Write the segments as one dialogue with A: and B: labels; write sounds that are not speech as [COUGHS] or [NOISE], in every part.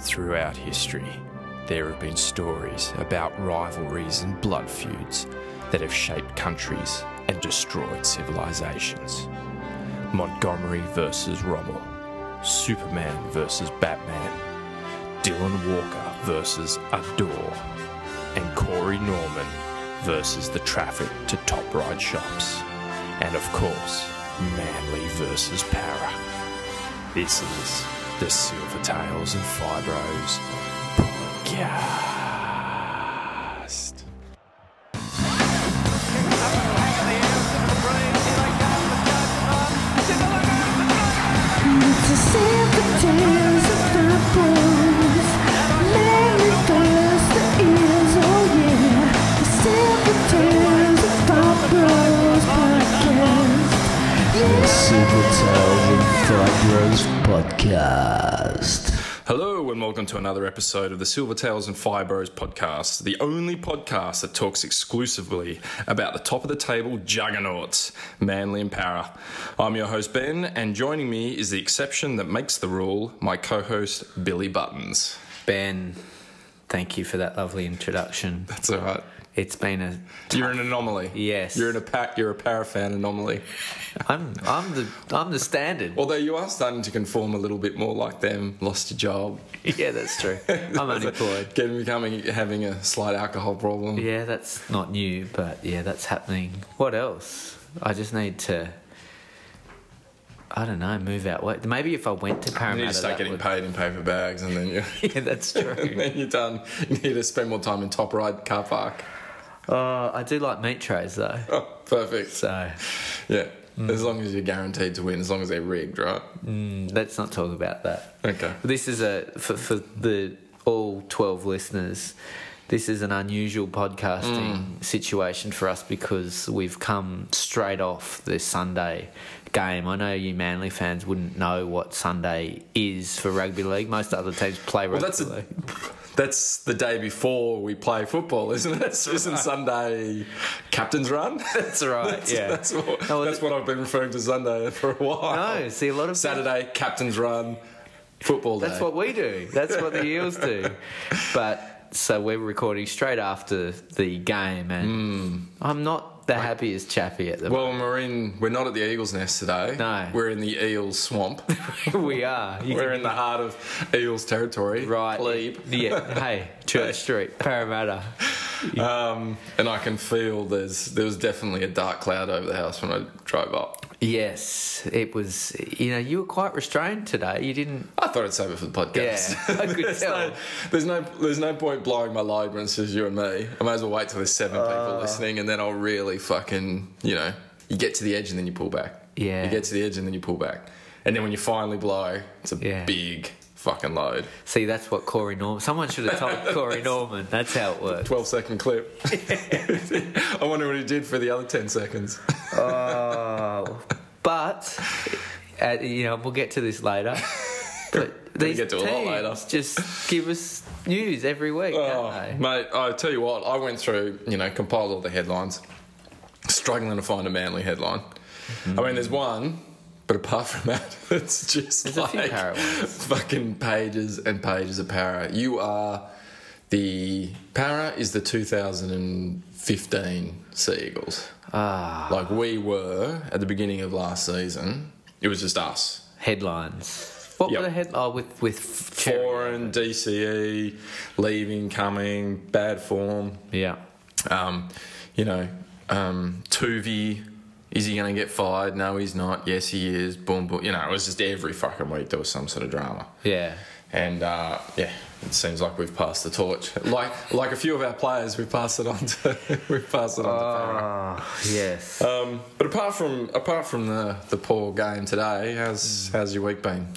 A: Throughout history, there have been stories about rivalries and blood feuds that have shaped countries and destroyed civilizations. Montgomery versus Rommel, Superman versus Batman, Dylan Walker versus Adore, and Corey Norman versus the traffic to top ride shops. And of course, Manly versus Para. This is the Silver Tails and Fibros podcast.
B: It's a silver tales of purples. Merry Thursday is, oh yeah. The silver tales of purples podcast.
C: Silver Tales and Fibros podcast.
D: Hello and welcome to another episode of the Silver Tails and Fibros podcast, the only podcast that talks exclusively about the top of the table juggernauts, Manly and Para. I'm your host Ben, and joining me is the exception that makes the rule, my co-host Billy Buttons.
E: Ben, thank you for that lovely introduction.
D: That's all right.
E: It's been a
D: You're an anomaly.
E: Yes.
D: You're in a pack. You're a Para fan anomaly.
E: I'm I'm the I'm the standard. [LAUGHS]
D: Although you are starting to conform a little bit more like them. Lost your job.
E: Yeah, that's true. I'm
D: [LAUGHS]
E: unemployed.
D: Getting becoming having a slight alcohol problem.
E: Yeah, that's not new, but yeah, that's happening. What else? I just need to I don't know, move out. Wait, Maybe if I went to
D: You
E: Parramatta,
D: need to start
E: that
D: getting
E: would-
D: paid in paper bags, and then you.
E: [LAUGHS]
D: [LAUGHS]
E: Yeah, that's
D: and [LAUGHS]
E: true.
D: then you're done. You need to spend more time in top right car park. [LAUGHS]
E: uh, I do like meat trays though,
D: Oh, perfect.
E: so
D: Yeah.
E: Mm.
D: As long as you're guaranteed to win, as long as they're rigged, right?
E: let's not talk about that.
D: Okay.
E: This is a for, for the all twelve listeners. This is an unusual
D: Mm.
E: podcasting situation for us because we've come straight off the Sunday game. I know you Manly fans wouldn't know what Sunday is for rugby league. Most other teams play
D: Well,
E: rugby
D: that's a,
E: league.
D: that's the day before we play football, isn't it? [LAUGHS] Isn't Sunday captain's run? [LAUGHS]
E: That's right. yeah.
D: that's what,
E: No, well,
D: that's what I've been referring to Sunday [LAUGHS] for a while.
E: No, see a lot of
D: Saturday captain's run, football
E: That's
D: day.
E: what we do. That's what the Eels do. But so we're recording straight after the game, and I'm not the happiest chappy at the
D: Mm. well, we're in. We're not at the Eagles' nest today.
E: No.
D: we're in the Eels' swamp.
E: moment. [LAUGHS] we are. [LAUGHS] You
D: we're in the heart of Eels' territory.
E: right.
D: Glebe.
E: Yeah. Hey,
D: Hey.
E: Church Street, Parramatta.
D: [LAUGHS] Um, and I can feel there's there was definitely a dark cloud over the house when I drove up.
E: Yes, it was. You know, you were quite restrained today. You didn't.
D: I thought I'd save it for the podcast.
E: Yeah, I could
D: [LAUGHS] there's,
E: tell.
D: No, there's no there's no point blowing my load when it's just you and me. I might as well wait till there's seven
E: Uh.
D: people listening, and then I'll really fucking you know you get to the edge and then you pull back.
E: Yeah.
D: you get to the edge and then you pull back, and then when you finally blow, it's a
E: Yeah.
D: big fucking load.
E: See, that's what Corey Norman. Someone should have told
D: [LAUGHS]
E: Corey Norman. That's how it works.
D: 12
E: [LAUGHS]
D: second clip. [LAUGHS] I wonder what he did for the other ten seconds.
E: Oh, but uh, you know we'll get to this later.
D: [LAUGHS]
E: But these
D: get to a lot
E: teams
D: later.
E: just give us news every week,
D: Oh,
E: don't they?
D: mate, I tell you what, I went through, you know, compiled all the headlines, struggling to find a manly headline. I mean, there's one, but apart from that, [LAUGHS] it's just
E: There's a
D: like
E: few para ones.
D: fucking pages and pages of para. You are the para is the 2015 Sea Eagles. Ah, like we were at the beginning of last season. It was just us.
E: Headlines. What
D: Yep.
E: were the head? Oh, with with Cherry.
D: Foreign, DCE, leaving, coming, bad form.
E: Yeah.
D: um, you know, um, Tuvi, is he going to get fired? No, he's not. Yes, he is. Boom, boom. You know, it was just every fucking week there was some sort of drama.
E: Yeah.
D: And uh, yeah, it seems like we've passed the torch. Like like a few of our players, we pass it on to [LAUGHS] we pass it on to Farah.
E: Oh, yes.
D: Um, but apart from apart from the, the poor game today,
E: Mm.
D: how's how's your week been?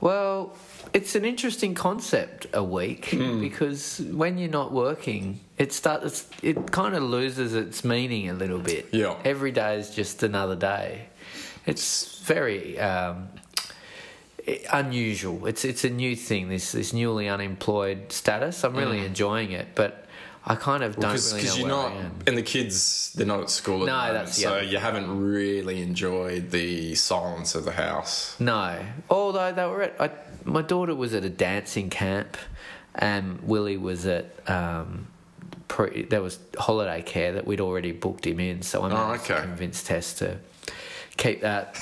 E: Well, it's an interesting concept a week
D: Hmm.
E: because when you're not working, it starts it kind of loses its meaning a little bit.
D: Yeah.
E: Every day is just another day. It's very um, i-
D: Hmm.
E: unusual. It's it's a new thing. This this newly unemployed status. I'm really enjoying it, but I kind of don't
D: Because
E: really know
D: you're
E: where
D: not,
E: I am.
D: and the kids, they're not at school
E: No,
D: at the moment,
E: that's-
D: so
E: yeah.
D: you haven't really enjoyed the silence of the house.
E: No, although they were at, I, my daughter was at a dancing camp, and Willie was at. Um, pre, there was holiday care that we'd already booked him in, so I managed to
D: Oh, okay.
E: convince Tess to keep that.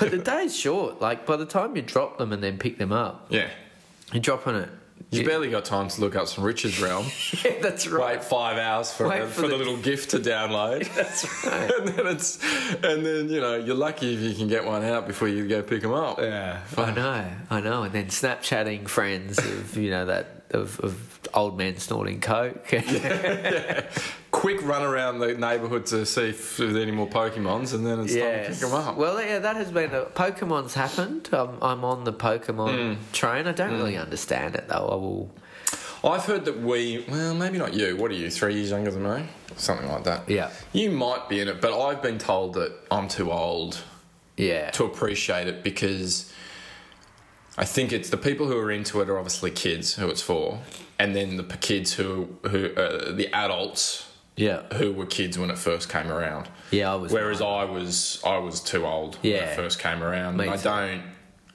E: but the day's short. Like by the time you drop them and then pick them up,
D: Yeah,
E: you're dropping it.
D: you barely got time to look up some Richard's realm.
E: [LAUGHS] yeah, that's [LAUGHS] right.
D: Wait five hours for,
E: Wait
D: uh,
E: for
D: for the,
E: the-
D: little gift to
E: [LAUGHS]
D: download.
E: That's right.
D: and then it's, and then you know you're lucky if you can get one out before you go pick them up.
E: Yeah, I know, I know. And then Snapchatting friends of you know that of, of old man snorting coke. [LAUGHS]
D: Quick run around the neighbourhood to see if there's any more Pokemons, and then it's time to pick
E: Yes.
D: them up.
E: Well, yeah, that has been. A, Pokemon's happened. I'm, I'm on the Pokemon
D: Hmm.
E: train. I don't really understand it though. I will.
D: I've heard that we, well, maybe not you. What are you? Three years younger than me, something like that.
E: Yeah.
D: you might be in it, but I've been told that I'm too old
E: Yeah.
D: to appreciate it because I think it's the people who are into it are obviously kids who it's for, and then the p- kids who who uh, the adults
E: Yeah.
D: who were kids when it first came around.
E: Yeah, I was
D: Whereas I was I was too old when
E: Yeah.
D: it first came around.
E: Me
D: and I
E: too.
D: don't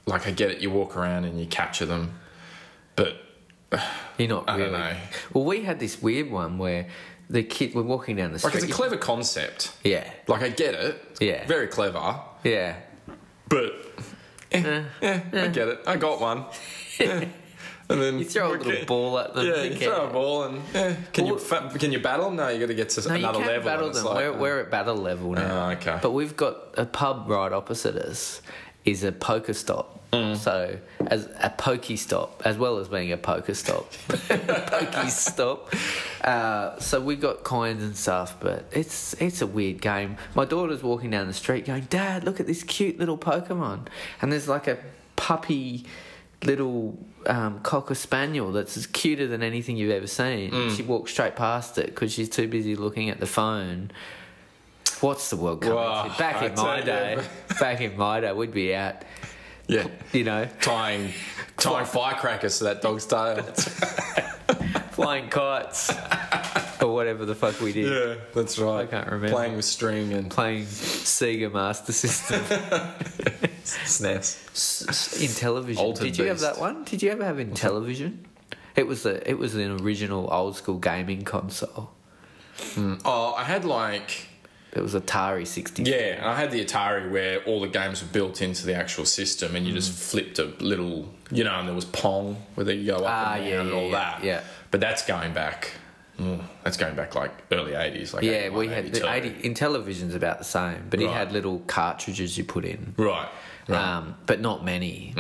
D: like I get it. You walk around and you capture them, but
E: You're not
D: I
E: really.
D: don't know.
E: Well, we had this weird one where the kid. We're walking down the
D: like
E: street.
D: it's a clever concept.
E: yeah.
D: Like I get it.
E: Yeah.
D: very clever,
E: Yeah.
D: but.
E: Uh,
D: eh, eh, I get it. I got
E: [LAUGHS]
D: one. Eh. And then
E: You throw a
D: Okay.
E: little ball at them.
D: Yeah,
E: who
D: you
E: cares?
D: throw a ball and eh, can you
E: Well-
D: fa- can you battle? No, you got to get to
E: No, you
D: another
E: can't
D: level.
E: battle
D: and it's
E: them.
D: like- uh,
E: we're, we're at battle level now.
D: Oh, okay.
E: But we've got a pub right opposite us is a poker stop.
D: Hmm.
E: So as a pokey stop, as well as being a poker stop, pokey stop. Uh, so we got coins and stuff, but it's it's a weird game. My daughter's walking down the street, going, "Dad, look at this cute little Pokemon!" And there's like a puppy little um, cocker spaniel that's as cuter than anything you've ever seen.
D: Mm.
E: She walks straight past it because she's too busy looking at the phone. What's the world coming
D: Well,
E: to? Back
D: I
E: in my
D: tell you.
E: day, [LAUGHS] back in my day, we'd be out,
D: yeah,
E: you know,
D: tying
E: [LAUGHS]
D: tying firecrackers to that dog's tail.
E: flying
D: [LAUGHS]
E: kites or whatever the fuck we did.
D: yeah, that's right.
E: I can't remember.
D: Playing with string and
E: Playing Sega Master System
D: snaps.
E: [LAUGHS] s- s- in television.
D: Altered
E: Did you have
D: Beast.
E: that one? Did you ever have in television? It was a, it was an original old school gaming console.
D: Oh, I had like
E: It was Atari sixty.
D: yeah, and I had the Atari where all the games were built into the actual system,
E: Mm.
D: and you just flipped a little, you know, and there was Pong where you go up
E: Ah,
D: and
E: yeah,
D: down and
E: yeah,
D: all
E: yeah,
D: that.
E: yeah.
D: but that's going back. mm, that's going back like early eighties. Like
E: Yeah, we
D: 81,
E: had the
D: 82.
E: 80, in television's about the same, but he
D: Right.
E: had little cartridges you put in,
D: Right. Right. Mm.
E: um, but not many.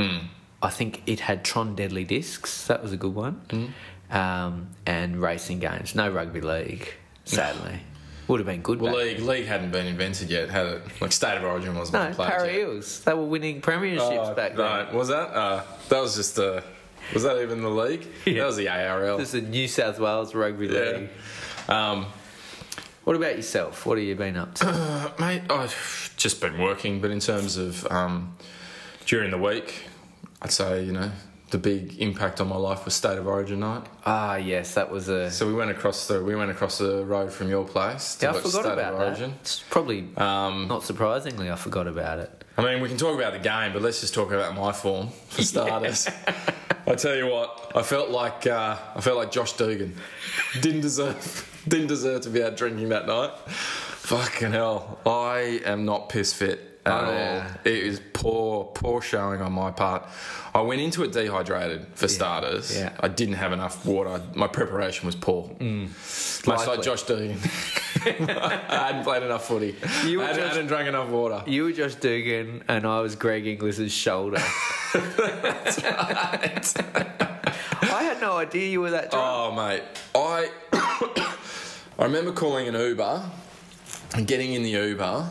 E: I think it had Tron Deadly Discs. That was a good one,
D: Mm.
E: um, and racing games. No rugby league,
D: [LAUGHS]
E: sadly. Would have been good.
D: Well,
E: back
D: league league hadn't been invented yet, had it? Like state of origin wasn't
E: then.
D: being
E: no,
D: played
E: Parra
D: yet.
E: Eels. They were winning premierships
D: Oh,
E: back then.
D: right. Was that? Uh, that was just uh, was that even the league? That was the ARL.
E: This is the New South Wales Rugby
D: yeah.
E: League.
D: Um,
E: What about yourself? What have you been up to?
D: but mate, I've just been working, but in terms of um, during the week, I'd say you know the big impact on my life was state of origin night.
E: ah, yes, that was a.
D: So we went across the we went across the road from your place to
E: Yeah, I
D: watch
E: forgot
D: state
E: about
D: of
E: that.
D: origin.
E: It's probably
D: Um,
E: not surprisingly, I forgot about it.
D: I mean, we can talk about the game, but let's just talk about my form
E: [LAUGHS]
D: for starters. I tell you what, I felt like uh, I felt like Josh Dugan. Didn't deserve [LAUGHS] didn't deserve to be out drinking that night. Fucking hell, I am not piss fit at
E: Oh,
D: all.
E: yeah.
D: It is poor poor showing on my part. I went into it dehydrated for starters.
E: yeah. Mm.
D: I didn't have enough water. My preparation was poor. Much like
E: Likely.
D: Josh Dugan. [LAUGHS] I hadn't played enough footy.
E: You were
D: I hadn't,
E: just-
D: hadn't drank enough water.
E: You were Josh Dugan, and I was Greg Inglis's shoulder.
D: [LAUGHS]
E: [LAUGHS] I had no idea you were that drunk.
D: Oh mate, I [COUGHS] I remember calling an Uber and getting in the Uber.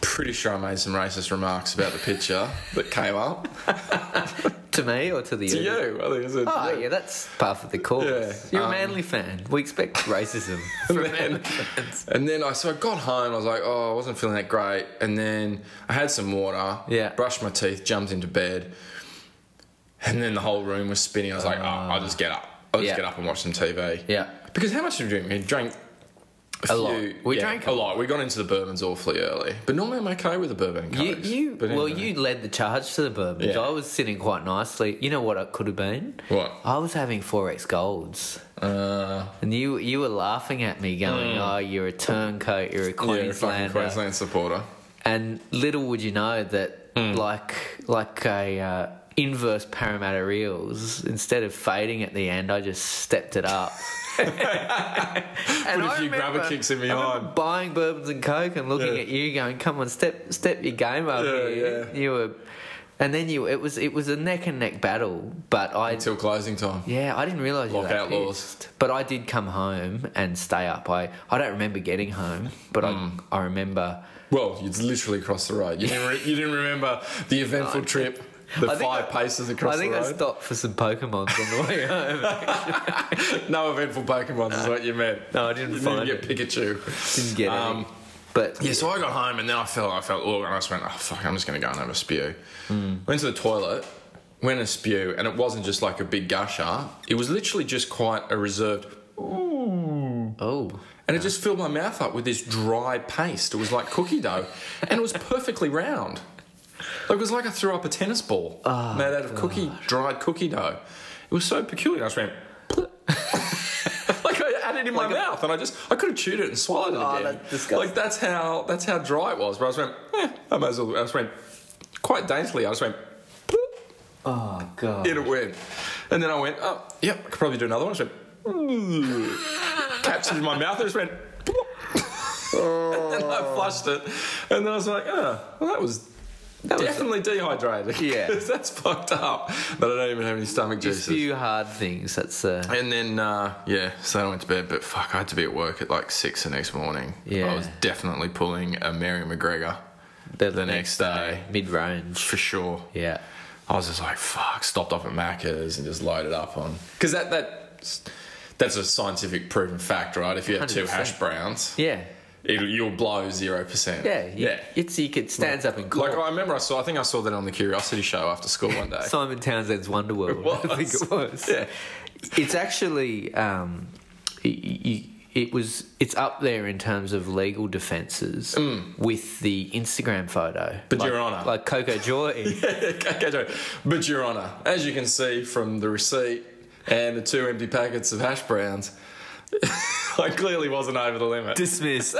D: Pretty sure I made some racist remarks about the picture that came up
E: to me or to the
D: to you. I think I said to
E: Oh,
D: you.
E: yeah, that's part of the course.
D: Yeah,
E: You're
D: um,
E: a Manly fan. We expect
D: [LAUGHS]
E: racism.
D: and then, and then I so I got home. I was like, oh, I wasn't feeling that great. And then I had some water.
E: Yeah.
D: Brushed my teeth, jumped into bed, and then the whole room was spinning. I was like, oh, I'll just get up. I'll just
E: Yeah.
D: get up and watch some TV.
E: Yeah.
D: Because how much did we drink? We drank
E: A lot.
D: few-
E: We
D: yeah,
E: drank
D: a lot. We got into the bourbons awfully early, but normally I'm okay with a bourbon. And
E: You,
D: Cokes.
E: you
D: But
E: well,
D: anyway.
E: you led the charge to the Bourbons.
D: Yeah.
E: I was sitting quite nicely. You know what it could have been?
D: What?
E: I was having four X golds,
D: Uh,
E: and you you were laughing at me, going, "Oh, you're a turncoat, you're a
D: Mm. yeah, you're a fucking
E: Queenslander."
D: Queensland supporter.
E: and little would you know that,
D: Hmm.
E: like like a uh, inverse Parramatta reels, instead of fading at the end, I just stepped it
D: [LAUGHS]
E: up.
D: Put a few grabber kicks in
E: I remember
D: behind.
E: buying bourbons and coke and looking
D: Yeah.
E: at you, going, "Come on, step step your game up
D: Yeah,
E: here."
D: yeah.
E: You were, and then you it was it was a neck and neck battle, but I
D: Until closing time.
E: yeah I didn't realize you were
D: Lock
E: that
D: outlaws.
E: pissed. But I did come home and stay up. I I don't remember getting home, but
D: Hmm.
E: I I remember.
D: Well, you literally across the road. You didn't, re- you didn't remember the eventful trip, the
E: I think
D: five
E: I-
D: paces across
E: I think
D: the
E: I
D: road.
E: stopped for some Pokemons on the
D: [LAUGHS]
E: way home.
D: no eventful Pokemon is what you meant.
E: No, I didn't
D: you
E: find
D: didn't get Pikachu.
E: Didn't get
D: Um,
E: any. But
D: Yeah, so I got home and then I felt I felt ill and I just went, oh fuck, I'm just gonna go and have a spew. Went to the toilet, went and spew, and it wasn't just like a big gusher. It was literally just quite a reserved,
E: oh,
D: and it just filled my mouth up with this dry paste. It was like cookie dough, and it was perfectly round. Like, it was like I threw up a tennis ball
E: Ah,
D: made out of cookie dried cookie dough. It was so peculiar. I just went. [LAUGHS] Like I had it in my mouth, and I just I could have chewed it and swallowed it
E: Oh,
D: again.
E: that's disgusting.
D: Like that's how that's how dry it was. But I just went, eh, I might as well. I just went quite daintily. I just went,
E: oh god.
D: in it went, and then I went, oh yep, I could probably do another one. I just went, captured in my mouth. I just went, [LAUGHS] and then I flushed it, and then I was like, oh, well that was.
E: was-
D: Definitely dehydrated.
E: Yeah.
D: 'Cause [LAUGHS] that's fucked up. But I don't even have any stomach
E: Just
D: juices.
E: few hard things. That's uh,
D: And then, uh, yeah, so then I went to bed, but fuck, I had to be at work at like six the next morning.
E: Yeah.
D: I was definitely pulling a Mary McGregor the next day,
E: mid range.
D: for sure.
E: Yeah.
D: I was just like, fuck, stopped off at Macca's and just loaded up on. Because that, that, that's a scientific proven fact, right? If you have two
E: 100%.
D: hash browns,
E: Yeah.
D: it'll, you'll blow 0%.
E: Yeah. you-
D: yeah.
E: It's you could stands up and court.
D: Like, I remember I saw, I think I saw that on the Curiosity Show after school
E: [LAUGHS]
D: one day.
E: Simon Townsend's Wonderworld. [LAUGHS] I think
D: was.
E: it was.
D: Yeah.
E: It's actually um, y- y- it was it's up there in terms of legal defences with the Instagram photo.
D: Mm. But
E: like,
D: Your Honour.
E: like Coco Joy.
D: [LAUGHS] [LAUGHS] Okay, Joe. But Your Honour, as you can see from the receipt and the two empty packets of hash browns, [LAUGHS] I clearly wasn't over the limit.
E: Dismissed.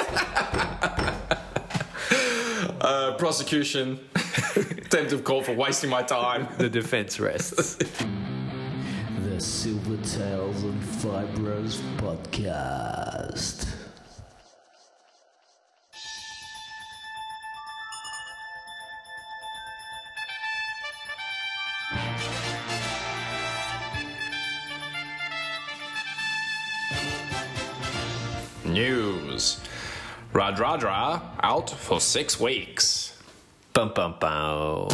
D: Uh, prosecution, [LAUGHS] attempt of court for wasting my time.
E: the defence rests.
C: The Silver Tails and Fibros podcast.
D: News. Radradra out for six weeks.
E: bum bum bum.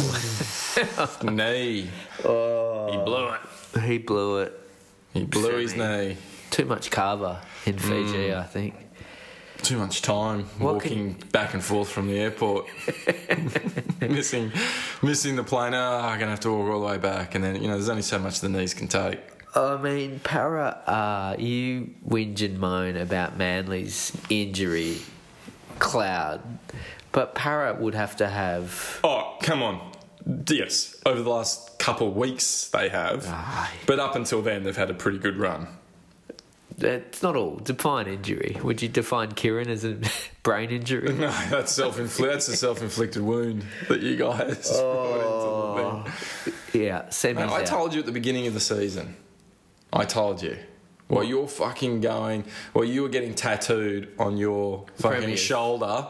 D: Knee.
E: Oh.
D: He blew it.
E: he blew it.
D: He blew his knee.
E: Sammy. Too much carver in Fiji, I think.
D: Too much time
E: What can-
D: walking back and forth from the airport, missing, missing the plane. Ah, I'm gonna have to walk all the way back, and then you know there's only so much the knees can take.
E: I mean, para, uh, you whinge and moan about Manly's injury cloud, but para would have to have.
D: Oh, come on. Yes, over the last couple of weeks they have,
E: Aye.
D: but up until then they've had a pretty good run. [LAUGHS]
E: It's not all. Define injury. Would you define Kieran as a [LAUGHS] brain injury?
D: No, that's self inflicted. that's a self inflicted wound that you guys. [LAUGHS] brought into the thing.
E: yeah, Semi's
D: Man, I
E: out.
D: told you at the beginning of the season. I told you. Well, you're fucking going. Well, you were getting tattooed on your fucking
E: Premiers.
D: shoulder.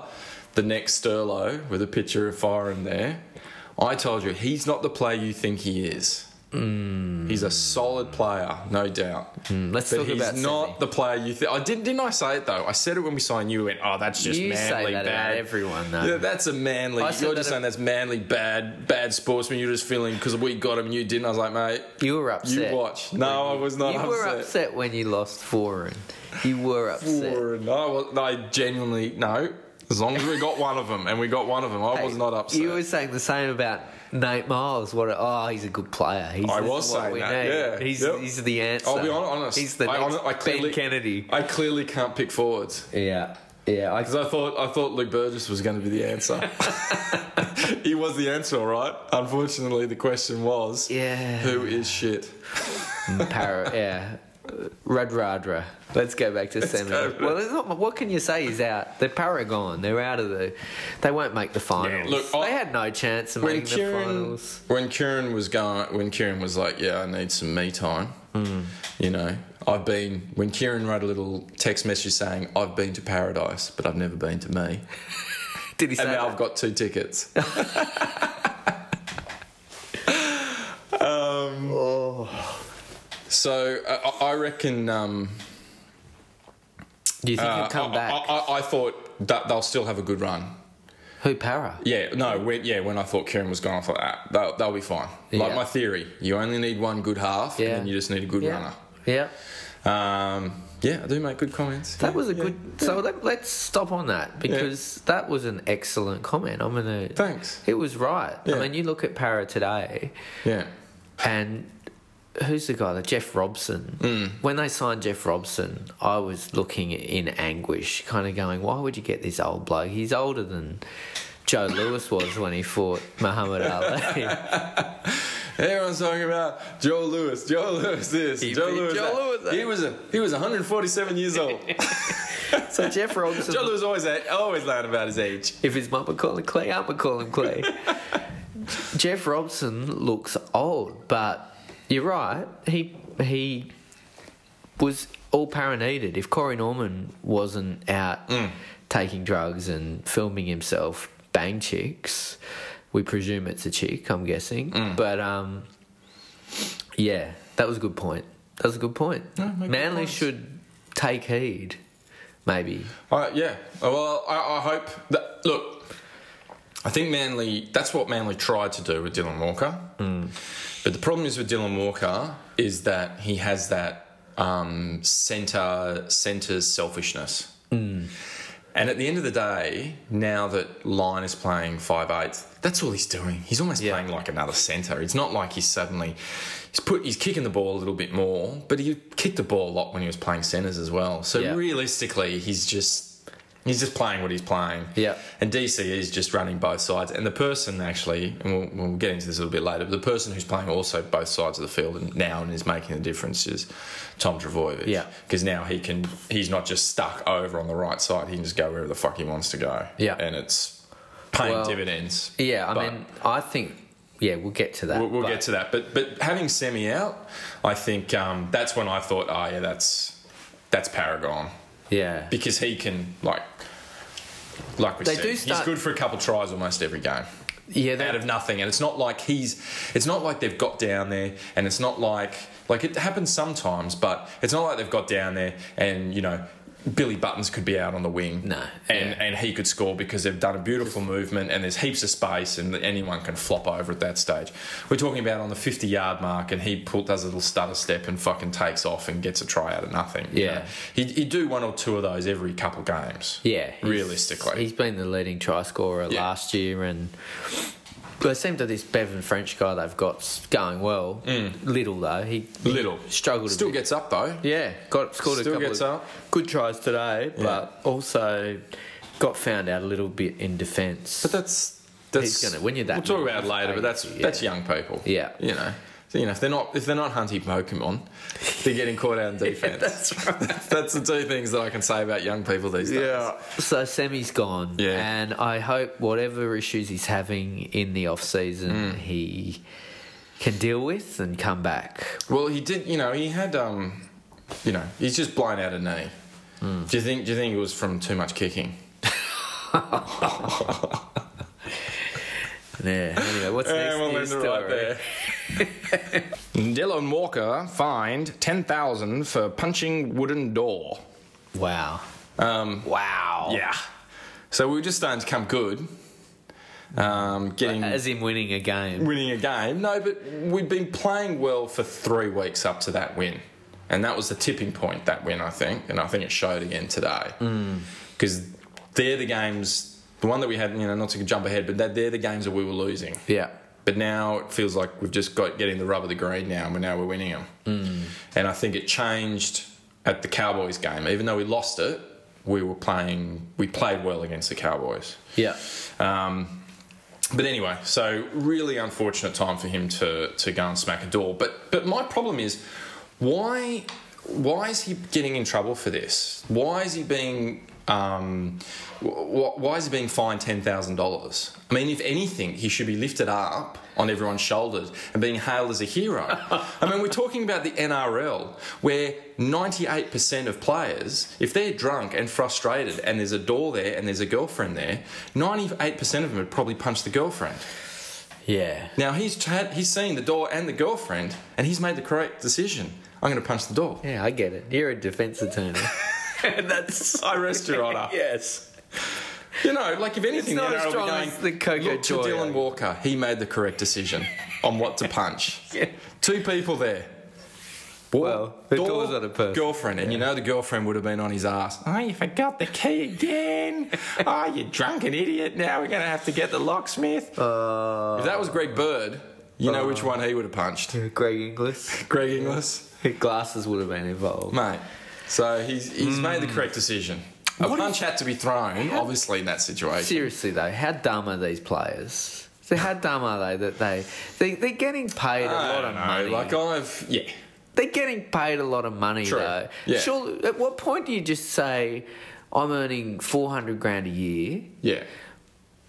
D: The next Sterlo with a picture of Foreign there. I told you he's not the player you think he is. He's a solid player, no doubt.
E: Mm, Let's
D: But
E: Hmm. talk
D: he's
E: about
D: not
E: Semi.
D: the player you think. I didn't. Didn't I say it though? I said it when we signed you. We Went, oh, that's just
E: You say
D: manly
E: that about
D: bad.
E: everyone, though.
D: Yeah, that's a manly.
E: I said
D: You're
E: that
D: just
E: ab-
D: saying that's manly bad, bad sportsman. You're just feeling because we got him, you didn't. I was like, mate,
E: You were upset.
D: You watch. No, I was not
E: you
D: upset.
E: were upset when you lost Foreign. You were upset.
D: Or- No, I was- no, I genuinely no. As long as we got one of them, and we got one of them, I was
E: Hey,
D: not upset.
E: You were saying the same about Nate Miles, what? A, oh, he's a good player. He's,
D: I
E: this
D: was
E: is what
D: saying
E: we
D: that.
E: need.
D: Yeah,
E: he's,
D: yep.
E: he's the answer.
D: I'll be hon- honest.
E: He's the
D: I,
E: next
D: hon- I
E: Ben Kennedy.
D: I clearly can't pick forwards
E: Yeah, yeah. I,
D: because I thought I thought Luke Burgess was going to be the
E: [LAUGHS]
D: answer. he was the answer, all right. Unfortunately, the question was,
E: yeah,
D: who is shit?
E: [LAUGHS] Para, yeah. Radradra. Let's go back to semi.
D: go back.
E: Well, there's not, mu- what can you say? He's out. They're paragon. They're out of the. They won't make the finals.
D: Yeah, look, I-
E: they had no chance of
D: when
E: making the
D: Kieran
E: finals.
D: when Kieran was going when Kieran was like, yeah, I need some me time.
E: Hmm.
D: You know, I've been when Kieran wrote a little text message saying I've been to paradise, but I've never been to me,
E: Did he say
D: and now
E: that?
D: I've got
E: [LAUGHS]
D: two tickets. um, So uh, I I reckon. Um,
E: Do you think
D: uh,
E: he'll come
D: I,
E: back?
D: I, I, I thought that they'll still have a good run.
E: Who para?
D: Yeah, no, when, yeah. When I thought Kieran was gone, I thought ah, they'll, they'll be fine. Like
E: Yeah.
D: my theory, you only need one good half,
E: Yeah.
D: and then you just need a good
E: Yeah. Yeah.
D: runner. Um, yeah, I do make good comments.
E: That was a good. So let, let's stop on that because that was an excellent comment. I'm gonna.
D: Thanks.
E: It was right.
D: Yeah.
E: I mean, you look at Para today,
D: Yeah,
E: and who's the guy? The Jeff Robson.
D: Mm.
E: When they signed Jeff Robson, I was looking in anguish, kind of going, "Why would you get this old bloke? He's older than." Joe Lewis was when he fought
D: [LAUGHS]
E: Muhammad Ali.
D: everyone's talking about Joe Lewis, Joe Lewis this,
E: He
D: Joe
E: beat
D: Lewis.
E: Joe Lewis,
D: that.
E: eh?
D: He was a, he was 147
E: [LAUGHS]
D: years old.
E: so Jeff Robson,
D: Joe Lewis always had, always lied about his age.
E: If his mum would call him Clay, I would call him
D: [LAUGHS]
E: Clay. Jeff Robson looks old, but you're right. He he was all para needed. If Corey Norman wasn't out
D: Mm.
E: taking drugs and filming himself bang chicks, we presume it's a chick. I'm guessing,
D: Mm.
E: but um, yeah, that was a good point. That was a good point.
D: make good
E: Manly
D: points.
E: should take heed, maybe.
D: Uh, yeah. Well, I, I hope that. Look, I think Manly. That's what Manly tried to do with Dylan Walker.
E: Hmm.
D: But the problem is with Dylan Walker is that he has that um, centre centre selfishness.
E: Hmm.
D: And at the end of the day, now that Lyon is playing five eights, that's all he's doing. He's almost
E: Yeah.
D: playing like another centre. It's not like he's suddenly he's put he's kicking the ball a little bit more, but he kicked the ball a lot when he was playing centres as well. So
E: Yeah.
D: realistically, he's just he's just playing what he's playing.
E: Yeah.
D: And DC is just running both sides. And the person actually, and we'll, we'll get into this a little bit later, but the person who's playing also both sides of the field and now and is making the difference is Tom Travojevic.
E: Yeah.
D: Because now he can, he's not just stuck over on the right side. He can just go wherever the fuck he wants to go.
E: Yeah.
D: And it's paying
E: Well,
D: dividends.
E: Yeah, I
D: But-
E: mean, I think yeah, we'll get to that.
D: We'll, we'll
E: but-
D: get to that. But but having Semi out, I think um, that's when I thought, oh yeah, that's that's Paragon
E: yeah.
D: because he can like like we
E: They
D: said,
E: do
D: he's
E: start-
D: good for a couple tries almost every game.
E: Yeah, they-
D: out of nothing, and it's not like he's it's not like they've got down there, and it's not like like it happens sometimes, but it's not like they've got down there and you know. Billy Buttons could be out on the wing,
E: No,
D: and
E: yeah.
D: and he could score because they've done a beautiful movement, and there's heaps of space, and anyone can flop over at that stage. We're talking about on the 50 yard mark, and he pull, does a little stutter step and fucking takes off and gets a try out of nothing. you
E: Yeah.
D: know? He would do one or two of those every couple games.
E: yeah. he's-
D: realistically.
E: he's been the leading try scorer
D: Yeah.
E: last year, and but it seems that this Bevan French guy they've got's going well. Little though, he
D: Mm. Little.
E: struggled.
D: Still
E: a bit.
D: gets up though.
E: yeah, got scored
D: Still
E: a couple
D: gets
E: of
D: up.
E: good tries today, but also got found out a little bit in defence.
D: But that's that's
E: He's gonna- when you're that
D: We'll talk
E: young,
D: about it later, but that's
E: yeah.
D: that's young people.
E: Yeah.
D: You know. So, you know, if they're not if they're not hunting Pokemon, they're getting caught out
E: [LAUGHS]
D: in defense. that's right. [LAUGHS] that's the two things that I can say about young people these days.
E: So Semi's gone,
D: Yeah.
E: and I hope whatever issues he's having in the off season,
D: Mm.
E: he can deal with and come back.
D: Well, he did. You know, he had. Um, you know, he's just blown out a knee.
E: Hmm.
D: Do you think? Do you think it was from too much kicking?
E: Yeah. Anyway, what's next? news story?
D: [LAUGHS] Dylan Walker fined ten thousand for punching wooden door.
E: Wow.
D: Um,
E: Wow.
D: Yeah. So we were just starting to come good. Um, getting
E: As in winning a game.
D: winning a game. No, but we'd been playing well for three weeks up to that win. And that was the tipping point, that win, I think. And I think it showed again today. Because they're the games, the one that we had, you know, not to jump ahead, but that, they're the games that we were losing.
E: Yeah.
D: But now it feels like we've just got getting the rub of the green now, and now we're winning them. And I think it changed at the Cowboys game. Even though we lost it, we were playing. We played well against the Cowboys.
E: Yeah.
D: Um, but anyway, so really unfortunate time for him to to go and smack a door. But but my problem is why why is he getting in trouble for this? Why is he being um, wh- wh- why is he being fined ten thousand dollars? I mean, if anything, he should be lifted up on everyone's shoulders and being hailed as a hero. I mean, we're talking about the NRL, where ninety-eight percent of players, if they're drunk and frustrated, and there's a door there and there's a girlfriend there, ninety-eight percent of them would probably punch the girlfriend.
E: Yeah.
D: Now he's had, he's seen the door and the girlfriend, and he's made the correct decision. I'm going to punch the door.
E: Yeah, I get it. You're a defense
D: [LAUGHS]
E: attorney. That's
D: I rest
E: [LAUGHS]
D: your honour.
E: yes.
D: You know, like if anything,
E: not
D: the
E: as
D: NRL
E: strong
D: will be
E: as
D: going,
E: the Coco
D: look to
E: Joyo."
D: Dylan Walker. He made the correct decision on what to punch.
E: [LAUGHS] Yeah.
D: Two people there.
E: Well, the door's on a person.
D: Girlfriend, and you know the girlfriend would have been on his ass. Oh, you forgot the key [LAUGHS] again. oh, you drunken idiot. Now we're going to have to get the locksmith. if that was Greg Bird, you know which one he would have punched.
E: Greg Inglis.
D: Greg Inglis.
E: Glasses would have been involved.
D: Mate. So he's, he's
E: Mm.
D: made the correct decision. A punch had to be thrown, obviously, in that situation.
E: Seriously though, how dumb are these players? So how dumb are they that they, they they're getting paid a
D: I
E: lot
D: don't
E: of
D: know,
E: money?
D: Like I've yeah.
E: they're getting paid a lot of money
D: True.
E: though.
D: Yeah.
E: Surely, at what point do you just say, "I'm earning four hundred grand a year.
D: Yeah.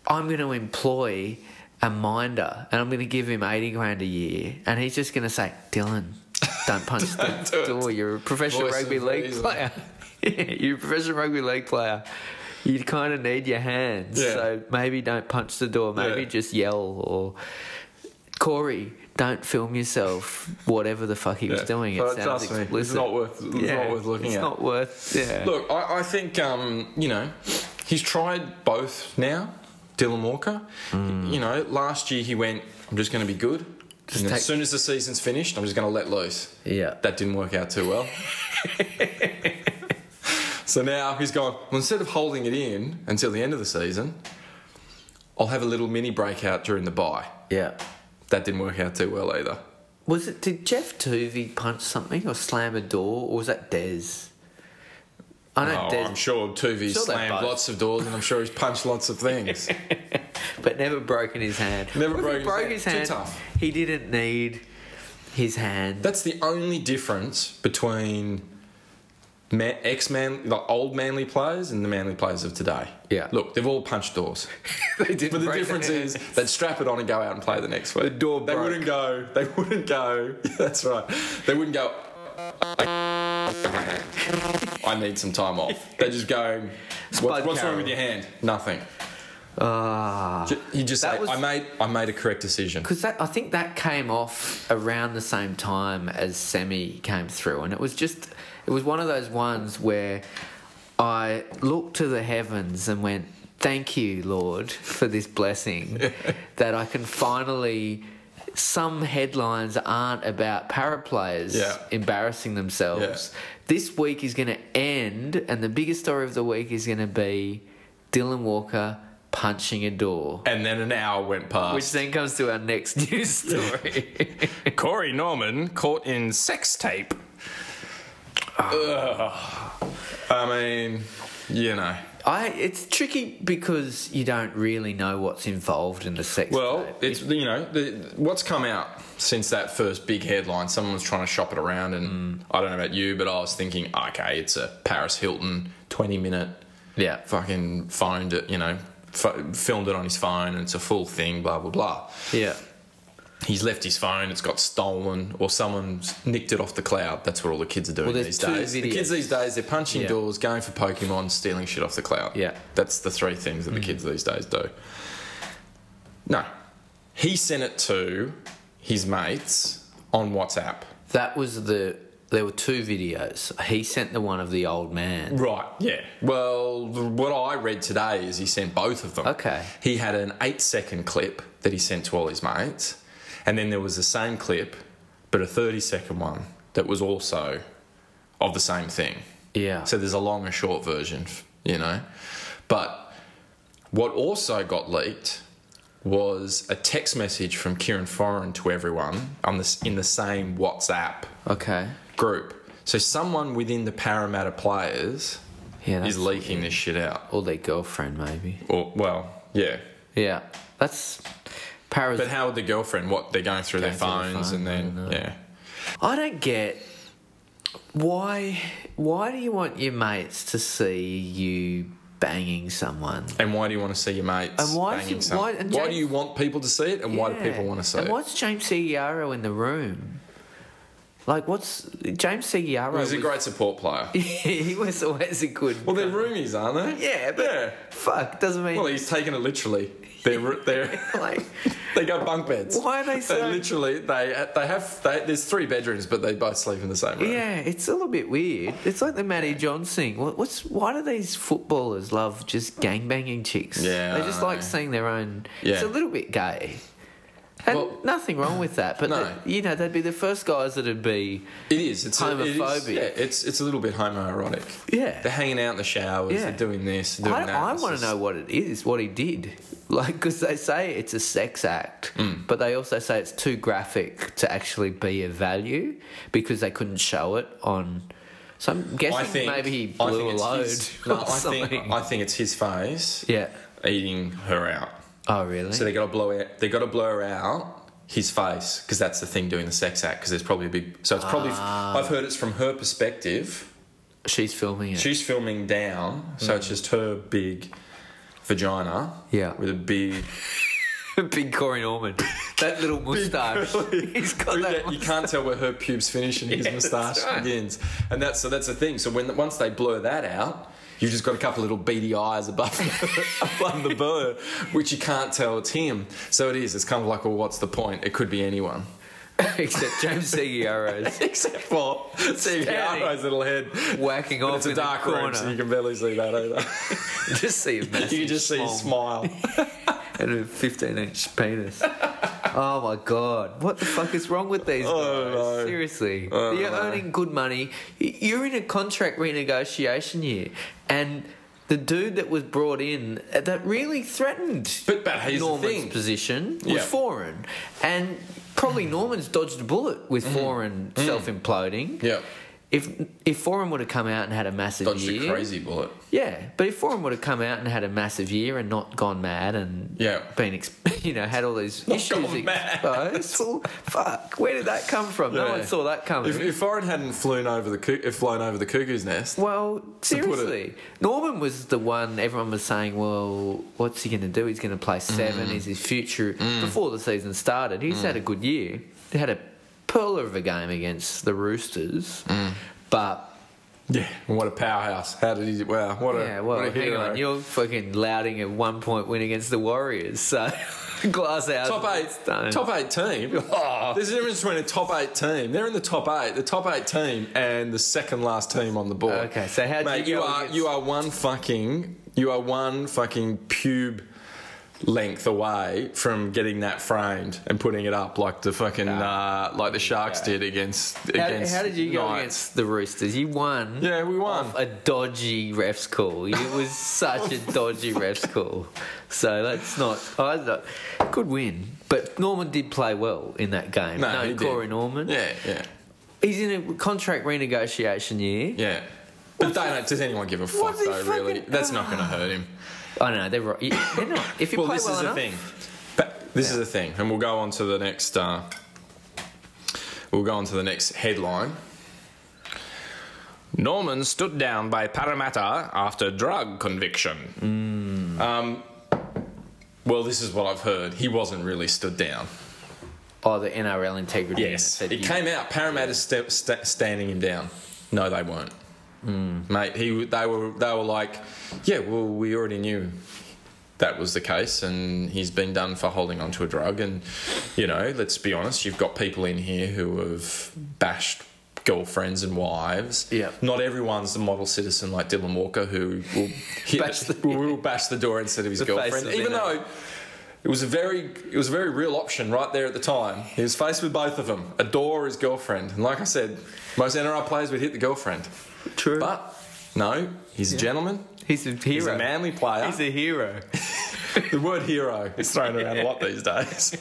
E: I'm going to employ a minder, and I'm going to give him eighty grand a year, and he's just going to say, Dylan, don't
D: [LAUGHS]
E: punch
D: Don't
E: the
D: do it.
E: door. You're a professional
D: Voice of
E: rugby league
D: reason.
E: player. [LAUGHS] You're a professional rugby league player." You kind of need your hands,
D: Yeah.
E: so maybe don't punch the door. Maybe
D: Yeah.
E: just yell or Corey, don't film yourself. Whatever the fuck he was
D: Yeah.
E: doing, it
D: But
E: sounds
D: trust me,
E: explicit.
D: It's not worth. It's
E: Yeah,
D: not worth looking
E: it's
D: at.
E: not worth. Yeah.
D: Look, I, I think um, you know he's tried both now. Dylan Walker,
E: Mm.
D: you know, last year he went, I'm just going to be good. And
E: take-
D: as soon as the season's finished, I'm just going to let loose.
E: Yeah.
D: That didn't work out
E: [LAUGHS]
D: too well. so now he's gone, well, instead of holding it in until the end of the season, I'll have a little mini breakout during the bye.
E: yeah.
D: That didn't work out too well either.
E: Was it did Jeff Tovey punch something or slam a door or was that Des? I know
D: Oh,
E: Des,
D: I'm sure Tuvi's
E: Sure they're
D: slammed
E: both.
D: lots of doors and I'm sure he's punched lots of things.
E: [LAUGHS] but never broken his hand.
D: Never
E: Well, if
D: broken
E: he
D: his
E: broke
D: hand.
E: his hand.
D: Too tough.
E: He didn't need his hand.
D: That's the only difference between man, ex-man, the old manly players and the manly players of today.
E: Yeah.
D: Look, they've all
E: [LAUGHS]
D: punched doors.
E: they didn't
D: [LAUGHS] But the
E: break
D: difference
E: hand.
D: is they'd strap it on and go out and play the next week. The
E: door
D: They
E: broke.
D: wouldn't go. They wouldn't go. [LAUGHS] That's right. They wouldn't go. [LAUGHS] I need some time
E: [LAUGHS]
D: off. They just go. What's,
E: Spud
D: what's wrong
E: Carroll.
D: with your hand? Nothing.
E: Ah.
D: Ju- You just
E: That
D: say,
E: was-
D: I made I made a correct decision.
E: Because that, I think that came off around the same time as Semi came through, and it was just, it was one of those ones where I looked to the heavens and went, "Thank you, Lord, for this blessing that I can finally." Some headlines aren't about para players
D: Yeah.
E: embarrassing themselves. This week is going to end, and the biggest story of the week is going to be Dylan Walker punching a door.
D: And then an hour went
E: Which
D: past.
E: then comes to our next [LAUGHS] news story.
D: Corey Norman caught in sex tape. Ugh. I mean, you know.
E: [LAUGHS] I it's tricky because you don't really know what's involved in the sex.
D: Well,
E: tape.
D: it's you know the, what's come out since that first big headline. Someone was trying to shop it around, and I don't know about you, but I was thinking, okay, it's a Paris Hilton twenty minute
E: yeah.
D: fucking phoned it, you know, ph- filmed it on his phone, and it's a full thing, blah blah blah.
E: Yeah.
D: He's left his phone; it's got stolen, or someone's nicked it off the cloud. That's what all the kids are doing
E: there's
D: these
E: two
D: days. The kids
E: videos.
D: these days they're punching
E: Yeah.
D: doors, going for Pokemon, stealing shit off the cloud.
E: Yeah. Mm.
D: that's the three things that the kids these days do. No, he sent it to his mates on WhatsApp.
E: That was the there were two videos. He sent the one of the old man.
D: Right, yeah. Well, th- what I read today is he sent both of them.
E: Okay.
D: He had an eight second clip that he sent to all his mates, and then there was the same clip, but a 30 second one that was also of the same thing.
E: Yeah.
D: So there's a long and short version, f- you know. But what also got leaked was a text message from Kieran Foran to everyone on this in the same WhatsApp
E: Okay.
D: group. So someone within the Parramatta players
E: Yeah.
D: is
E: That's,
D: leaking this shit out.
E: or their girlfriend, maybe.
D: Or well, yeah.
E: Yeah. That's. Paras.
D: But how would the girlfriend? What they're going through
E: Going
D: their
E: through the
D: phones
E: phone,
D: and
E: I
D: then
E: don't know.
D: yeah.
E: I don't get why. Why do you want your mates to see you banging someone?
D: And why do you want to see your mates?
E: And why is
D: banging
E: it-
D: some-
E: why- and
D: why
E: James-
D: do you want people to see it? And why do people want to see
E: and
D: it?
E: Why's James Seguiaro in the room? Like, what's James Seguiaro?
D: He's a great support player.
E: [LAUGHS] he was always a good.
D: Well, they're roomies, aren't they?
E: yeah, but
D: yeah.
E: fuck doesn't mean
D: Well, he's taken it literally. They're they're [LAUGHS]
E: [LAUGHS] like
D: they go bunk beds.
E: Why are they so-
D: literally they they have they, there's three bedrooms, but they both sleep in the same room.
E: yeah, it's a little bit weird. It's like the Matty John thing. What, what's why do these footballers love just gangbanging chicks?
D: Yeah,
E: they just
D: I
E: like
D: know.
E: seeing their own. It's
D: Yeah.
E: a little bit gay. And
D: Well-
E: nothing wrong with that, but
D: No.
E: the- you know they'd be the first guys that'd be
D: It is. It's a- it is-
E: Homophobic.
D: yeah, it's it's a little bit homoerotic.
E: Yeah.
D: They're hanging out in the showers.
E: Yeah.
D: They're doing this. Doing
E: I,
D: that.
E: I
D: It's
E: want
D: just-
E: to know what it is, what he did. [LAUGHS] Like, because they say it's a sex act,
D: Mm.
E: but they also say it's too graphic to actually be of value because they couldn't show it on. So I'm guessing
D: I think
E: maybe he
D: I
E: blew
D: think
E: a
D: it's
E: load.
D: his- [LAUGHS] no,
E: or
D: I think
E: something.
D: I think it's his face
E: yeah.
D: eating her out.
E: Oh, really?
D: So they got to blow it. They got to blow her out his face because that's the thing doing the sex act. Because there's probably a big. So it's probably.
E: Ah.
D: I've heard it's from her perspective.
E: She's filming it.
D: She's filming down, so it's just her big vagina.
E: Hmm. Yeah.
D: With a big.
E: [LAUGHS] Big Corey
D: [LAUGHS]
E: Norman. That little moustache. [LAUGHS] He's got
D: With
E: that.
D: that, you can't tell where her pubes finish
E: [LAUGHS]
D: and his moustache begins. And that's so that's the thing. So when once they blur that out, you've just got a couple little beady eyes above above the [LAUGHS] blur, which you can't tell it's him. So it is. It's kind of like, well, what's the point? It could be
E: [LAUGHS]
D: anyone.
E: moustache. Except James
D: [LAUGHS]
E: Seguiaro's
D: Except for seeing
E: Standing.
D: Arro's little head.
E: whacking
D: But
E: off
D: it's a
E: in the
D: dark room, so
E: corner.
D: you can barely see that
E: [LAUGHS]
D: either. [LAUGHS]
E: Just see a
D: you
E: massive
D: can just see his
E: smile.
D: smile. [LAUGHS]
E: and a 15 inch penis. oh my god, what the fuck is wrong with these guys?
D: no.
E: Seriously,
D: Oh,
E: you're
D: no.
E: earning good money. Y- You're in a contract renegotiation year, and the dude that was brought in uh, that really threatened
D: But- but here's the
E: Norman's
D: thing.
E: position was
D: Yeah.
E: foreign, and probably Norman's dodged a bullet with foreign self imploding.
D: Mm-hmm. Mm. Yeah.
E: If if foreign would have come out and had a massive
D: Dodged a
E: year,
D: crazy bullet.
E: yeah, but if Foreign would have come out and had a massive year and not gone mad and
D: Yeah.
E: been, ex- [LAUGHS] you know, had all these issues
D: gone mad.
E: exposed, well, fuck, where did that come from? No
D: Yeah.
E: one saw that coming.
D: If, if Foreign hadn't flown over the coo- if flown over the cuckoo's nest,
E: well,
D: To put it-
E: seriously, Norman was the one everyone was saying, well, what's he going to do? He's going to play seven.
D: Mm.
E: Is his future before the season started? He's had a good year. He had a pearler of a game against the Roosters,
D: Mm.
E: but.
D: yeah, what a powerhouse! How did he? Wow, what a
E: Yeah, well,
D: what a
E: hang
D: hero.
E: on. You're fucking louting a one point win against the Warriors, so [LAUGHS] glass out.
D: top eight,
E: Stone. Oh.
D: top eight team.
E: [LAUGHS]
D: There's a difference between a top eight team. They're in the top eight, the top eight team, and the second last team on the board.
E: Okay, so how'd you
D: Mate,
E: go
D: are
E: against-
D: you are one fucking you are one fucking pube length away from getting that framed and putting it up like the fucking uh, like the Sharks did against
E: How,
D: against.
E: how did you go
D: Knights.
E: against the Roosters? You won.
D: Yeah, we won.
E: off A dodgy ref's call.
D: [LAUGHS]
E: It was such a dodgy ref's call. So that's not. I don't- good win, but Norman did play well in that game.
D: No, he did.
E: Corey Norman.
D: Yeah, yeah,
E: he's in a contract renegotiation year.
D: yeah. But they don't, does anyone give a fuck
E: What the
D: though? really,
E: fucking-
D: that's not going to hurt him.
E: I know they're right. They're not. If you
D: Well,
E: play
D: this
E: well
D: is
E: enough,
D: the thing. But this is the thing, and we'll go on to the next. Uh, we'll go on to the next headline. Norman stood down by Parramatta after drug conviction. Um, well, this is what I've heard. He wasn't really stood down.
E: oh, the NRL integrity.
D: Yes,
E: said
D: it
E: you-
D: came out. Parramatta st- st- standing him down. No, they weren't,
E: Hmm.
D: mate. He, w- they were, they were like, yeah, well, we already knew that was the case, and he's been done for holding onto a drug. And you know, let's be honest, you've got people in here who have bashed girlfriends and wives.
E: Yeah.
D: not everyone's the model citizen like Dylan Walker, who will
E: [LAUGHS]
D: hit
E: Bash the-
D: will bash the door instead of his
E: The face
D: girlfriend,
E: of
D: even
E: the
D: though. It was a very, it was a very real option right there at the time. He was faced with both of them: a door or his girlfriend. And like I said, most NRL players would hit the girlfriend.
E: True.
D: But no, he's a gentleman.
E: He's a hero.
D: He's a manly player.
E: He's a hero.
D: the word hero is thrown around a lot these days.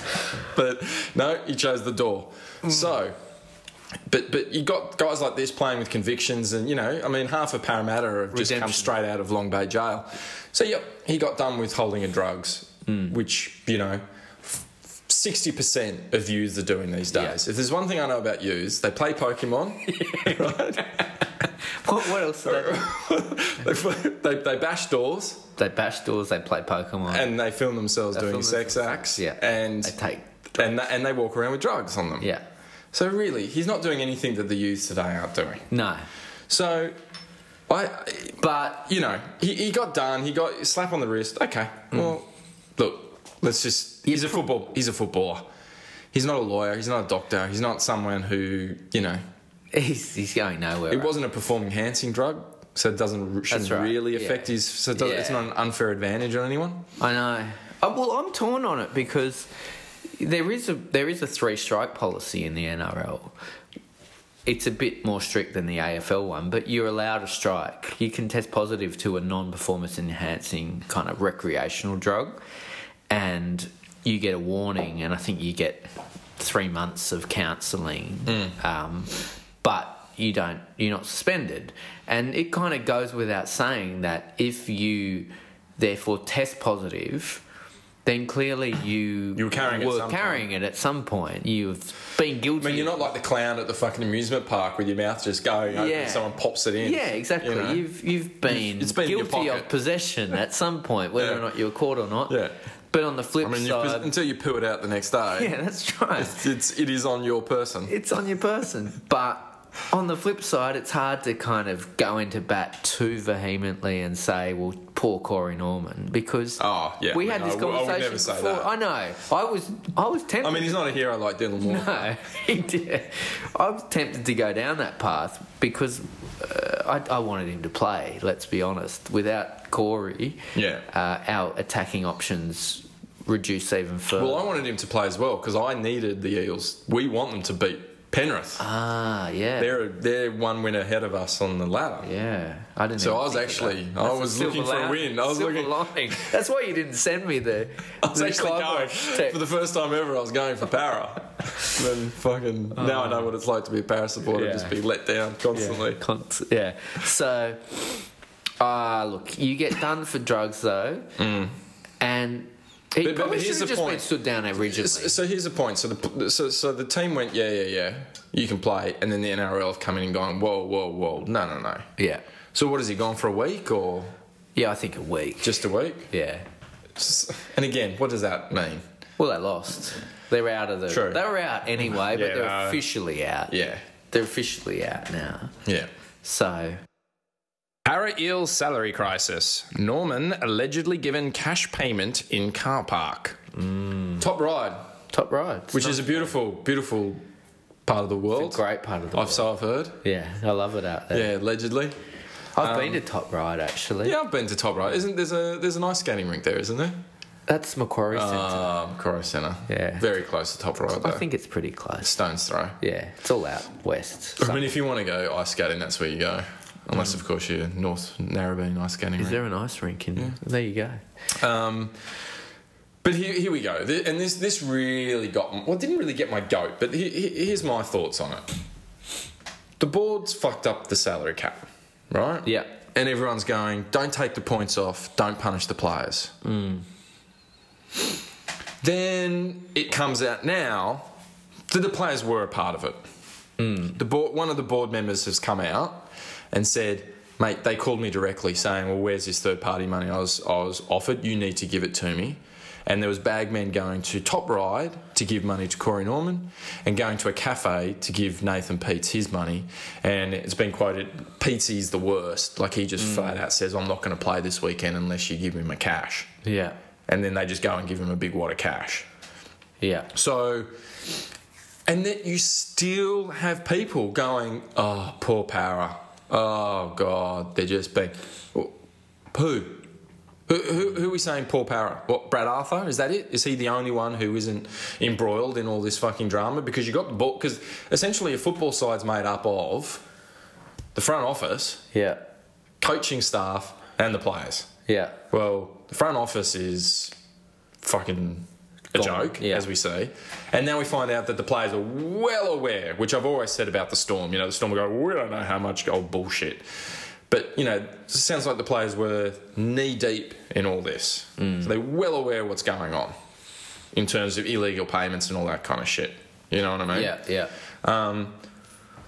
D: [LAUGHS] but no, he chose the door.
E: Mm.
D: So, but but you got guys like this playing with convictions, and you know, I mean, half of Parramatta have just come
E: Redemption.
D: straight out of Long Bay Jail. So yep, he got done with holding of drugs,
E: Mm.
D: which you know. Sixty percent of youths are doing these days. If there's one thing I know about youths, they play
E: [LAUGHS]
D: Pokemon,
E: [LAUGHS] What, what else? do They, do?
D: they, they, they bash doors,
E: they bash doors. They play Pokemon.
D: and they film themselves
E: They
D: doing
E: film
D: sex acts.
E: Yeah.
D: and
E: They take.
D: and th- and they walk around with drugs on them.
E: Yeah.
D: So really, he's not doing anything that the youths today aren't doing.
E: No.
D: So, I,
E: But
D: you know, he, he got done. He got a slap on the wrist. Okay.
E: Mm.
D: Well, look, let's just. He's a football. He's a footballer. He's not a lawyer. He's not a doctor. He's not someone who you know.
E: he's, he's going nowhere.
D: It
E: right?
D: wasn't a performing enhancing drug, so it doesn't shouldn't
E: right,
D: really
E: yeah.
D: affect his. So it doesn't, it's
E: Yeah.
D: not an unfair advantage on anyone.
E: I know. Uh, well, I'm torn on it because there is a there is a three strike policy in the NRL. It's a bit more strict than the AFL one, but you're allowed a strike. You can test positive to a non-performance enhancing kind of recreational drug, and you get a warning, and I think you get three months of counselling.
D: Hmm.
E: Um, but you don't, you're not suspended, and it kind of goes without saying that if you therefore test positive, then clearly you,
D: You were carrying it
E: were
D: at some
E: carrying it at some point. You've been guilty.
D: I mean, you're not like the clown at the fucking amusement park with your mouth just going open
E: Yeah.
D: and someone pops it in.
E: yeah, exactly.
D: You know?
E: You've you've been,
D: It's been in your
E: guilty of
D: pocket.
E: possession
D: [LAUGHS]
E: at some point, whether or
D: Yeah.
E: not you were caught or not.
D: Yeah.
E: But on the flip
D: I mean, you
E: side,
D: until you poo it out the next day,
E: [LAUGHS] yeah, that's right.
D: it's it is on your person.
E: it's on your person. But on the flip side, it's hard to kind of go into bat too vehemently and say, "Well, poor Corey Norman," because
D: Oh, yeah,
E: we
D: I
E: had
D: mean,
E: this
D: I would- I would
E: conversation
D: never say
E: before.
D: that.
E: I know. I was I was tempted.
D: I mean, he's not a hero like Dylan Moore.
E: No, [LAUGHS] he did. I was tempted to go down that path because uh, I, I wanted him to play. Let's be honest. Without Corey,
D: Yeah.
E: uh, our attacking options reduce even further.
D: Well, I wanted him to play as well because I needed the Eels. We want them to beat Penrith.
E: ah, yeah,
D: They're they're one win ahead of us on the ladder.
E: yeah. I didn't.
D: So
E: even
D: I was
E: think of
D: actually-
E: that.
D: I
E: That's a
D: was looking
E: silver
D: for a
E: lining-
D: win. I was
E: silver
D: looking- [LAUGHS]
E: lining. That's why you didn't send me the.
D: I was
E: the
D: actually
E: Clive
D: going
E: Walsh text.
D: for the first time ever. I was going
E: [LAUGHS]
D: for Para. then fucking now I know what it's like to be a Para supporter,
E: Yeah.
D: just be let down
E: [LAUGHS]
D: constantly.
E: Cons- yeah. So, ah, look, you get done for drugs though, and he
D: Mm. but
E: probably
D: here's
E: should
D: the
E: have just been
D: point.
E: stood down originally.
D: So, so here's the point. So the so, so the team went, yeah, yeah, yeah, you can play, and then the NRL have come in and gone, whoa, whoa, whoa, no, no, no.
E: yeah,
D: So what has he gone for a week or
E: yeah, I think a week.
D: just a week?
E: Yeah.
D: S- And again, what does that mean?
E: Well, they lost. They're out of the.
D: True.
E: They were out anyway, but
D: Yeah,
E: they're
D: no.
E: officially out.
D: Yeah,
E: They're officially out now.
D: yeah.
E: So
D: Para Eel salary crisis. Norman allegedly given cash payment in car park.
E: Mm.
D: Top ride,
E: top right,
D: which is a beautiful, beautiful part of the world.
E: great part of the.
D: I've
E: world.
D: so I've heard.
E: Yeah, I love it out there.
D: Yeah, allegedly.
E: I've been to Top Ride actually.
D: Yeah, I've been to Top Ride. Isn't there's a there's an ice skating rink there, isn't there?
E: That's Macquarie Centre.
D: Um, Coro Centre.
E: Yeah.
D: Very close to Top Ride. Though.
E: I think it's pretty close.
D: stone's throw.
E: Yeah, it's all out west.
D: I mean, if you want to go ice skating, that's where you go. Unless, of course, you're North Narrabeen ice skating.
E: Is
D: rink.
E: there an ice rink in there? There you go.
D: Um, but here, here we go. Th- And this this really got well. it Didn't really get my goat. But he, he- here's my thoughts on it. The board's fucked up the salary cap, right?
E: Yeah.
D: And everyone's going, don't take the points off. Don't punish the players.
E: Mm.
D: Then it comes out now that the players were a part of it. The board, one of the board members has come out and said, "Mate, they called me directly saying, well, where's this third party money I was, I was offered? You need to give it to me." And there was bagmen going to Top Ride to give money to Corey Norman, and going to a cafe to give Nathan Peets his money. And it's been quoted, Peetsy's the worst. Like he just flat out says, "I'm not going to play this weekend unless you give me my cash."
E: Yeah.
D: And then they just go and give him a big wad of cash.
E: Yeah.
D: So, and that you still have people going, oh, poor Para. Oh, God, they're just being. Who? Who, who, who are we saying poor Para? What, Brad Arthur? Is that it? Is he the only one who isn't embroiled in all this fucking drama? Because you got the ball, because essentially a football side's made up of the front office,
E: Yeah.
D: coaching staff, and the players.
E: Yeah.
D: Well, the front office is fucking a
E: Gone,
D: joke,
E: yeah.
D: as we say. And now we find out that the players are well aware, which I've always said about the Storm. You know, the Storm go, we don't know how much old bullshit. But, you know, it sounds like the players were knee deep in all this.
E: Mm.
D: So they're well aware what's going on in terms of illegal payments and all that kind of shit. You know what I mean?
E: Yeah. Yeah.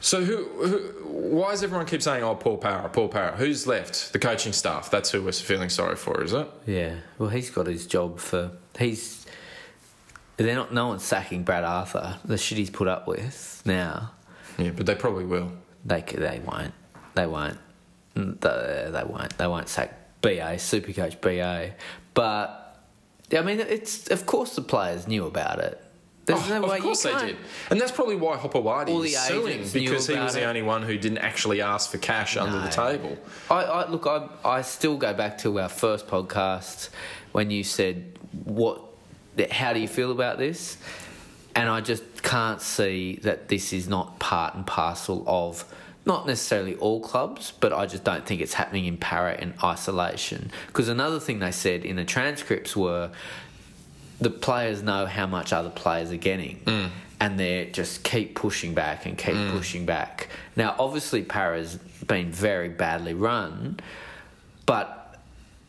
D: So who, who? Why does everyone keep saying, "Oh, Paul Power, Paul Power"? Who's left? The coaching staff. That's who we're feeling sorry for, is it?
E: Yeah. Well, he's got his job for. He's. They're not. No one's sacking Brad Arthur. The shit he's put up with now.
D: Yeah, but they probably will.
E: They c- they won't. They won't. Mm, They, they won't. They won't sack BA Supercoach BA. But I mean, it's of course the players knew about it. There's
D: Oh,
E: no way
D: of course
E: you
D: they
E: can't.
D: did, and that's probably why Hopewadi
E: All
D: was
E: the
D: suing
E: agents knew
D: because he
E: about
D: was the
E: it.
D: only one who didn't actually ask for cash under the
E: No.
D: table.
E: I, I look. I I still go back to our first podcast when you said what. How do you feel about this? And I just can't see that this is not part and parcel of not necessarily all clubs, but I just don't think it's happening in para in isolation. Because another thing they said in the transcripts were the players know how much other players are getting,
D: Mm.
E: and they just keep pushing back and keep pushing back. Now, obviously, Para's been very badly run, but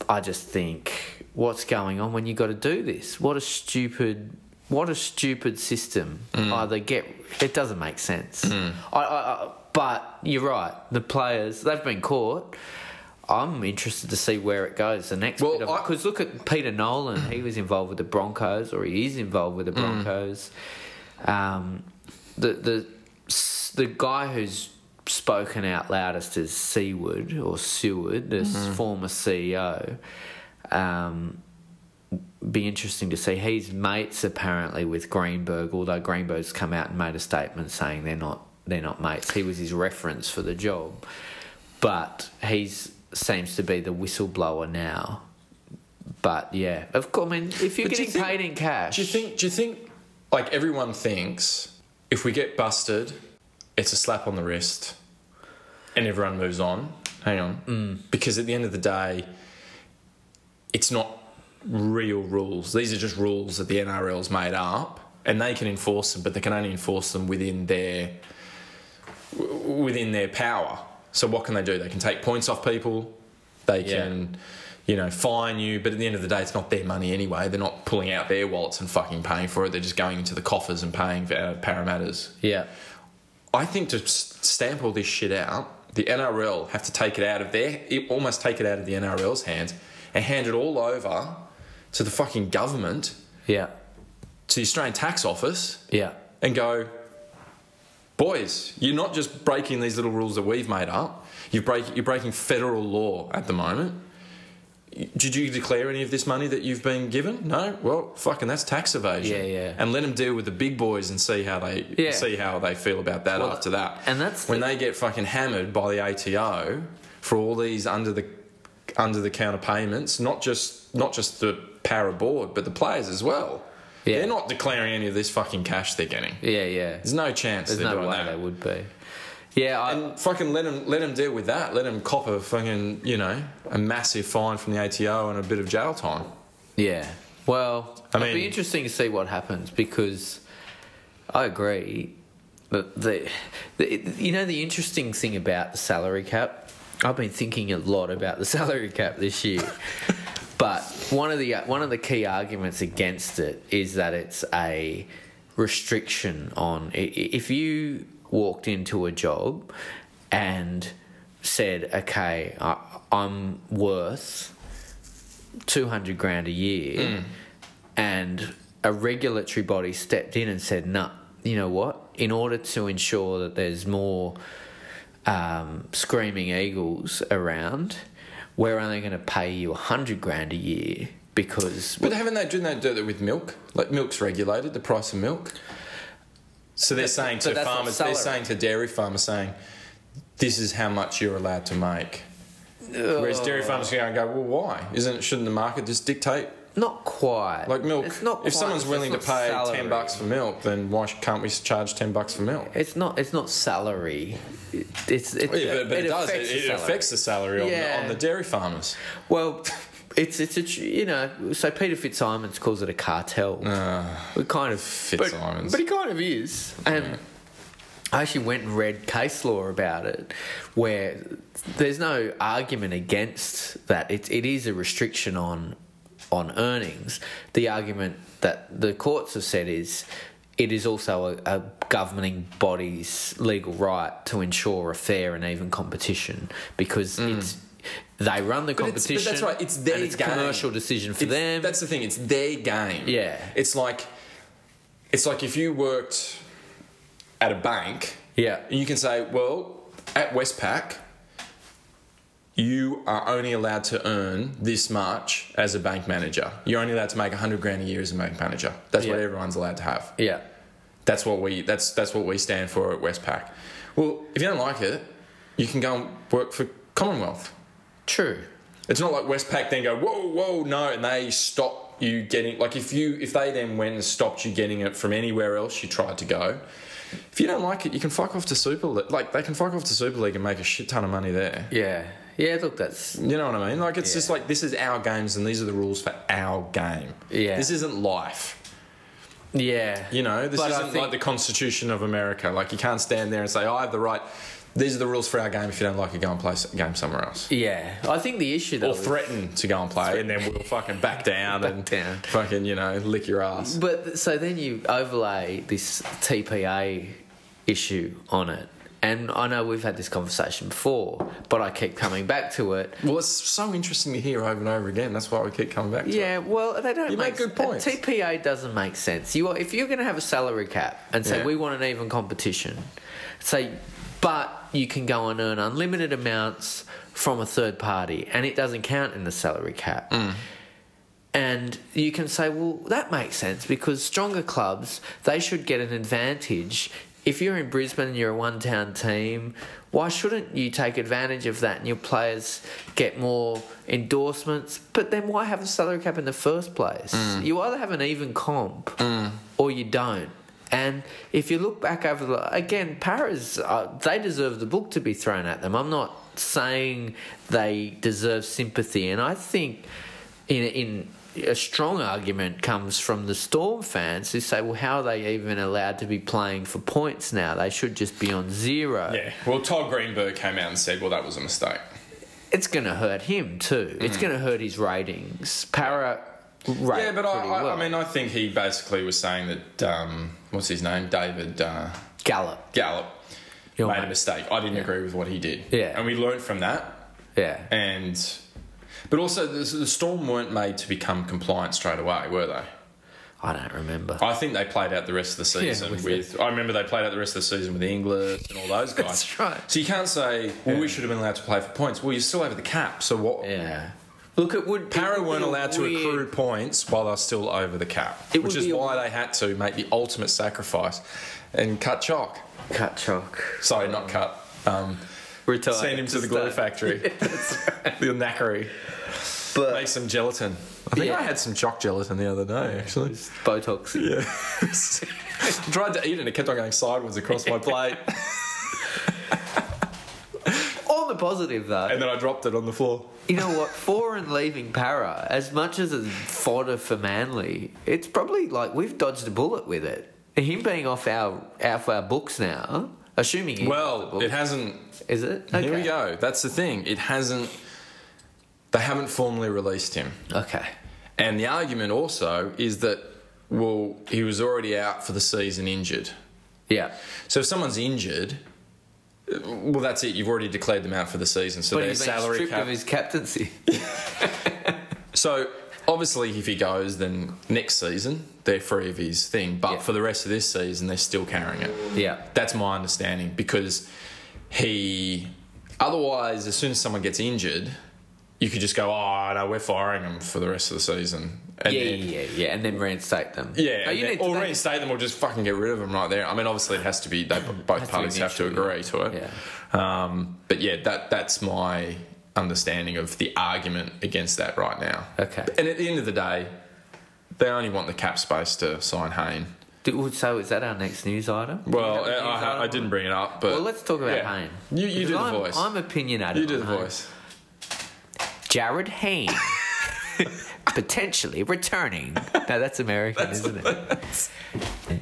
E: I just think what's going on when you got to do this? What a stupid. What a stupid system!
D: Mm.
E: Either get it doesn't make sense. I, I, I, but you're right. The players they've been caught. I'm interested to see where it goes. The next
D: Well,
E: bit of
D: I-
E: because look at Peter Nolan. He was involved with the Broncos, or he is involved with the Broncos. Um, the the s- the guy who's spoken out loudest is Seward or Seward, the s- former E CEO. Um, be interesting to see. He's mates apparently with Greenberg, although Greenberg's come out and made a statement saying they're not they're not mates. He was his reference for the job, but he's seems to be the whistleblower now. But yeah, of course. I mean, if you're
D: But do
E: getting
D: you think-
E: paid in cash,
D: Do you think? Do you think? Like everyone thinks, if we get busted, it's a slap on the wrist, and everyone moves on. Hang on,
E: Mm.
D: because at the end of the day, it's not real rules. These are just rules that the NRL's made up, and they can enforce them, but they can only enforce them within their w- within their power. So what can they do? They can take points off people. They can, you know, fine you. But at the end of the day, it's not their money anyway. They're not pulling out their wallets and fucking paying for it. They're just going into the coffers and paying for uh, Parramatta's
E: yeah,
D: I think to s- stamp all this shit out, the NRL have to take it out of their, it- almost take it out of the NRL's hands and hand it all over to the fucking government,
E: yeah,
D: to the Australian Tax Office,
E: yeah,
D: and go, boys, you're not just breaking these little rules that we've made up. You're, break, you're breaking federal law at the moment. Y- Did you declare any of this money that you've been given? No. Well, fucking, that's tax evasion.
E: Yeah, yeah.
D: And let them deal with the big boys and see how they
E: Yeah.
D: see how they feel about that
E: Well,
D: after that.
E: and that's
D: when
E: the-
D: they get fucking hammered by the ATO for all these under the under the counter payments. Not just not just the power board, but the players as well.
E: Yeah.
D: They're not declaring any of this fucking cash they're getting.
E: yeah, yeah.
D: There's no chance.
E: There's
D: they're
E: no
D: doing
E: way
D: that.
E: they would be. Yeah, I,
D: And fucking let them let them deal with that. Let them cop a fucking you know a massive fine from the ATO and a bit of jail time.
E: Yeah. Well,
D: I
E: it'd
D: mean-
E: be interesting to see what happens because I agree. But the, the, you know, the interesting thing about the salary cap, I've been thinking a lot about the [LAUGHS] salary cap this
D: [LAUGHS]
E: year. but one of the one of the key arguments against it is that it's a restriction on i- i- if you walked into a job and said, "Okay, I, I'm worth." two hundred grand a year,
D: Mm.
E: and a regulatory body stepped in and said, "No, you know what? In order to ensure that there's more um, screaming eagles around, we're only going to pay you a hundred grand a year because
D: But haven't they didn't they do that with milk? Like milk's regulated the price of milk. So they're saying to
E: but that's not
D: farmers, they're
E: salary.
D: saying to dairy farmers, saying this is how much you're allowed to make. Whereas dairy farmers go and go, well, why? Isn't it? Shouldn't the market just dictate?
E: not quite
D: Like milk,
E: It's not
D: if
E: quite-
D: someone's
E: it's
D: willing to
E: not
D: pay
E: salary.
D: ten bucks for milk, then why sh- can't we charge ten bucks for milk?
E: It's not. It's not salary. It- It's. it's
D: Yeah, but, but it, does. It,
E: the
D: it
E: salary.
D: affects the salary on, the,
E: Yeah.
D: on the dairy farmers.
E: Well, [LAUGHS] It's it's a tr- you know so Peter Fitzsimons calls it a cartel. it kind of but,
D: Fitzsimons.
E: but it kind of is. And I actually went and read case law about it, where there's no argument against that. It it is a restriction on on earnings. The argument that the courts have said is. It is also a, a governing body's legal right to ensure a fair and even competition because it's they run the
D: Mm. But it's-
E: competition.
D: But that's right. It's their
E: and it's a
D: game.
E: commercial decision for
D: It's-
E: them.
D: That's the thing. It's their game.
E: Yeah.
D: It's like, it's like if you worked at a bank.
E: Yeah.
D: And you can say, well, at Westpac, you are only allowed to earn this much as a bank manager. You're only allowed to make hundred grand a year as a bank manager. That's what
E: Yeah.
D: everyone's allowed to have.
E: yeah.
D: That's what we. That's that's what we stand for at Westpac. Well, if you don't like it, you can go and work for Commonwealth.
E: True.
D: It's not like Westpac then go, whoa, whoa, no, and they stop you getting like if you if they then went and stopped you getting it from anywhere else you tried to go. If you don't like it, you can fuck off to Super League. Like they can fuck off to Super League and make a shit ton of money there.
E: Yeah. Yeah. Look, that's
D: You know what I mean? Like it's
E: Yeah.
D: just like this is our games and these are the rules for our game.
E: Yeah.
D: This isn't life.
E: yeah.
D: You know, this
E: But I
D: isn't
E: think-
D: like the Constitution of America. Like you can't stand there and say, "Oh, I have the right. These are the rules for our game. If you don't like it, go and play a game somewhere else.
E: Yeah. I think the issue though.
D: or
E: is-
D: threaten to go and play, and then we'll fucking [LAUGHS] back down
E: Back
D: and
E: down.
D: fucking you know lick your ass.
E: But th- so then you overlay this TPA issue on it. And I know we've had this conversation before, but I keep coming back to it.
D: Well, it's so interesting to hear over and over again. That's why we keep coming back. to
E: Yeah,
D: it.
E: well, they don't
D: You make good
E: a
D: points.
E: TPA doesn't make sense. You are, if you're going to have a salary cap and say
D: Yeah.
E: we want an even competition, say, but you can go and earn unlimited amounts from a third party, and it doesn't count in the salary cap. And you can say, well, that makes sense because stronger clubs they should get an advantage. If you're in Brisbane and you're a one-town team, why shouldn't you take advantage of that and your players get more endorsements? But then why have a salary cap in the first place? You either have an even comp or you don't. And if you look back over the again, Paris, uh, they deserve the book to be thrown at them. I'm not saying they deserve sympathy, and I think in in a strong argument comes from the Storm fans who say, "Well, how are they even allowed to be playing for points now? They should just be on zero.
D: yeah. Well, Todd Greenberg came out and said, "Well, that was a mistake."
E: It's going to hurt him too. It's going to hurt his ratings. Para, rate
D: Mm. yeah, but I,
E: pretty
D: I,
E: well.
D: I mean, I think he basically was saying that um, what's his name, David uh,
E: Gallup,
D: Gallup,
E: Your
D: made a
E: mate.
D: mistake. I didn't agree with what he did.
E: Yeah.
D: and we learned from that.
E: yeah,
D: And but also, the, the Storm weren't made to become compliant straight away, were they?
E: I don't remember.
D: I think they played out the rest of the season
E: Yeah, with
D: with. I remember they played out the rest of the season with England and all those guys.
E: [LAUGHS] That's right.
D: So you can't say, well, we should have been allowed to play for points. Well, you're still over the cap. So what?
E: Yeah. Look, it would. it
D: Para
E: would be
D: weren't
E: a
D: allowed to
E: weird-
D: accrue points while they're still over the cap,
E: It
D: which
E: would
D: is
E: be a-
D: why they had to make the ultimate sacrifice and cut chalk.
E: Cut chalk.
D: Sorry, not cut. Um,
E: Retire.
D: send him to the glue factory. the knackery.
E: But-
D: Make some gelatin. I think
E: Yeah.
D: I had some chalk gelatin the other day, actually.
E: [LAUGHS] Botox.
D: [LAUGHS] Yeah. tried to eat it and it kept on going sideways across my
E: [LAUGHS]
D: plate.
E: On the positive though,
D: And then I dropped it on the floor.
E: you know what? Foreign leaving Para, as much as it's fodder for Manly, it's probably like we've dodged a bullet with it. Him being off our off our books now, assuming he's off the
D: Well,
E: book,
D: it hasn't.
E: is it? Okay.
D: Here we go. That's the thing. It hasn't. They haven't formally released him.
E: Okay.
D: And the argument also is that, well, he was already out for the season injured.
E: Yeah.
D: So if someone's injured, uh, well, that's it. You've already declared them out for the season. So
E: But
D: their
E: he's been
D: salary
E: stripped
D: cap.
E: of his
D: [LAUGHS]
E: captaincy.
D: So obviously, if he goes, then next season they're free of his thing. But
E: Yeah.
D: for the rest of this season, they're still carrying it.
E: Yeah.
D: that's my understanding because he. Otherwise, as soon as someone gets injured, you could just go, "Oh no, we're firing him for the rest of the season." And
E: yeah,
D: then-
E: yeah, yeah, yeah, and then reinstate them.
D: yeah,
E: No,
D: and
E: you
D: then-
E: need to-
D: or
E: they-
D: reinstate them, or just fucking get rid of them right there. I mean, obviously, it has to be. They, both
E: to
D: parties have to
E: initially,
D: agree to it. Um, but yeah, that that's my understanding of the argument against that right now.
E: Okay.
D: And at the end of the day, they only want the cap space to sign Hayne.
E: Do- So is that our next news item?
D: Well,
E: Do you have a news
D: I, I, I
E: item?
D: didn't bring it up, but
E: Well, let's talk about
D: Yeah.
E: Hayne.
D: You, you do
E: Because
D: the
E: I'm,
D: voice.
E: I'm opinionated.
D: you do
E: on
D: the
E: Hayne. [LAUGHS]
D: voice.
E: Jared Hayne potentially returning. No, that's American, isn't it?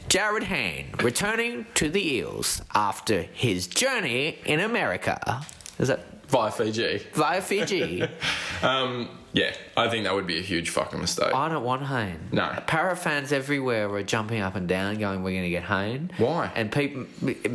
E: Jared Hain returning to the Eels after his journey in America. Is that
D: Via Fiji.
E: via Fiji?
D: Um, yeah, I think that would be a huge fucking mistake.
E: I don't want Hain.
D: No.
E: Para fans everywhere are jumping up and down, going, "We're going to get Hain."
D: Why?
E: And people,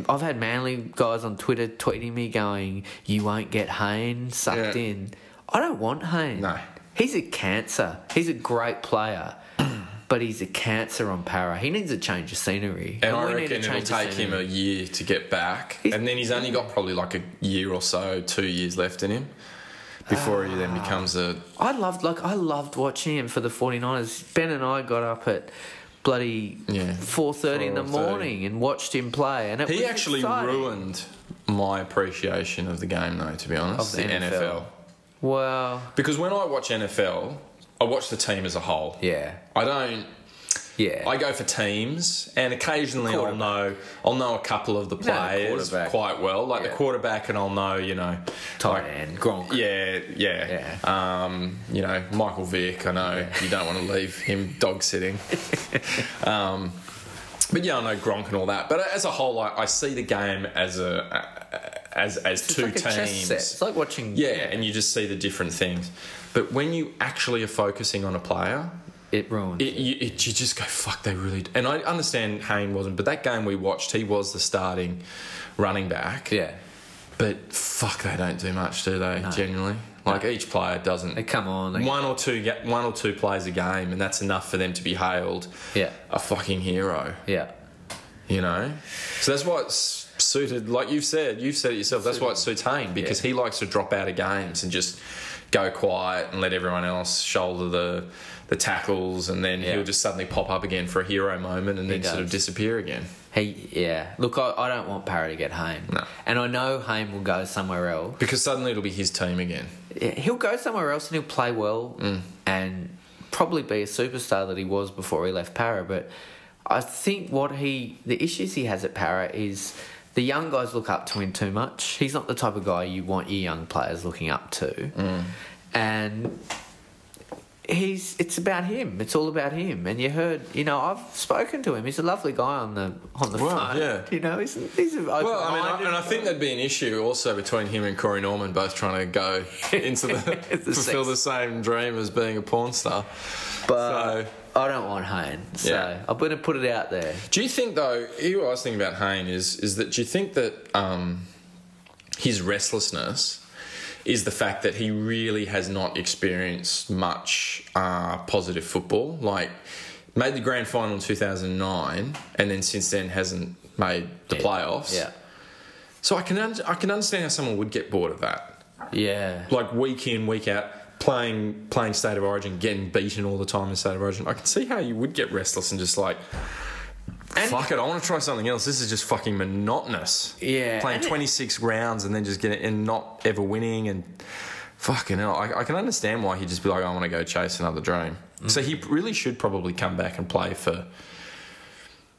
E: I've had Manly guys on Twitter tweeting me going, "You won't get Hain sucked
D: Yeah.
E: in." I don't want Hain.
D: No.
E: He's a cancer. He's a great player. [CLEARS THROAT] But he's a cancer on para. He needs a change of scenery.
D: and
E: we
D: I
E: need a
D: reckon it'll
E: change of
D: take him
E: scenery.
D: a year to get back.
E: He's-
D: and then he's only got probably like a year or so, two years left in him before he
E: Ah.
D: then becomes a.
E: I loved like I loved watching him for the 49ers. Ben and I got up at bloody
D: Yeah.
E: 4:30 in the
D: 4:30.
E: morning and watched him play and it
D: He
E: was
D: actually
E: exciting.
D: ruined my appreciation of the game, though, to be honest.
E: Of the NFL. Well,
D: Because when I watch NFL, I watch the team as a whole.
E: yeah.
D: I don't.
E: Yeah.
D: I go for teams, and occasionally I'll know I'll know a couple of the
E: know the
D: players
E: quarterback.
D: quite well, like
E: Yeah.
D: the quarterback, and I'll know you know,
E: tight
D: like-
E: end Gronk.
D: Yeah, yeah. Um, you know, Michael Vick. I know you don't want to leave him
E: [LAUGHS]
D: dog sitting. um, but yeah, I know Gronk and all that. But as a whole, I, I see the game as a as as
E: It's
D: two
E: like a
D: teams.
E: chess set. It's like watching
D: Yeah, and you just see the different things. But when you actually are focusing on a player,
E: it ruins.
D: it, you, it, you just go, fuck, they really. d-" And I understand Hayne wasn't, but that game we watched, he was the starting running back.
E: yeah.
D: But fuck, they don't do much, do they? Generally, like each player doesn't.
E: They come on. They,
D: one or two, ga- one or two plays a game, and that's enough for them to be hailed
E: Yeah.
D: a fucking hero.
E: yeah.
D: You know, so that's why it's suited. Like you've said, you've said it yourself. That's why it's Soutane because he likes to drop out of games and just go quiet and let everyone else shoulder the the tackles, and then
E: Yeah.
D: he'll just suddenly pop up again for a hero moment, and then sort of
E: does.
D: disappear again.
E: He yeah. Look, I, I don't want Parra to get home.
D: No.
E: And I know Haim will go somewhere else.
D: Because suddenly it'll be his team again.
E: Yeah, he'll go somewhere else and he'll play well
D: Mm.
E: and probably be a superstar that he was before he left Para. But I think what he, the issues he has at Para is the young guys look up to him too much. He's not the type of guy you want your young players looking up to.
D: Mm.
E: And he's it's about him. It's all about him. And you heard, you know, I've spoken to him. He's a lovely guy on the on the
D: Well,
E: phone.
D: yeah.
E: You know, he's he's a
D: Well, I mean, I, and I think there'd be an issue also between him and Corey Norman both trying
E: [LAUGHS]
D: to go into the,
E: The
D: fulfill
E: sex.
D: the same dream as being a porn star.
E: but
D: so-
E: I don't want Hayne. So
D: Yeah.
E: I'm going to put it out there.
D: Do you think though? Here what I was thinking about Hayne is is that do you think that um, his restlessness is the fact that he really has not experienced much uh, positive football? Like made the grand final in two thousand nine, and then since then hasn't made the playoffs.
E: Yeah.
D: So I can un- I can understand how someone would get bored of that.
E: Yeah.
D: like week in, week out, playing playing State of Origin, getting beaten all the time in State of Origin, I can see how you would get restless and just like, fuck it, I want to try something else. This is just fucking monotonous.
E: Yeah,
D: playing
E: and it-
D: twenty six rounds and then just getting and not ever winning and fucking hell, I, I can understand why he'd just be like, I want to go chase another dream.
E: Mm.
D: So he really should probably come back and play for.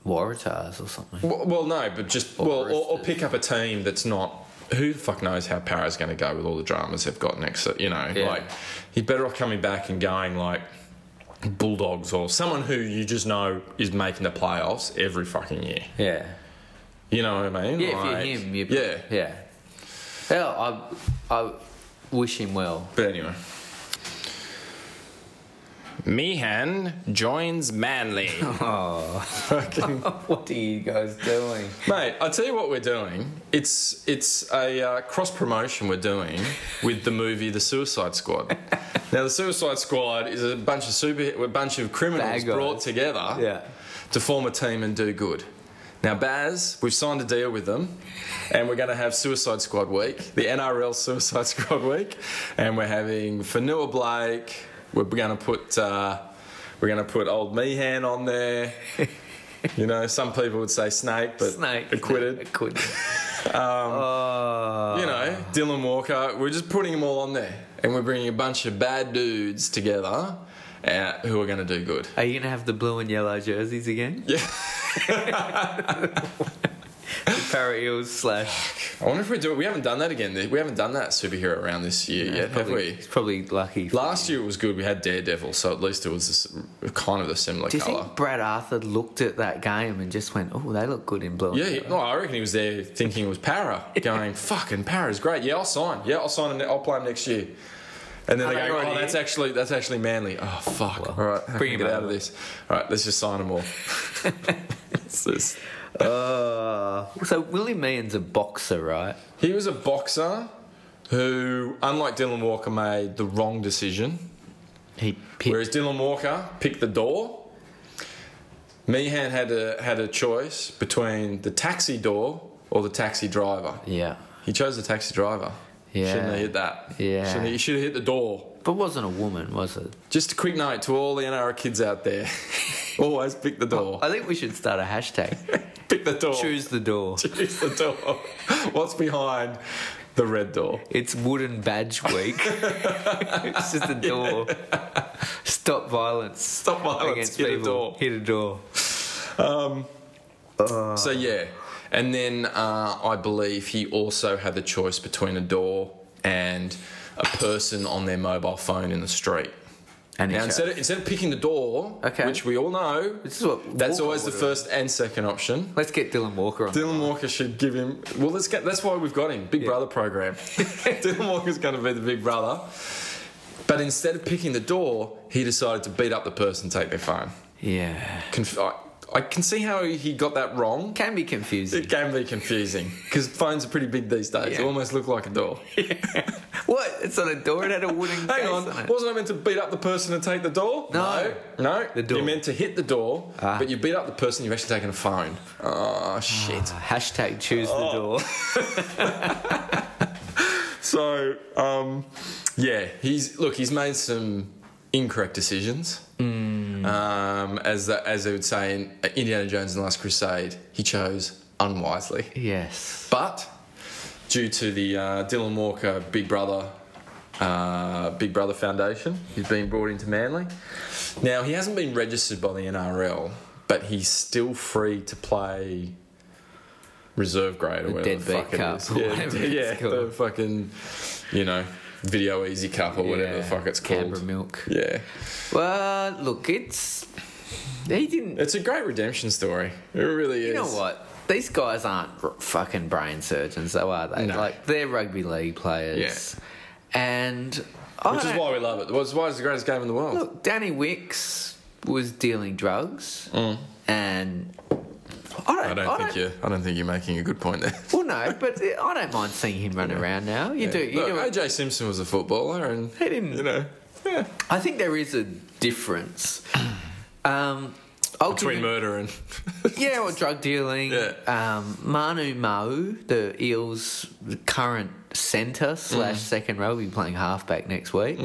E: Waratahs or something.
D: Well, well no, but just well, or, or
E: Roosters.
D: pick up a team that's not. Who the fuck knows how Para's going to go with all the dramas they've got next? You know,
E: Yeah.
D: like he's better off coming back and going like Bulldogs or someone who you just know is making the playoffs every fucking year.
E: Yeah.
D: You know what I mean?
E: Yeah, if
D: Like,
E: you're him, you
D: yeah.
E: Yeah. Hell, I, I wish him well. [LAUGHS]
D: But anyway. Meehan joins Manly.
E: what are you guys doing?
D: Mate, I tell you what we're doing. It's it's a uh, cross promotion we're doing with the movie The
E: [LAUGHS]
D: Suicide Squad. now, The Suicide Squad is a bunch of super a bunch of criminals
E: Bad guys.
D: brought together
E: Yeah.
D: to form a team and do good. Now, Baz, we've signed a deal with them, and we're going to have Suicide Squad Week, the NRL Suicide [LAUGHS] Squad Week, and we're having Fanua Blake. We're going to put uh, we're going to put old Meehan
E: [LAUGHS]
D: on there. You know, some people would say snake, but
E: Snake.
D: acquitted.
E: Acquitted.
D: You know,
E: Ah.
D: Dylan Walker. We're just putting them all on there, and we're bringing a bunch of bad dudes together uh, who are going to do good.
E: [LAUGHS] Are you going to have the blue and yellow jerseys again? Yeah. Para Eels slash.
D: I wonder if we do it. We haven't done that again. We haven't done that superhero round this year yet,
E: probably,
D: have we?
E: It's probably lucky.
D: Last year it was good. We had Daredevil, so at least it was this, kind of a similar
E: Do you
D: color.
E: think Brad Arthur looked at that game and just went, "Oh, they look good in blue"? and
D: Yeah, he- no, I reckon he was there thinking it was Para,
E: [LAUGHS]
D: going, "Fucking Para's great. Yeah, I'll sign. Yeah, I'll sign. And I'll play him next year." And then
E: Are
D: they
E: they
D: go,
E: already
D: "Oh,
E: in?"
D: that's actually that's actually Manly. Oh fuck! All right, how
E: bring
D: can we
E: him
D: get out of
E: over.
D: this. All right, let's just sign them all. It's just-
E: Uh, so Willie Meehan's a boxer, right?
D: He was a boxer who, unlike Dylan Walker, made the wrong decision.
E: He picked.
D: Whereas Dylan Walker picked the door. Meehan had a had a choice between the taxi door or the taxi driver.
E: yeah,
D: He chose the taxi driver.
E: Yeah.
D: Shouldn't have hit that.
E: Yeah.
D: Shouldn't he, he should have hit the door.
E: but wasn't a woman, was it?
D: Just a quick note to all the NRL kids out there. [LAUGHS] Always pick the door.
E: [LAUGHS] I think we should start a hashtag.
D: Pick the
E: [LAUGHS]
D: door.
E: Choose the door.
D: [LAUGHS] Choose the door. What's behind the red door?
E: It's Wooden Badge [LAUGHS] Week. it's just a door. Stop violence.
D: Stop violence. Hit a door.
E: Hit a door.
D: So
E: Uh-huh.
D: yeah, and then uh, I believe he also had the choice between a door and a person on their mobile phone in the street.
E: And
D: Now
E: he
D: instead
E: said,
D: of, instead of picking the door,
E: Okay.
D: which we all know,
E: This is what
D: that's
E: Walker
D: always the
E: would've-
D: first and second option.
E: Let's get Dylan Walker on.
D: Dylan Walker should give him. Well, let's get. That's why we've got him. Big Brother
E: [LAUGHS]
D: program. Dylan Walker's going to be the Big Brother. But instead of picking the door, he decided to beat up the person, and take their phone.
E: Yeah.
D: Conf- I, I can see how he got that wrong.
E: Can be
D: [LAUGHS]
E: confusing.
D: It can be confusing because phones are pretty big these days. They
E: Yeah.
D: almost look like a door.
E: what? It's on a door. It had a wooden
D: Hang
E: case
D: on,
E: on it.
D: wasn't I meant to beat up the person and take the door?
E: No.
D: no,
E: The door. Ah.
D: You're meant to hit the door, but you beat up the person. You've actually taken a phone. Oh shit.
E: Ah. Hashtag choose
D: Oh.
E: the door.
D: So, um, yeah, he's look. He's made some incorrect decisions.
E: Hmm.
D: Um, as the, as they would say in Indiana Jones and the Last Crusade, he chose unwisely.
E: [LAUGHS] yes.
D: But due to the uh, Dylan Walker Big Brother uh, Big Brother Foundation, he's been brought into Manly. Now he hasn't been registered by the NRL, but he's still free to play reserve grade or whatever the
E: Deadbeat
D: fuck it
E: Cup
D: is.
E: or whatever
D: yeah,
E: it's
D: yeah, the
E: called.
D: fucking you know Video Easy Cup or whatever the
E: Yeah.
D: fuck it's called.
E: Canberra milk.
D: Yeah,
E: Well, look, it's. He didn't.
D: it's a great redemption story. It really is.
E: You know what? These guys aren't r- fucking brain surgeons, though, are they?
D: No.
E: Like they're rugby league players, and I
D: Which is
E: don't-
D: why we love it. It's why it's the greatest game in the world.
E: look, Danny Wicks was dealing drugs, and I don't,
D: Mm. I don't think you're. I don't think you're making a good point there.
E: Well, no, but I don't mind seeing him run around now. You do. You
D: Look,
E: do.
D: AJ Simpson was a footballer, and
E: He didn't-
D: You know, yeah.
E: I think there is a
D: [CLEARS THROAT]
E: difference. Um, I'll give
D: between
E: you-
D: murder and [LAUGHS]
E: Yeah, or drug dealing.
D: Yeah.
E: Um, Manu Mau, the Eels' current centre slash second row, will be playing halfback next week.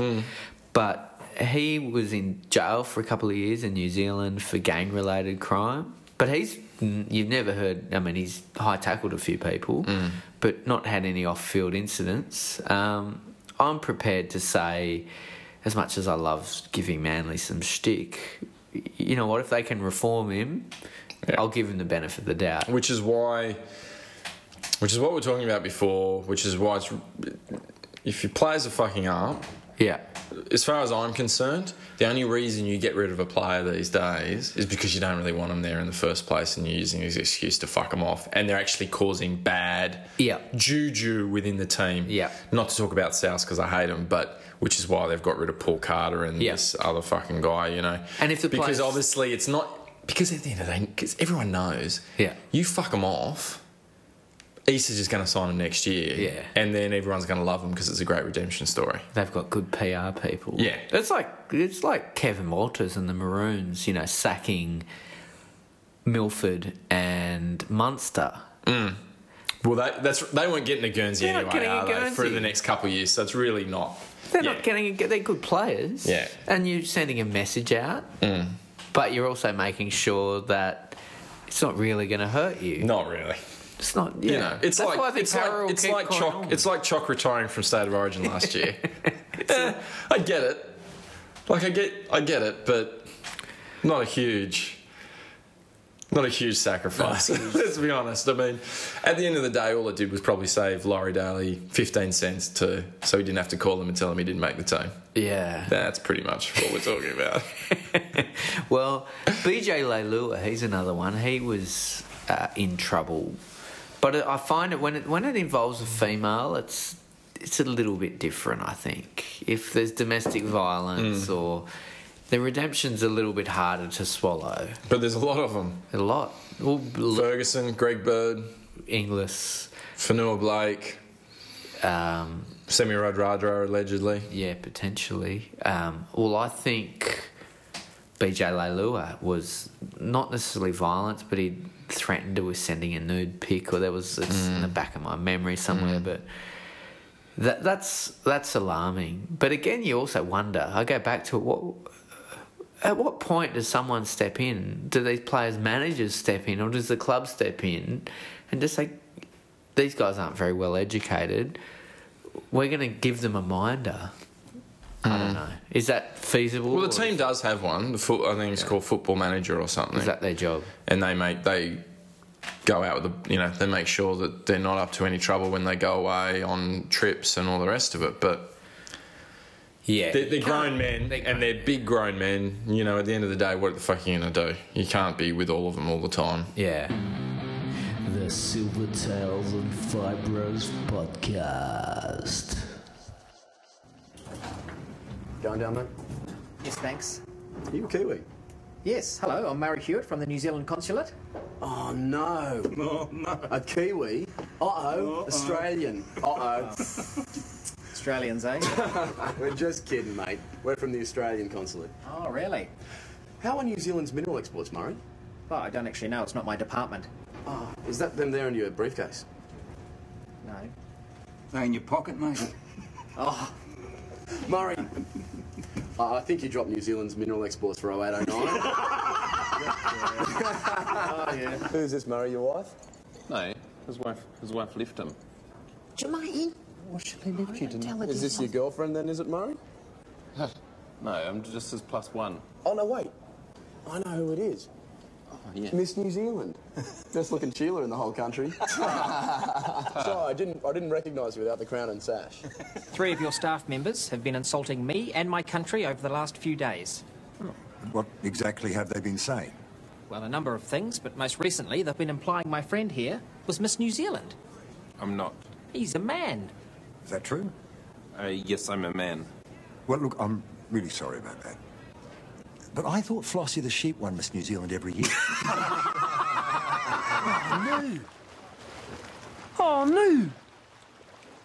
E: But he was in jail for a couple of years in New Zealand for gang related crime. But he's, n- you've never heard, I mean, he's high tackled a few people, but not had any off field incidents. Um, I'm prepared to say, as much as I love giving Manly some shtick, y- you know what? If they can reform him, I'll give him the benefit of the doubt.
D: which is why, which is what we we're talking about before. Which is why, it's, if your players are fucking up,
E: Yeah.
D: as far as I'm concerned, the only reason you get rid of a player these days is because you don't really want them there in the first place, and you're using this excuse to fuck them off, and they're actually causing bad
E: Yeah.
D: juju within the team.
E: Yeah.
D: not to talk about South because I hate him, but which is why they've got rid of Paul Carter and
E: Yeah.
D: this other fucking guy, you know.
E: And if the
D: because
E: players-
D: obviously it's not because at the end of the day, because everyone knows.
E: Yeah.
D: you fuck them off. Easter's just going to sign him next year.
E: Yeah.
D: And then everyone's going to love him because it's a great redemption story.
E: They've got good PR people.
D: Yeah.
E: It's like it's like Kevin Walters and the Maroons, you know, sacking Milford and Munster.
D: Well, that, that's they weren't getting a Guernsey
E: They're not
D: anyway,
E: getting a
D: are they? For
E: Guernsey.
D: the next couple of years, so it's really not.
E: They're
D: Yeah.
E: not getting a- they're good players.
D: Yeah. Mm.
E: And you're sending a message out. But you're also making sure that it's not really going to hurt you.
D: Not really.
E: It's not, yeah.
D: You know, it's
E: That's why I
D: like
E: think
D: it's
E: Parra will
D: like it's
E: keep
D: like
E: going
D: Chock
E: on.
D: it's like Chock retiring from State of
E: [LAUGHS]
D: Origin last year. Eh, I get it. Like I get I get it, but not a huge. Not a huge sacrifice, [LAUGHS] let's be honest. I mean, at the end of the day, all it did was probably save Laurie Daly 15 cents to, so he didn't have to call him and tell him he didn't make the team.
E: Yeah.
D: That's pretty much [LAUGHS] what we're talking about.
E: well, BJ Leilua, he's another one. He was uh, in trouble, but I find it when it when it involves a female, it's it's a little bit different. I think if there's domestic violence or the redemption's a little bit harder to swallow.
D: But there's a lot of them.
E: A lot. Well, L-
D: Ferguson, Greg Bird,
E: Inglis,
D: Fanua Blake,
E: um,
D: Semi Rodradra allegedly.
E: yeah, potentially. Um, well, I think BJ Leilua was not necessarily violent, but he threatened to was sending a nude pic, or there was it's in the back of my memory somewhere. But that that's that's alarming. But again, you also wonder. I go back to what. At what point does someone step in? Do these players' managers step in, or does the club step in and just say, "These guys aren't very well educated. We're going to give them a minder." I don't know. Is that feasible?
D: Well, the
E: or
D: team does have one. The foot, I think it's called Football Manager or something.
E: Is that their job?
D: and they make they go out with the you know they make sure that they're not up to any trouble when they go away on trips and all the rest of it. But
E: Yeah.
D: they're, they're grown men and they're big grown men. You know, at the end of the day, what the fuck are you gonna do? You can't be with all of them all the time.
E: Yeah.
C: The Silver Tails and Fibros Podcast.
F: Going down there?
G: Yes, thanks.
F: Are you a Kiwi?
G: Yes, hello, I'm Murray Hewitt from the New Zealand Consulate.
F: Oh no. [LAUGHS] No, no. A Kiwi? Uh oh. Australian. Uh [LAUGHS] oh.
H: [LAUGHS]
G: Australians, eh?
F: We're just kidding, mate. We're from the Australian consulate.
G: oh, really?
F: How are New Zealand's mineral exports, Murray?
G: Well, I don't actually know, it's not my department.
F: Oh, is that them there in your briefcase?
G: No.
I: They in your pocket, mate.
F: Murray! Uh, I think you dropped New Zealand's mineral exports for
H: [LAUGHS]
F: 0809.
G: Oh, yeah.
F: Who's this, Murray? Your wife?
H: No, his wife, his wife left him.
F: Is this your girlfriend then, is it, Murray?
H: No, I'm just his plus one. Oh,
F: Oh, no, wait. I know who it is.
H: yeah.
F: Miss New Zealand. [LAUGHS] Best looking Sheila in the
H: [LAUGHS]
F: whole country. [LAUGHS] Sorry, I didn't, I didn't recognise you without the crown and sash.
G: Three of your staff members have been insulting me and my country over the last few days.
I: What exactly have they been saying?
G: Well, a number of things, but most recently they've been implying my friend here was Miss New Zealand.
H: I'm not.
G: He's a man.
I: Is that true?
H: Uh, yes, I'm a man.
I: Well, look, I'm really sorry about that. But I thought Flossie the sheep won Miss New Zealand every
J: [LAUGHS]
I: year.
J: Oh no!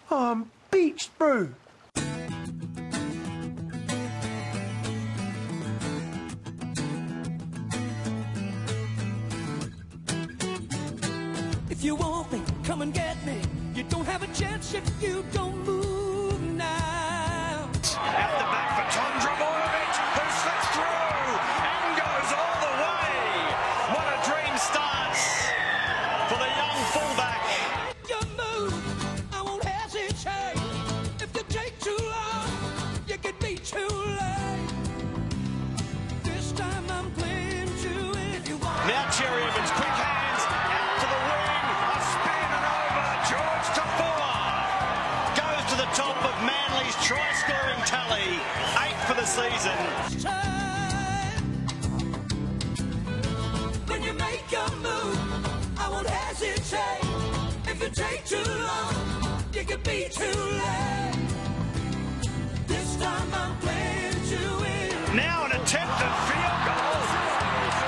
J: Oh, I'm beached, bro. If you want me, come and get me. You don't have a chance if you don't move now.
K: Out the back for Tom Dragojevic, who slips through and goes all the way. What a dream start for the young fullback.
J: Make your move. I won't hesitate. If you take too long, you could be too late. This time I'm playing to it. If you want
K: Now Cheruiyovic's quick hands out to the wing, a spin and over. George Tafua goes to the top of Manly's try-scoring tally, eight for the season.
J: this time, when you make your move, I won't hesitate. If you take too long, you could be too late. This time I'm playing to it.
K: Now an attempted field goal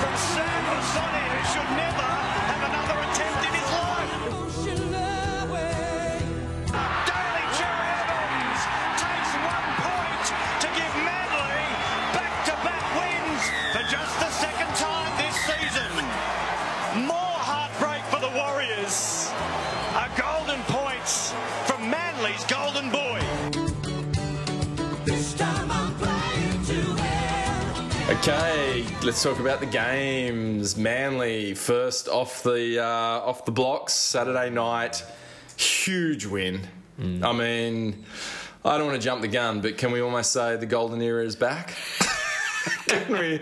K: from Sam Lasoni, who should never have another attempt in his life.
J: Emotional way.
K: Daly Cherry-Evans takes one point to give Manly back-to-back wins for just the second time this season. More heartbreak for the Warriors. A golden point from Manly's golden boy.
J: This time I'm playing to win.
D: Okay, let's talk about the games. Manly first off the uh, off the blocks Saturday night. Huge win. I mean, I don't want to jump the gun, but [LAUGHS] can we almost say the golden era is back? can we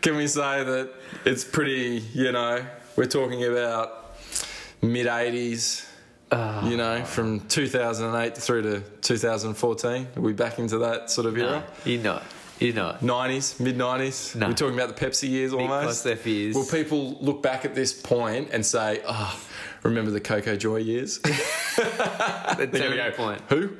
D: Can we say that it's pretty, you know, we're talking about mid 80s, you know, from 2008 through to 2014? Are we back into that sort of era?
E: you know, you [LAUGHS] know.
D: 90s, mid 90s?
E: No.
D: We're talking about the Pepsi years almost?
E: close F years.
D: Will people look back at this point and say, oh, remember the Coco
E: [LAUGHS]
D: Joy years?
E: The turning point.
D: Who?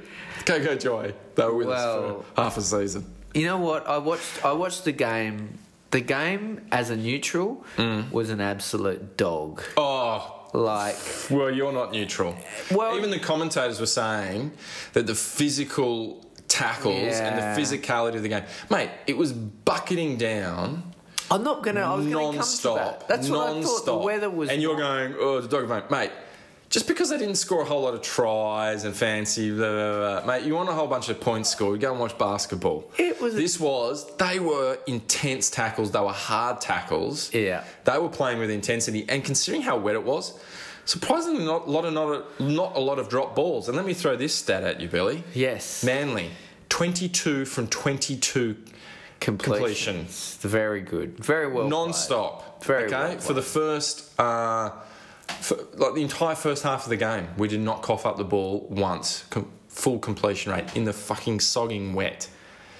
D: Coco Joy. They were with us
E: Well-
D: for half a season.
E: You know what? I watched. I watched the game. The game as a neutral was an absolute dog.
D: Mm. Oh,
E: Like
D: Well, you're not neutral.
E: Well-
D: even the commentators were saying that the physical tackles and
E: Yeah.
D: the physicality of the game, mate, it was bucketing down
E: I'm not gonna. I was gonna
D: non-stop.
E: come to that. That's what I thought. The
D: non-stop.
E: weather was.
D: and you're going, oh, the dog bone, mate. Just because they didn't score a whole lot of tries and fancy, blah, blah, blah, mate, you want a whole bunch of points scored. Go and watch basketball.
E: It was-
D: This was. They were intense tackles. They were hard tackles.
E: Yeah.
D: They were playing with intensity, and considering how wet it was, surprisingly not a lot of not a, not a lot of drop balls. And let me throw this stat at you, Billy.
E: Yes.
D: Manly, 22 from 22 completion,
E: Completions. Very good. Very well.
D: non-stop.
E: Very
D: okay
E: well
D: for the first. Uh, for, like the entire first half of the game, we did not cough up the ball once. Com- full completion rate in the fucking sogging wet.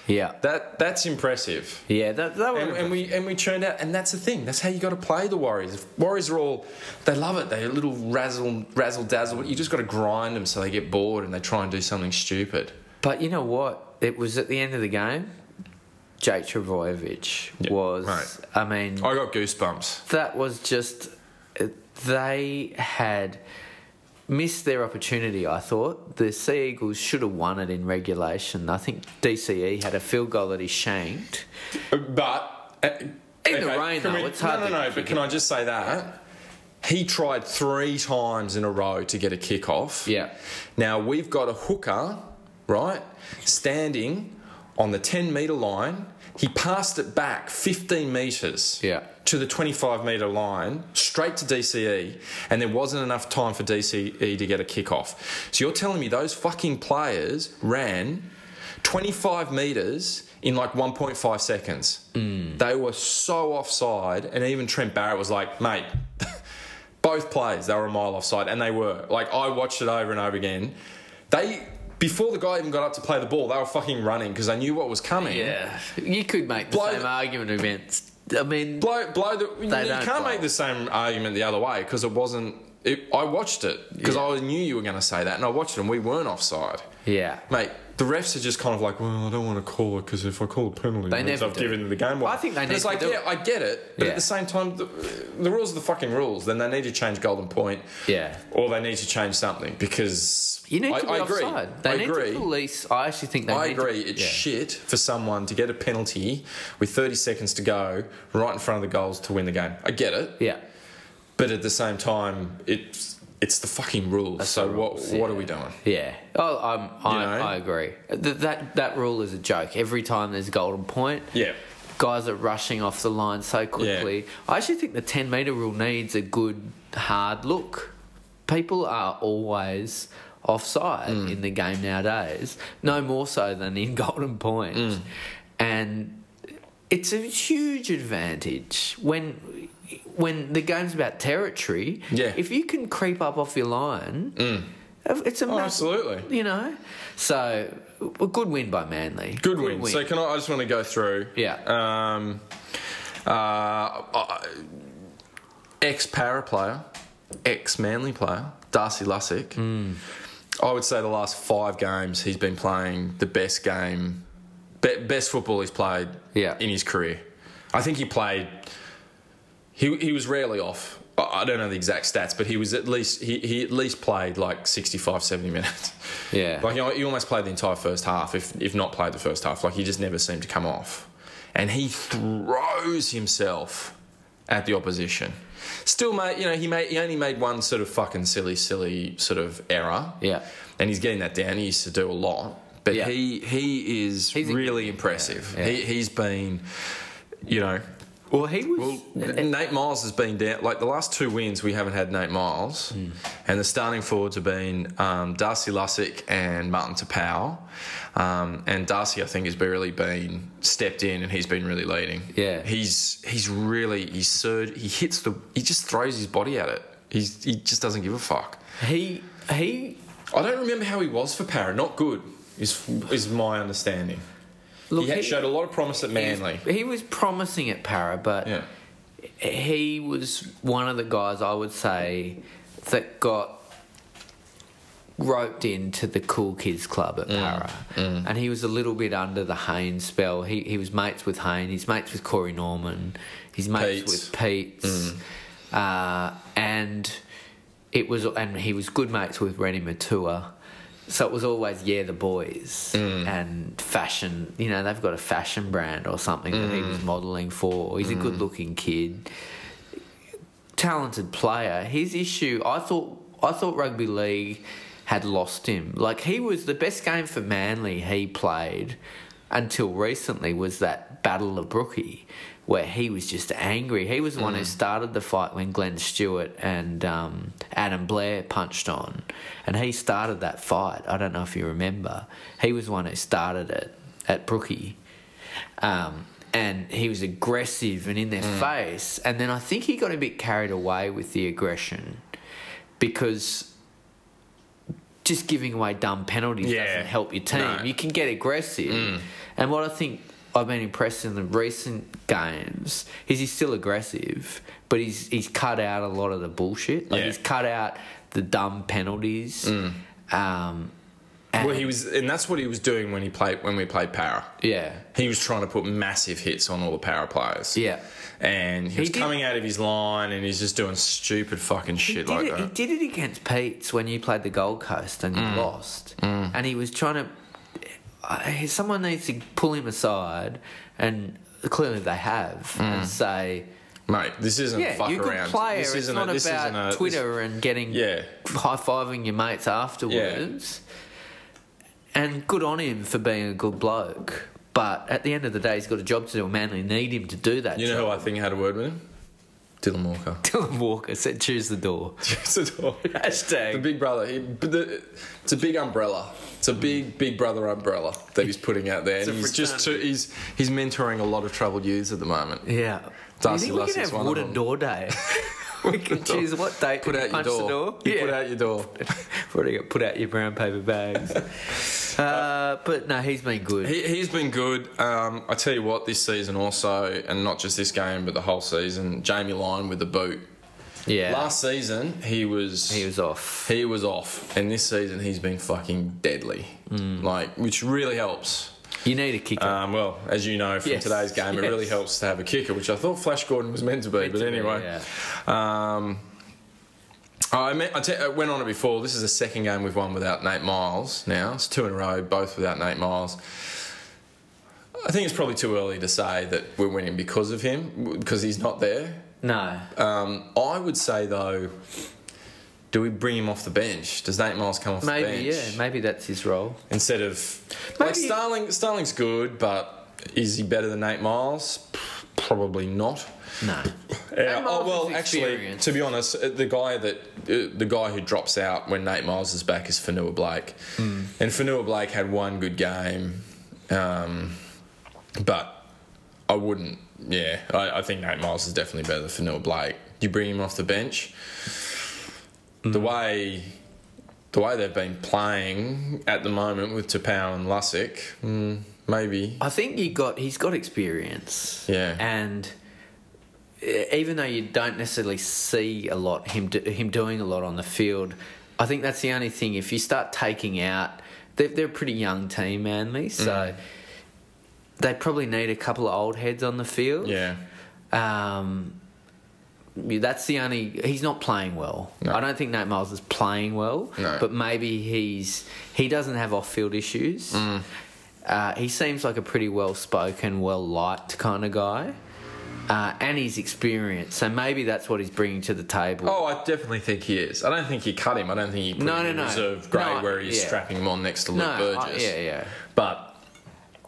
E: played. Yeah.
D: That that's impressive.
E: yeah. That. That was.
D: And, and we and we churned out, and that's the thing. That's how you got to play the Warriors. If Warriors are all, they love it. They're a little razzle razzle dazzle. You just got to grind them so they get bored and they try and do something stupid.
E: But you know what? It was at the end of the game. Jake Travojevic
D: Yeah,
E: was.
D: right.
E: I mean,
D: I got goosebumps.
E: that was just they had missed their opportunity i thought the sea eagles should have won it in regulation i think dce had a field goal that he shanked
D: But uh,
E: Either way,
D: can
E: though,
D: we-
E: it's hard
D: No,
E: to
D: no, no. But can I just say that he tried three times in a row to get a kick off.
E: Yeah.
D: Now we've got a hooker, right, standing on the ten meter line. He passed it back fifteen meters.
E: Yeah.
D: To the 25 metre line, straight to DCE, and there wasn't enough time for DCE to get a kick off. So you're telling me those fucking players ran 25 metres in like 1.5 seconds. They were so offside, and even Trent Barrett was like, mate, [LAUGHS] both plays, they were a mile offside, and they were. Like, I watched it over and over again. They, before the guy even got up to play the ball, they were fucking running because they knew what was coming.
E: yeah you could make the
D: Blow
E: same
D: the-
E: argument against i mean
D: blow, blow the. you
E: don't
D: can't
E: blow.
D: make the same argument the other way because it wasn't. It, I watched it because
E: Yeah.
D: I knew you were going to say that, and I watched it, and we weren't offside.
E: yeah
D: Mate, the refs are just kind of like, well, I don't want to call it because if I call a penalty,
E: They
D: it means
E: never
D: I've
E: do.
D: given the game away.
E: I think they
D: And
E: need
D: It's
E: to
D: like,
E: do
D: yeah,
E: it.
D: I get it, but
E: Yeah.
D: at the same time, the, the rules are the fucking rules. Then they need to change golden point,
E: Yeah.
D: or they need to change something because
E: you need
D: I,
E: to be
D: I agree.
E: offside they
D: I
E: need
D: agree.
E: to police i actually think they
D: I
E: need to-
D: agree. It's
E: Yeah.
D: shit for someone to get a penalty with 30 seconds to go right in front of the goals to win the game. I get it.
E: yeah
D: But at the same time, it's it's the fucking rules. so what what are we doing?
E: Yeah. Oh, I'm, I,
D: You know?
E: I agree. Th- that that rule is a joke. Every time there's a golden point,
D: Yeah.
E: guys are rushing off the line so quickly. I actually think the 10 metre rule needs a good, hard look. People are always offside
D: Mm.
E: in the game nowadays, no more so than in [LAUGHS] golden point.
D: Mm.
E: And it's a huge advantage when. When the game's about territory,
D: Yeah.
E: if you can creep up off your line, it's a
D: Oh,
E: massive-
D: absolutely.
E: you know. So a good win by Manly.
D: Good, win. So can I? I just want to go through.
E: Yeah.
D: Um. Uh. ex para player, ex Manly player, Darcy Lussick. I would say the last five games he's been playing the best game, be, best football he's played
E: Yeah.
D: in his career. I think he played. He he was rarely off. I I don't know the exact stats, but he was at least he, he at least played like 65, 70 minutes.
E: Yeah.
D: [LAUGHS] like you know, he almost played the entire first half, if if not played the first half. Like he just never seemed to come off, and he throws himself at the opposition. Still, mate, you know he made he only made one sort of fucking silly, silly sort of error.
E: Yeah.
D: and he's getting that down. He used to do a lot, but
E: Yeah.
D: he he is
E: He's a-
D: really impressive.
E: yeah.
D: He he's been, you know,
E: Well, he
D: was. Nate Miles has been down. Like the last two wins, we haven't had Nate Miles,
E: Hmm.
D: and the starting forwards have been um, Darcy Lussick and Martin Tapau. Um, and Darcy, I think, has barely been stepped in, and he's been really leading.
E: Yeah.
D: he's he's really he's surge. He hits the. He just throws his body at it. He's, he just doesn't give a fuck.
E: He he.
D: I don't remember how he was for Para. Not good is is my understanding.
E: Look,
D: he, had
E: he-
D: showed a lot of promise at Manly.
E: He was promising at Para, but
D: Yeah.
E: he was one of the guys I would say that got roped into the cool kids club at Para. And he was a little bit under the Hayne spell. He he was mates with Hayne, he's mates with Corey Norman, he's mates
D: Peets.
E: with Pete's. Uh, and it was and he was good mates with Rennie Matua. So it was always yeah the boys and fashion. You know they've got a fashion brand or something that he was modelling for. He's a good looking kid, talented player. His issue, I thought, I thought rugby league had lost him. Like he was the best game for Manly he played until recently was that Battle of Brookie, where he was just angry. He was the one who started the fight when Glenn Stewart and um, Adam Blair punched on, and he started that fight. I don't know if you remember. He was the one who started it at Brookie. Um, and he was aggressive and in their
D: Mm.
E: face. And then I think he got a bit carried away with the aggression because just giving away dumb penalties
D: Yeah.
E: doesn't help your team.
D: No. Mm.
E: You can get aggressive. And what I think I've been impressed in the recent games is he's still aggressive, but he's he's cut out a lot of the bullshit. Like
D: Yeah. Mm.
E: he's cut out the dumb penalties. Um,
D: Well, he was, and that's what he was doing when he played when we played Para.
E: yeah.
D: He was trying to put massive hits on all the power players.
E: Yeah.
D: And he was
E: did-
D: coming out of his line and he's just doing stupid fucking
E: He
D: shit
E: did,
D: like
E: it,
D: that. Mm.
E: he did it against Pete's when you played the Gold Coast and you lost. And he was trying to. I- Someone needs to pull him aside, and clearly they have, and say,
D: Mate, this isn't
E: Yeah,
D: Mm. fuck
E: you're a good
D: around.
E: player.
D: This
E: it's
D: isn't
E: not
D: a, this isn't a,
E: about
D: this-
E: Twitter and getting
D: Yeah.
E: high fiving your mates afterwards. And good on him for being a good bloke. But at the end of the day, he's got a job to do, and Manly need him to do that.
D: you know who I think had a word with him? Dylan Walker.
E: [LAUGHS] Dylan Walker said, choose the door.
D: It's a dog.
E: Hashtag.
D: The big brother. He, but the, it's a big umbrella. It's a big, big brother umbrella that he's putting out there.
E: Mm. a
D: And he's just too,
E: fraternity.
D: he's he's mentoring a lot of troubled youths at the moment.
E: Yeah.
D: Darcy
E: Do you think we
D: Lassie's
E: can have
D: one of
E: wooden
D: them.
E: door
D: [LAUGHS]
E: day. we can choose what date
D: Put
E: we
D: out your
E: punch
D: door.
E: the door.
D: You put out your door.
E: Before they get [LAUGHS] put out your brown paper
D: [LAUGHS]
E: bags. uh, but no, he's been good.
D: He, he's been good. Um, I tell you what, this season also, and not just this game, but the whole season, Jamie Lyon with the boot.
E: yeah.
D: Last season, he was
E: he was off.
D: he was off, and this season he's been fucking deadly.
E: Mm.
D: Like, which really helps.
E: You need a kicker.
D: Um, well, as you know from
E: Yes,
D: today's game, it
E: yes.
D: really helps to have a kicker, which I thought Flash Gordon was meant to be,
E: Meant
D: but
E: to be,
D: anyway. Um, I, meant, I, te- I went on it before. This is the second game we've won without Nate Miles now. It's two in a row, both without Nate Miles. I think it's probably too early to say that we're winning because of him, w- because he's not there.
E: no.
D: Um, I would say, though, do we bring him off the bench? Does Nate Miles come off the bench?
E: Maybe, yeah. Maybe that's his role.
D: instead of like
E: Maybe-
D: Starling. Starling's good, but is he better than Nate Miles? P- Probably not. [LAUGHS]
E: No.
D: Yeah,
E: Nate
D: oh,
E: Miles
D: well,
E: is
D: actually,
E: experienced.
D: to be honest, uh, the guy that uh, the guy who drops out when Nate Miles is back is Fanua Blake,
E: Hmm.
D: and Fanua Blake had one good game, um, but I wouldn't. Yeah, I, I think Nate Miles is definitely better than Fanua Blake. You bring him off the bench.
E: Hmm.
D: The way the way they've been playing at the moment with Tapau and Lusick, mm, maybe.
E: I think you got he's got experience.
D: Yeah.
E: And e- even though you don't necessarily see a lot him do, him doing a lot on the field, I think that's the only thing. If you start taking out, they're, they're a pretty young team,
D: Mm.
E: Manly, so they probably need a couple of old heads on the field.
D: Yeah.
E: Um, yeah, that's the only. He's not playing well.
D: No.
E: I don't think Nate Miles is playing well.
D: No.
E: But maybe he's he doesn't have off-field issues.
D: Mm.
E: Uh, he seems like a pretty well-spoken, well-liked kind of guy, uh, and he's experienced. So maybe that's what he's bringing to the table.
D: Oh, I definitely think he is. I don't think he cut him. I don't think he put
E: No,
D: him in
E: no, no.
D: reserve grade
E: No,
D: where he's
E: yeah.
D: strapping him on next to Luke
E: no, I-
D: Burgess.
E: yeah, yeah.
D: But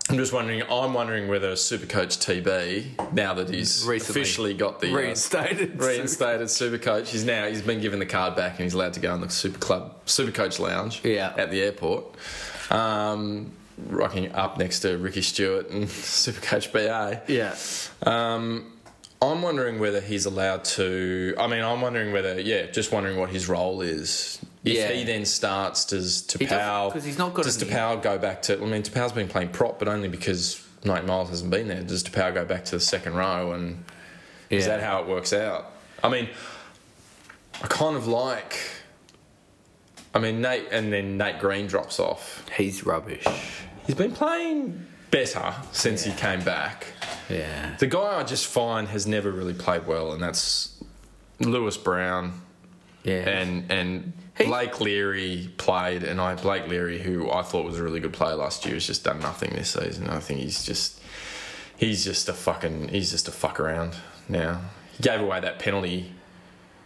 D: I'm just wondering. I'm wondering whether Supercoach TB, now that he's
E: Recently.
D: officially got the
E: Reinstated.
D: [LAUGHS] uh, reinstated Supercoach, he's now he's been given the card back and he's allowed to go in the Super Club Supercoach Lounge
E: Yeah.
D: at the airport, um, rocking up next to Ricky Stewart and [LAUGHS] Supercoach BA.
E: [LAUGHS] Yeah.
D: Um, I'm wondering whether he's allowed to. I mean, I'm wondering whether, yeah, just wondering what his role is. If
E: Yeah.
D: he then starts, does
E: He doesn't-
D: Tapau?
E: 'cause he's not got
D: Does
E: any-
D: Tapau go back to? I mean, Tapau's been playing prop, but only because Knight Miles hasn't been there. Does Tapau go back to the second row? And is
E: Yeah.
D: that how it works out? I mean, I kind of like. I mean, Nate, and then Nate Green drops off.
E: He's rubbish.
D: He's been playing better since he came back.
E: Yeah.
D: The guy I just find has never really played well, and that's Lewis Brown.
E: Yeah.
D: And and Blake Leary played, and I Blake Leary, who I thought was a really good player last year, has just done nothing this season. I think he's just he's just a fucking he's just a fuck around now. He gave away that penalty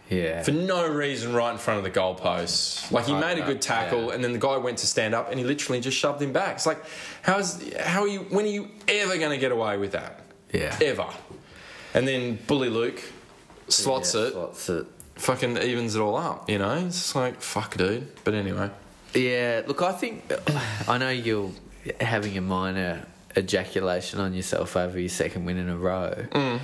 E: Yeah.
D: for no reason right in front of the goalposts. Like he
E: I
D: made a
E: know,
D: good tackle
E: yeah.
D: and then the guy went to stand up and he literally just shoved him back. It's like how is how are you when are you ever going to get away with that?
E: Yeah.
D: Ever. And then bully Luke slots
E: Yeah,
D: it,
E: Slots it.
D: fucking evens it all up, you know? It's just like fuck dude. But anyway,
E: Yeah, look, I think I know you're having a minor ejaculation on yourself over your second win in a row.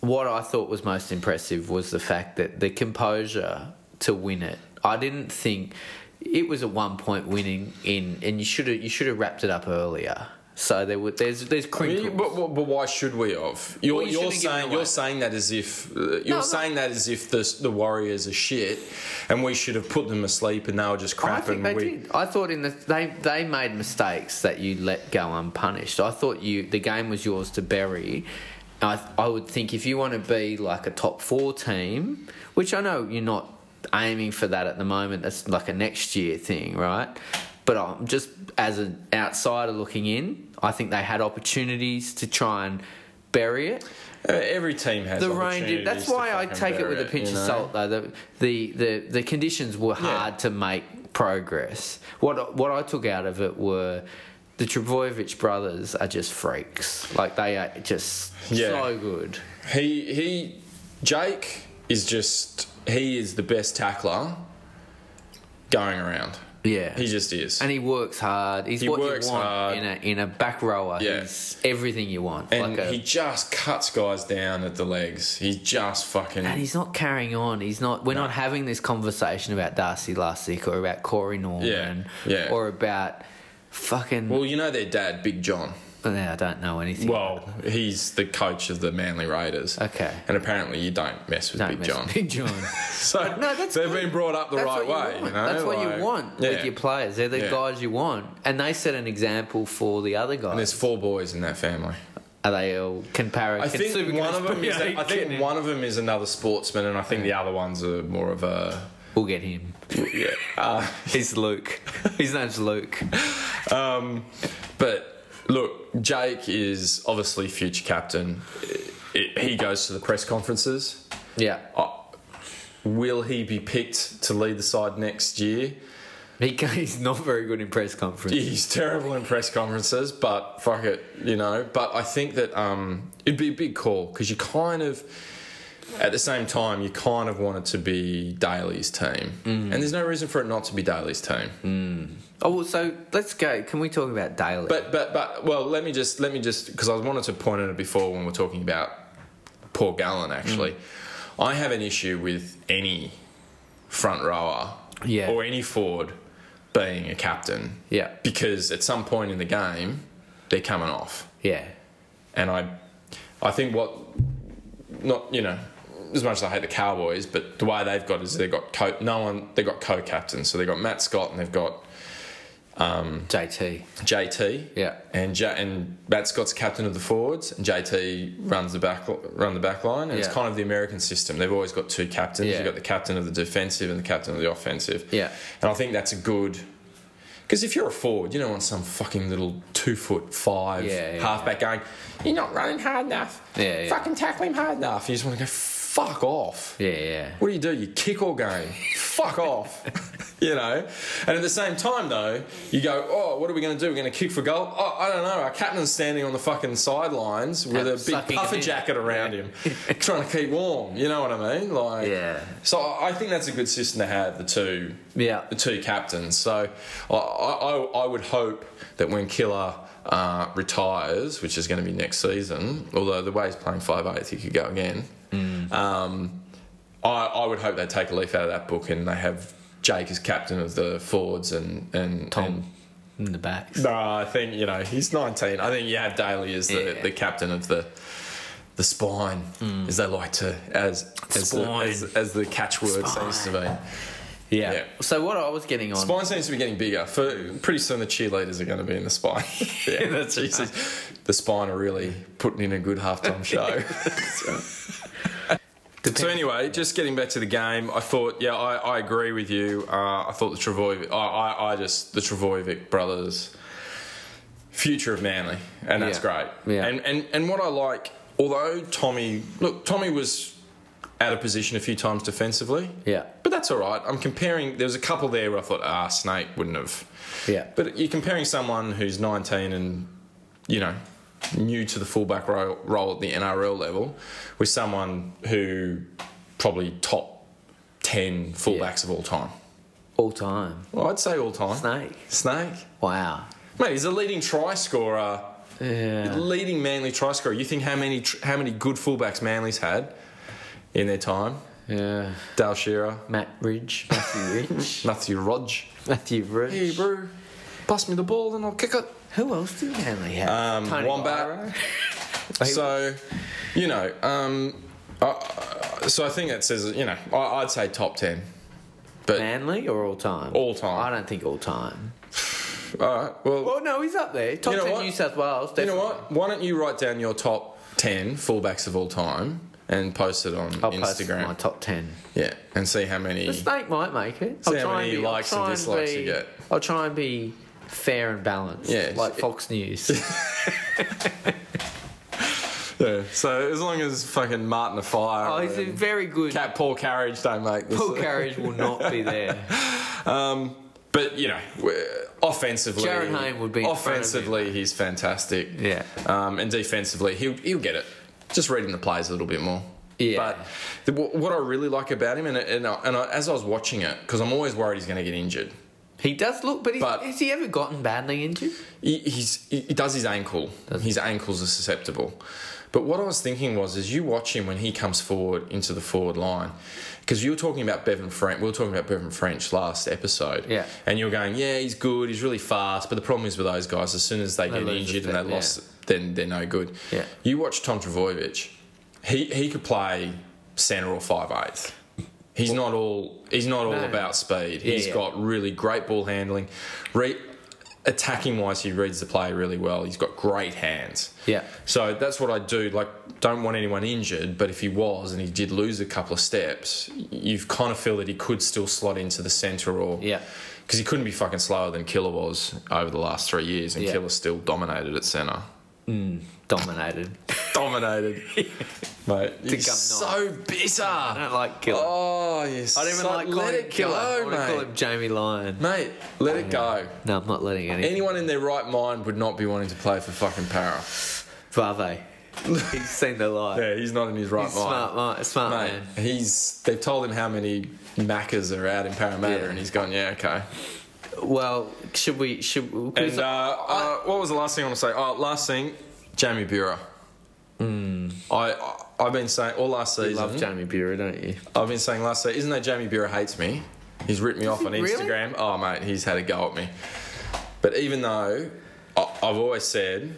E: What I thought was most impressive was the fact that the composure to win it. I didn't think it was a one point winning in, and you should have you should have wrapped it up earlier. So there were there's there's crinkles.
D: but, but, but why should we have? You're,
E: Well, you
D: you
E: shouldn't give
D: are
E: it
D: saying
E: away.
D: you're saying that as if uh, you're
E: no.
D: saying that as if the the Warriors are shit, and we should have put them asleep, and they were just crap.
E: Oh, I think
D: and
E: they
D: we,
E: did. I thought in the they they made mistakes that you let go unpunished. I thought you the game was yours to bury. I I would think if you want to be like a top four team, which I know you're not aiming for that at the moment. That's like a next year thing, right? But I'm just as an outsider looking in. I think they had opportunities to try and bury it.
D: Uh, Every team has
E: The rain did. That's
D: opportunities to
E: why I
D: fucking
E: take it
D: bury
E: with a pinch
D: you
E: of
D: know?
E: salt, though. The, the the the conditions were hard to make progress. What what I took out of it were the Trebojevic brothers are just freaks. Like they are just
D: Yeah.
E: so good.
D: He he, Jake is just he is the best tackler going around.
E: Yeah.
D: He just is.
E: and he works hard. He's
D: He
E: what
D: works
E: you want
D: hard.
E: in a in a back rower.
D: Yeah.
E: He's everything you want.
D: And
E: like a,
D: he just cuts guys down at the legs. He just fucking.
E: and he's not carrying on. He's not. We're not having this conversation about Darcy Larsick or about Corey Norman
D: yeah.
E: or about fucking.
D: well, you know their dad, Big John.
E: I don't know anything.
D: Well, he's the coach of the Manly Raiders.
E: Okay.
D: And apparently, you don't mess with
E: Don't
D: Big
E: mess
D: John.
E: with Big [LAUGHS] John.
D: [LAUGHS] So
E: No, that's
D: they've
E: good.
D: been brought up the
E: That's
D: right
E: what
D: way.
E: You want.
D: You know?
E: That's what
D: like-
E: you want
D: Yeah.
E: with your players. They're the
D: Yeah.
E: guys you want, and they set an example for the other
D: And
E: guys.
D: there's four boys in that family.
E: Are they all comparing?
D: I think one of them is. a- I think one of them is another sportsman, and I think the other ones are more of a.
E: [LAUGHS] We'll get him.
D: Yeah. Uh,
E: He's Luke.
D: [LAUGHS]
E: His name's Luke.
D: um, but look, Jake is obviously future captain. I- I- he goes to the press conferences.
E: Yeah,
D: Uh, will he be picked to lead the side next year?
E: he, ca- [LAUGHS] he's not very good in press conference.
D: He's terrible in press conferences, but fuck it, you know. But I think that um, it'd be a big call because you kind of, at the same time, you kind of want it to be Daly's team, and there's no reason for it not to be Daly's team.
E: Oh well, so let's go. Can we talk about Daly?
D: But but but well, let me just let me just because I wanted to point at it before when we we're talking about Paul Gallen.
E: Mm.
D: Actually, I have an issue with any front rower,
E: Yeah.
D: or any forward being a captain,
E: Yeah.
D: because at some point in the game they're coming off,
E: yeah,
D: and I I think what not you know. As much as I hate the Cowboys, but the way they've got is they've got co no one they've got co captains. So they've got Matt Scott and they've got
E: JT.
D: JT.
E: Yeah.
D: And J- and Matt Scott's captain of the forwards, and JT runs the back run the back line, and
E: Yeah.
D: it's kind of the American system. They've always got two captains.
E: Yeah.
D: You've got the captain of the defensive and the captain of the offensive.
E: Yeah.
D: And I think that's a good. Because if you're a forward, you don't want some fucking little two foot five
E: Yeah, yeah,
D: halfback going, you're not running hard enough.
E: Yeah, yeah.
D: Fucking tackle him hard enough. You just want to go, fuck off.
E: Yeah, yeah.
D: What do you do? You kick all game. fuck off. [LAUGHS] you know? And at the same time, though, you go, oh, what are we going to do? We're going to kick for goal? Oh, I don't know. Our captain's standing on the fucking sidelines with a big
E: Sucking
D: puffer
E: it in.
D: jacket around him, trying to keep warm. You know what I mean? Like,
E: Yeah.
D: So I I think that's a good system to have the two,
E: Yeah.
D: the two captains. So I, I, I would hope that when Killer uh, retires, which is going to be next season, although the way he's playing five eighth, he could go again.
E: Mm.
D: Um, I, I would hope they take a leaf out of that book and they have Jake as captain of the forwards and and Tom.
E: in the backs.
D: no, I think you know he's nineteen. I think you have Daly as the,
E: Yeah. Mm.
D: the captain of the the spine, as they like to as as, the,
E: Spine.
D: as, as the catchword seems to be.
E: Yeah. So what I was getting on.
D: Spine seems to be getting bigger. For pretty soon, the cheerleaders are going to be in the spine. [LAUGHS] yeah,
E: That's right.
D: Jesus. The spine are really putting in a good
E: [LAUGHS]
D: halftime show. [LAUGHS] So anyway, just getting back to the game, I thought, yeah, I, I agree with you. Uh, I thought the Travojevic, I, I, I just the Travojevic brothers, future of Manly, and that's
E: Yeah.
D: great.
E: Yeah.
D: And and and what I like, although Tommy, look, Tommy was out of position a few times defensively.
E: Yeah.
D: But that's all right. I'm comparing. There was a couple there where I thought, ah, Snake wouldn't have.
E: Yeah.
D: But you're comparing someone who's 19 and, you know, new to the fullback ro- role at the NRL level with someone who probably top 10 fullbacks of all time.
E: All time.
D: Well, I'd say all time.
E: Snake.
D: Snake.
E: Wow.
D: Mate, he's a leading try scorer,
E: Yeah.
D: leading Manly try scorer. You think how many tr- how many good fullbacks Manly's had in their time?
E: Yeah.
D: Dale Shearer,
E: Matt Ridge. Matthew Ridge.
D: Matthew Rodge.
E: [LAUGHS] Matthew Ridge.
D: Hey, bro, pass me the ball and I'll kick it.
E: Who else did Manly have?
D: Um, Wombat. [LAUGHS] So, you know, um, I- I- so I think that says, you know, I, I'd say top 10. But,
E: Manly or all time?
D: All time.
E: I don't think all time.
D: all right, well,
E: Well, no, he's up there. Top
D: You know
E: 10
D: what?
E: New South Wales.
D: you
E: Definitely.
D: know what? Why don't you write down your top 10 fullbacks of all time and post it on
E: I'll post
D: Instagram?
E: my top 10.
D: yeah, and see how many.
E: The snake might make it.
D: See how many likes and
E: try
D: dislikes you
E: be-
D: get.
E: I'll try and be fair and balanced.
D: Yeah,
E: Like
D: it's-
E: Fox
D: [LAUGHS]
E: News.
D: Yeah, so as long as fucking Martin the Fire.
E: oh, he's a
D: and
E: very good.
D: Cat Paul Carriage don't make this.
E: Paul Carriage will not be
D: [LAUGHS]
E: there.
D: Um, but you know, we're- offensively,
E: Jared Hayne would be in front of
D: offensively. He's fantastic.
E: Yeah.
D: um, and defensively, he'll he'll get it. Just reading the plays a little bit more.
E: Yeah.
D: But the, wh- what I really like about him, and and, I, and I, as I was watching it, because I'm always worried he's going to get injured.
E: He does look, but, he's,
D: But-
E: has he ever gotten badly injured?
D: He, he's he he does his ankle. his ankles are susceptible. But what I was thinking was, is you watch him when he comes forward into the forward line, because you were talking about Bevan French. We were talking about Bevan French last episode,
E: Yeah.
D: And you were going, yeah, he's good, he's really fast. But the problem is with those guys, as soon as they,
E: They
D: get
E: lose
D: injured
E: the
D: and they
E: fit, yeah.
D: lost, then they're no good.
E: Yeah.
D: You watch Tom Travojevic, he he could play centre or five eighth. He's not all he's not all
E: No.
D: about speed.
E: Yeah,
D: He's
E: yeah.
D: got really great ball handling. Re- attacking wise, he reads the play really well. He's got great hands.
E: Yeah.
D: So that's what I do. Like, don't want anyone injured, but if he was and he did lose a couple of steps, you've kind of feel that he could still slot into the centre or
E: Yeah.
D: Because he couldn't be fucking slower than Killer was over the last three years, and
E: Yeah.
D: Killer still dominated at centre.
E: Dominated. [LAUGHS]
D: Dominated, mate. You're
E: gum
D: so bitter.
E: I don't like Killer.
D: Oh, yes.
E: I don't even like
D: let
E: calling him
D: it
E: Killer. I
D: go,
E: want to call
D: mate.
E: him Oh, Jamie Lyon.
D: Mate, let it go.
E: No, I'm not letting any.
D: Anyone in their right mind would not be wanting to play for fucking Para.
E: Vave. He's seen the light.
D: Yeah, he's not in his right
E: He's smart,
D: mind.
E: mi- smart
D: Mate,
E: man.
D: he's. They've told him how many Maccas are out in Parramatta,
E: Yeah.
D: and he's gone. Yeah, okay.
E: Well, should we? Should
D: And uh, uh, what was the last thing I want to say? Oh, last thing, Jamie Bura.
E: Hmm.
D: I, I I've been saying all last
E: you
D: season.
E: love Jamie Bure, don't you?
D: I've been saying last season, isn't that Jamie Bura hates me? He's ripped me off
E: he
D: on
E: really?
D: Instagram. Oh, mate, he's had a go at me. But even though I, I've always said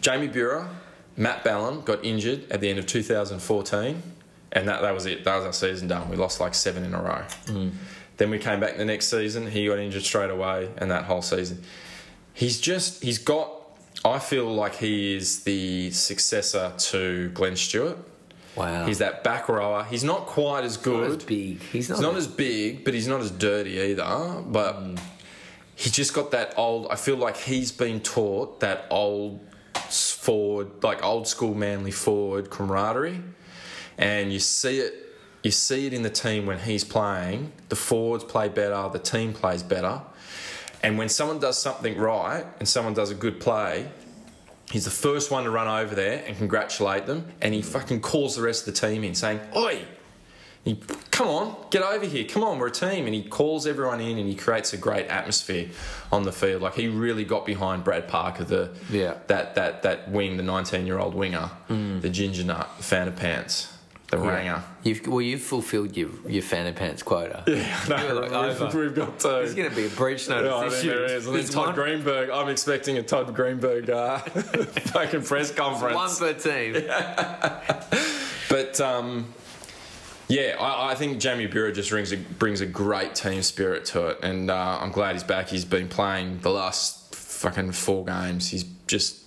D: Jamie Bura, Matt Ballum got injured at the end of 2014, and that, that was it. That was our season done. We lost like seven in a row.
E: Mm.
D: Then we came back the next season. He got injured straight away, and that whole season. He's just, he's got, I feel like he is the successor to Glenn Stewart.
E: Wow.
D: He's that back rower. He's not quite as
E: not
D: good.
E: as big. He's not. Hmm.
D: He's not as big, but he's not as dirty either. But he's just got that old. I feel like he's been taught that old s- forward, like old school manly forward camaraderie. and you see it. You see it in the team when he's playing. The forwards play better. The team plays better. And when someone does something right and someone does a good play, he's the first one to run over there and congratulate them. And he fucking calls the rest of the team in, saying, "Oi, he, come on, get over here. Come on, we're a team. And he calls everyone in and he creates a great atmosphere on the field. Like he really got behind Brad Parker, the
L: Yeah.
D: that that that wing, the 19 year old winger, the ginger nut, the fan of pants, the
L: Yeah.
D: ranger.
L: You've, well, you've fulfilled your, your fan and pants quota.
D: Yeah, [LAUGHS] no,
L: You're like,
D: we've,
L: over.
D: we've got to.
L: There's going to be a breach notice
D: Yeah, I think
L: issued.
D: there is. And then
L: There's
D: Todd
L: one-
D: Greenberg, I'm expecting a Todd Greenberg uh, [LAUGHS] fucking press conference.
L: One per team.
D: But um, yeah, I, I think Jamie Bure just brings a, brings a great team spirit to it, and uh, I'm glad he's back. He's been playing the last fucking four games. He's just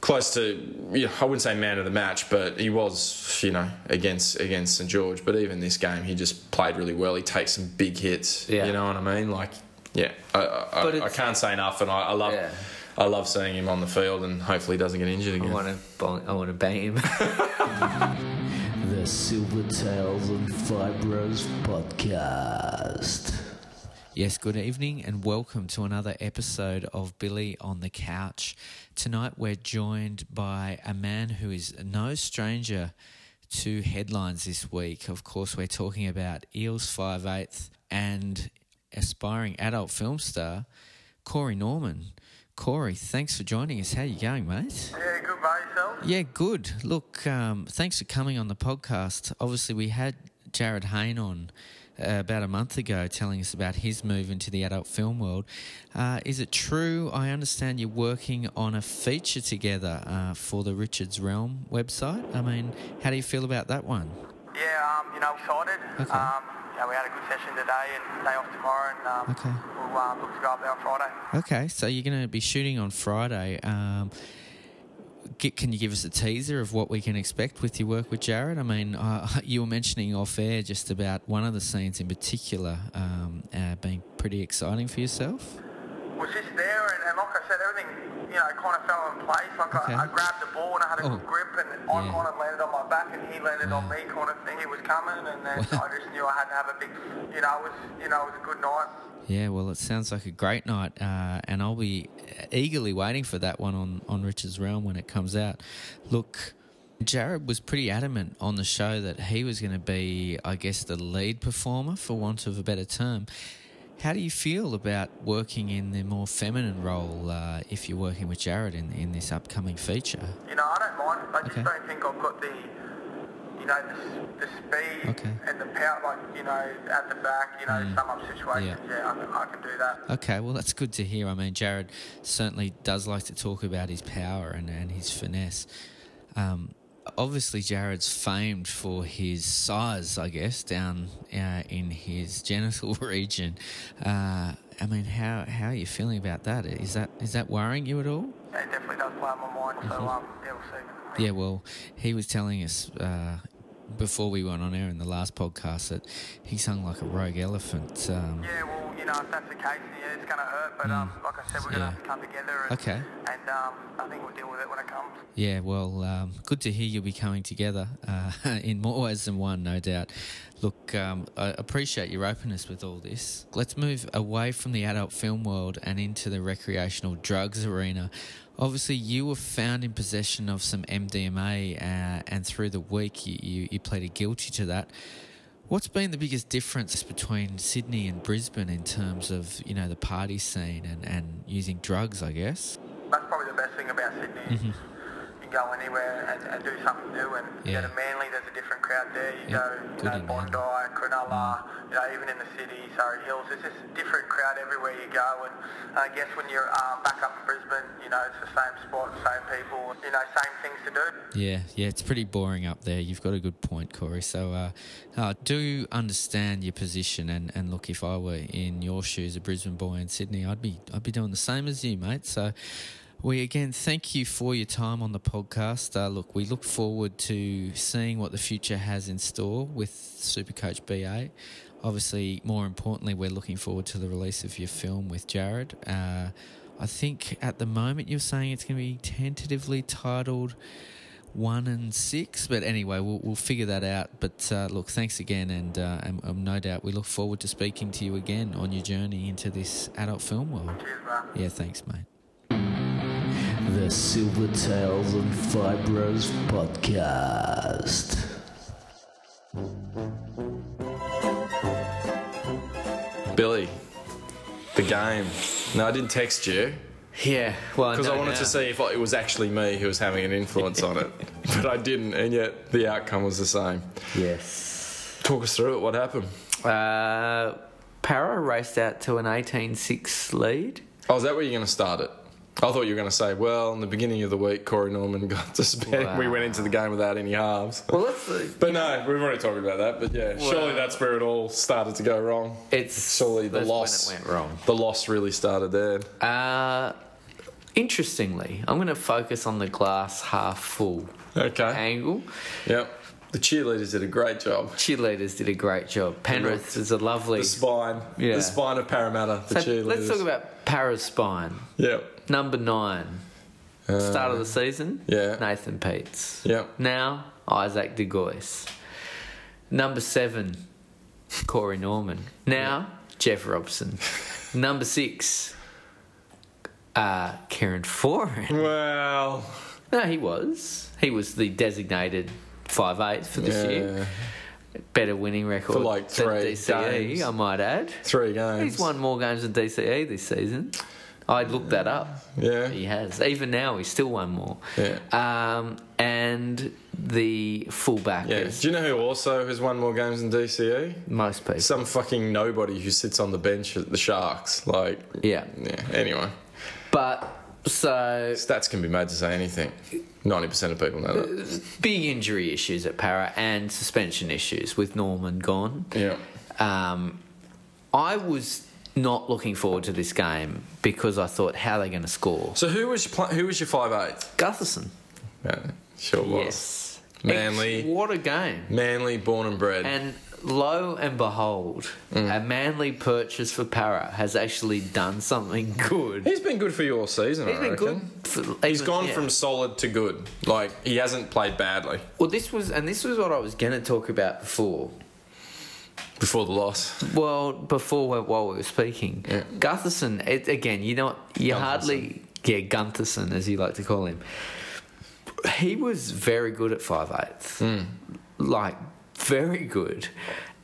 D: close to, you know, I wouldn't say man of the match, but he was, you know, against against St George. But even this game, he just played really well. He takes some big hits.
L: Yeah.
D: You know what I mean? Like, yeah, I, I,
L: But
D: I, I
L: it's-
D: can't say enough, and I, I love.
L: Yeah.
D: I love seeing him on the field, and hopefully he doesn't get injured
L: I
D: again.
L: want to bang, I want to bang him.
C: [LAUGHS] The Silver Tails and Fibros Podcast.
E: Yes, good evening and welcome to another episode of Billy on the Couch. Tonight we're joined by a man who is no stranger to headlines this week. Of course, we're talking about Eels 5'8 and aspiring adult film star Corey Norman. Corey, thanks for joining us. How you going, mate?
M: Yeah, good by yourself.
E: Yeah, good. Look, um, thanks for coming on the podcast. Obviously, we had Jared Hayne on uh, about a month ago telling us about his move into the adult film world. Uh, is it true? I understand you're working on a feature together uh, for the Richards Realm website. I mean, how do you feel about that one?
M: Yeah, um, you know, excited.
E: Okay.
M: Um, yeah, we had a good session today and day off tomorrow, and um,
E: Okay.
M: we'll uh, look to go up there on Friday.
E: Okay, so you're going to be shooting on Friday. Um, g can you give us a teaser of what we can expect with your work with Jared? I mean, uh, you were mentioning off air just about one of the scenes in particular um, uh, being pretty exciting for yourself.
M: Was just there, and, and like I said, everything, you know, kind of fell in place. Like
E: Okay.
M: I, I grabbed the ball and I had a
E: Oh.
M: good grip, and I
E: Yeah.
M: kind of landed on my back, and he landed on me, kind of thing. He was coming, and then I just knew I had to have a big, you know, it was, you know, it was a good night.
E: Yeah, well, it sounds like a great night, uh, and I'll be eagerly waiting for that one on, on Richard's Realm when it comes out. Look, Jared was pretty adamant on the show that he was going to be, I guess, the lead performer, for want of a better term. How do you feel about working in the more feminine role uh, if you're working with Jared in, in this upcoming feature?
M: You know, I don't mind. I just
E: Okay.
M: don't think I've got the, you know, the, s- the speed and the power, like, you know, at the back, you know,
E: Mm.
M: sum up situations. Yeah, I, can, I can do that.
E: Okay, well, that's good to hear. I mean, Jared certainly does like to talk about his power and, and his finesse. Um, obviously, Jared's famed for his size, I guess, down uh, in his [LAUGHS] genital region. Uh, I mean, how, how are you feeling about that? Is that is that worrying you at all?
M: Yeah, it definitely does play on my mind. So, um, yeah, we'll see.
E: Yeah, well, he was telling us uh, before we went on air in the last podcast that he sung like a rogue elephant. Um,
M: Yeah, well, you know, if that's the case, then, yeah, it's going to hurt. But, um,
E: Mm.
M: like I said, we're going to
E: Yeah.
M: have to come together. And,
E: Okay.
M: And um, I think we'll deal with it when it comes.
E: Yeah, well, um, good to hear you'll be coming together uh, [LAUGHS] in more ways than one, no doubt. Look, um, I appreciate your openness with all this. Let's move away from the adult film world and into the recreational drugs arena. Obviously, you were found in possession of some MDMA, uh, and through the week you, you, you pleaded guilty to that. What's been the biggest difference between Sydney and Brisbane in terms of you know the party scene and, and using drugs? I guess.
M: That's probably the best thing about Sydney. is
E: Mhm.
M: You can go anywhere and, and do something new. And
E: Yeah.
M: you go to Manly, there's a different crowd there. You
E: Yeah, Mm.
M: go, you
E: good
M: know,
E: in
M: Bondi, Cronulla, you know, even in the city, Surrey Hills. There's just a different crowd everywhere you go. And I guess when you're um, back up in Brisbane, you know, it's the same spot, same people, you know, same things to do.
E: Yeah, yeah, it's pretty boring up there. You've got a good point, Corey. So, uh, I do understand your position, and, and look, if I were in your shoes, a Brisbane boy in Sydney, I'd be I'd be doing the same as you, mate. So, we again thank you for your time on the podcast. Uh, look, we look forward to seeing what the future has in store with Supercoach BA. Obviously, more importantly, we're looking forward to the release of your film with Jared. Uh, I think at the moment you're saying it's going to be tentatively titled
N: one and six. But anyway, we'll, we'll figure that out. But uh, look, thanks again, and, uh, and um, no doubt we look forward to speaking to you again on your journey into this adult film world. Yeah, thanks, mate.
C: The Silver Tails and Fibros Podcast.
D: Billy, the game. No, I didn't text you.
E: Yeah, well, I
D: because I,
E: know
D: wanted
E: now.
D: to see if it was actually me who was having an influence on
E: [LAUGHS]
D: it, but I didn't, and yet the outcome was the same.
E: Yes.
D: Talk us through it. What happened?
E: Uh, Para raced out to an 18-6 lead.
D: Oh, is that where you're going to start it? I thought you were going to say, well, in the beginning of the week, Corey Norman [LAUGHS] got suspended.
E: Wow.
D: We went into the game without any halves.
E: Well, that's
D: but no, we've already talked about that. But yeah, surely
E: Well-
D: that's where it all started to go wrong.
E: It's
D: surely the
E: that's when
D: loss
E: it went wrong.
D: The loss really started there.
E: Uh, interestingly, I'm going to focus on the glass half full
D: okay.
E: angle.
D: Yep. The cheerleaders did a great job.
E: Cheerleaders did a great job. Penrith is a lovely.
D: The spine,
E: Yeah.
D: the spine of Parramatta, the
E: So
D: cheerleaders.
E: let's talk about Para's spine.
D: Yep.
E: Number nine.
D: Uh,
E: Start of the season.
D: Yeah.
E: Nathan Peets.
D: Yep.
E: Now Isaac De DeGoyce. Number seven. Corey Norman. Now Jeff
D: [LAUGHS]
E: Robson. Number six. Uh, Karen Foran.
D: Well.
E: No, he was. He was the designated five eight for this
D: Yeah.
E: year. Better winning record
D: For like
E: than
D: three
E: DCE,
D: games.
E: I might add.
D: Three games.
E: He's won more games than DCE this season. I looked that up.
D: Yeah.
E: He has. Even now, he's still won more.
D: Yeah.
E: Um, and the fullback
D: Yeah.
E: is
D: Do you know who also has won more games than DCE?
E: most people.
D: Some fucking nobody who sits on the bench at the Sharks. Like,
E: yeah.
D: yeah. Anyway,
E: But so
D: stats can be made to say anything. Ninety percent of people know that.
E: Uh, big injury issues at Para and suspension issues with Norman gone.
D: Yeah.
E: Um, I was not looking forward to this game because I thought, how are they going to score?
D: So who was pl- who was your five eight?
E: Gutherson.
D: Yeah, sure was.
E: Yes.
D: Manly.
E: Ex- What a game.
D: Manly, born and bred.
E: And lo and behold, a manly purchase for Para has actually done something good.
D: He's been good for you all season.
E: He's
D: I
E: been
D: reckon.
E: good. For,
D: He's
E: even-
D: gone
E: yeah.
D: from solid to good. Like he hasn't played badly
E: Well, this was, and this was what I was going to talk about before.
D: before the loss.
E: Well, before we- while we were speaking, Gutherson. It, again, you know, you hardly yeah Guntherson as you like to call him. He was very good at five eighths,
D: Hmm.
E: like very good,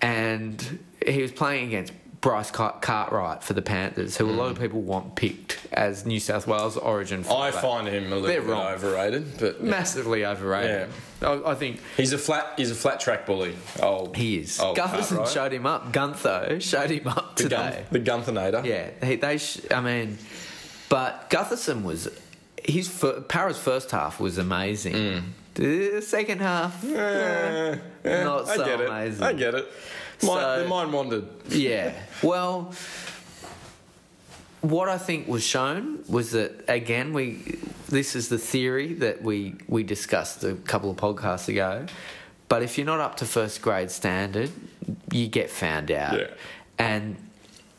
E: and he was playing against Bryce Cart- Cartwright for the Panthers, who a lot of people want picked as New South Wales Origin.
D: Hmm. I
E: fullback.
D: find him a little
E: They're
D: bit
E: wrong.
D: overrated, but
E: massively overrated. I, I think
D: he's a flat he's a flat track bully. Oh,
E: he is.
D: Oh,
E: Gutherson
D: Cartwright.
E: showed him up. Guntho showed him up
D: the, gun,
E: today.
D: the Gunthanator.
E: Yeah, he, they. Sh- I mean, but Gutherson was his fir- Para's first half was amazing.
D: Mm.
E: The second half,
D: Eh, eh,
E: Not
D: I
E: so
D: get it.
E: amazing.
D: I get it. Mine,
E: So-
D: the mind wandered.
E: yeah. Well, what I think was shown was that again we this is the theory that we we discussed a couple of podcasts ago. But if you're not up to first grade standard, you get found out.
D: Yeah.
E: And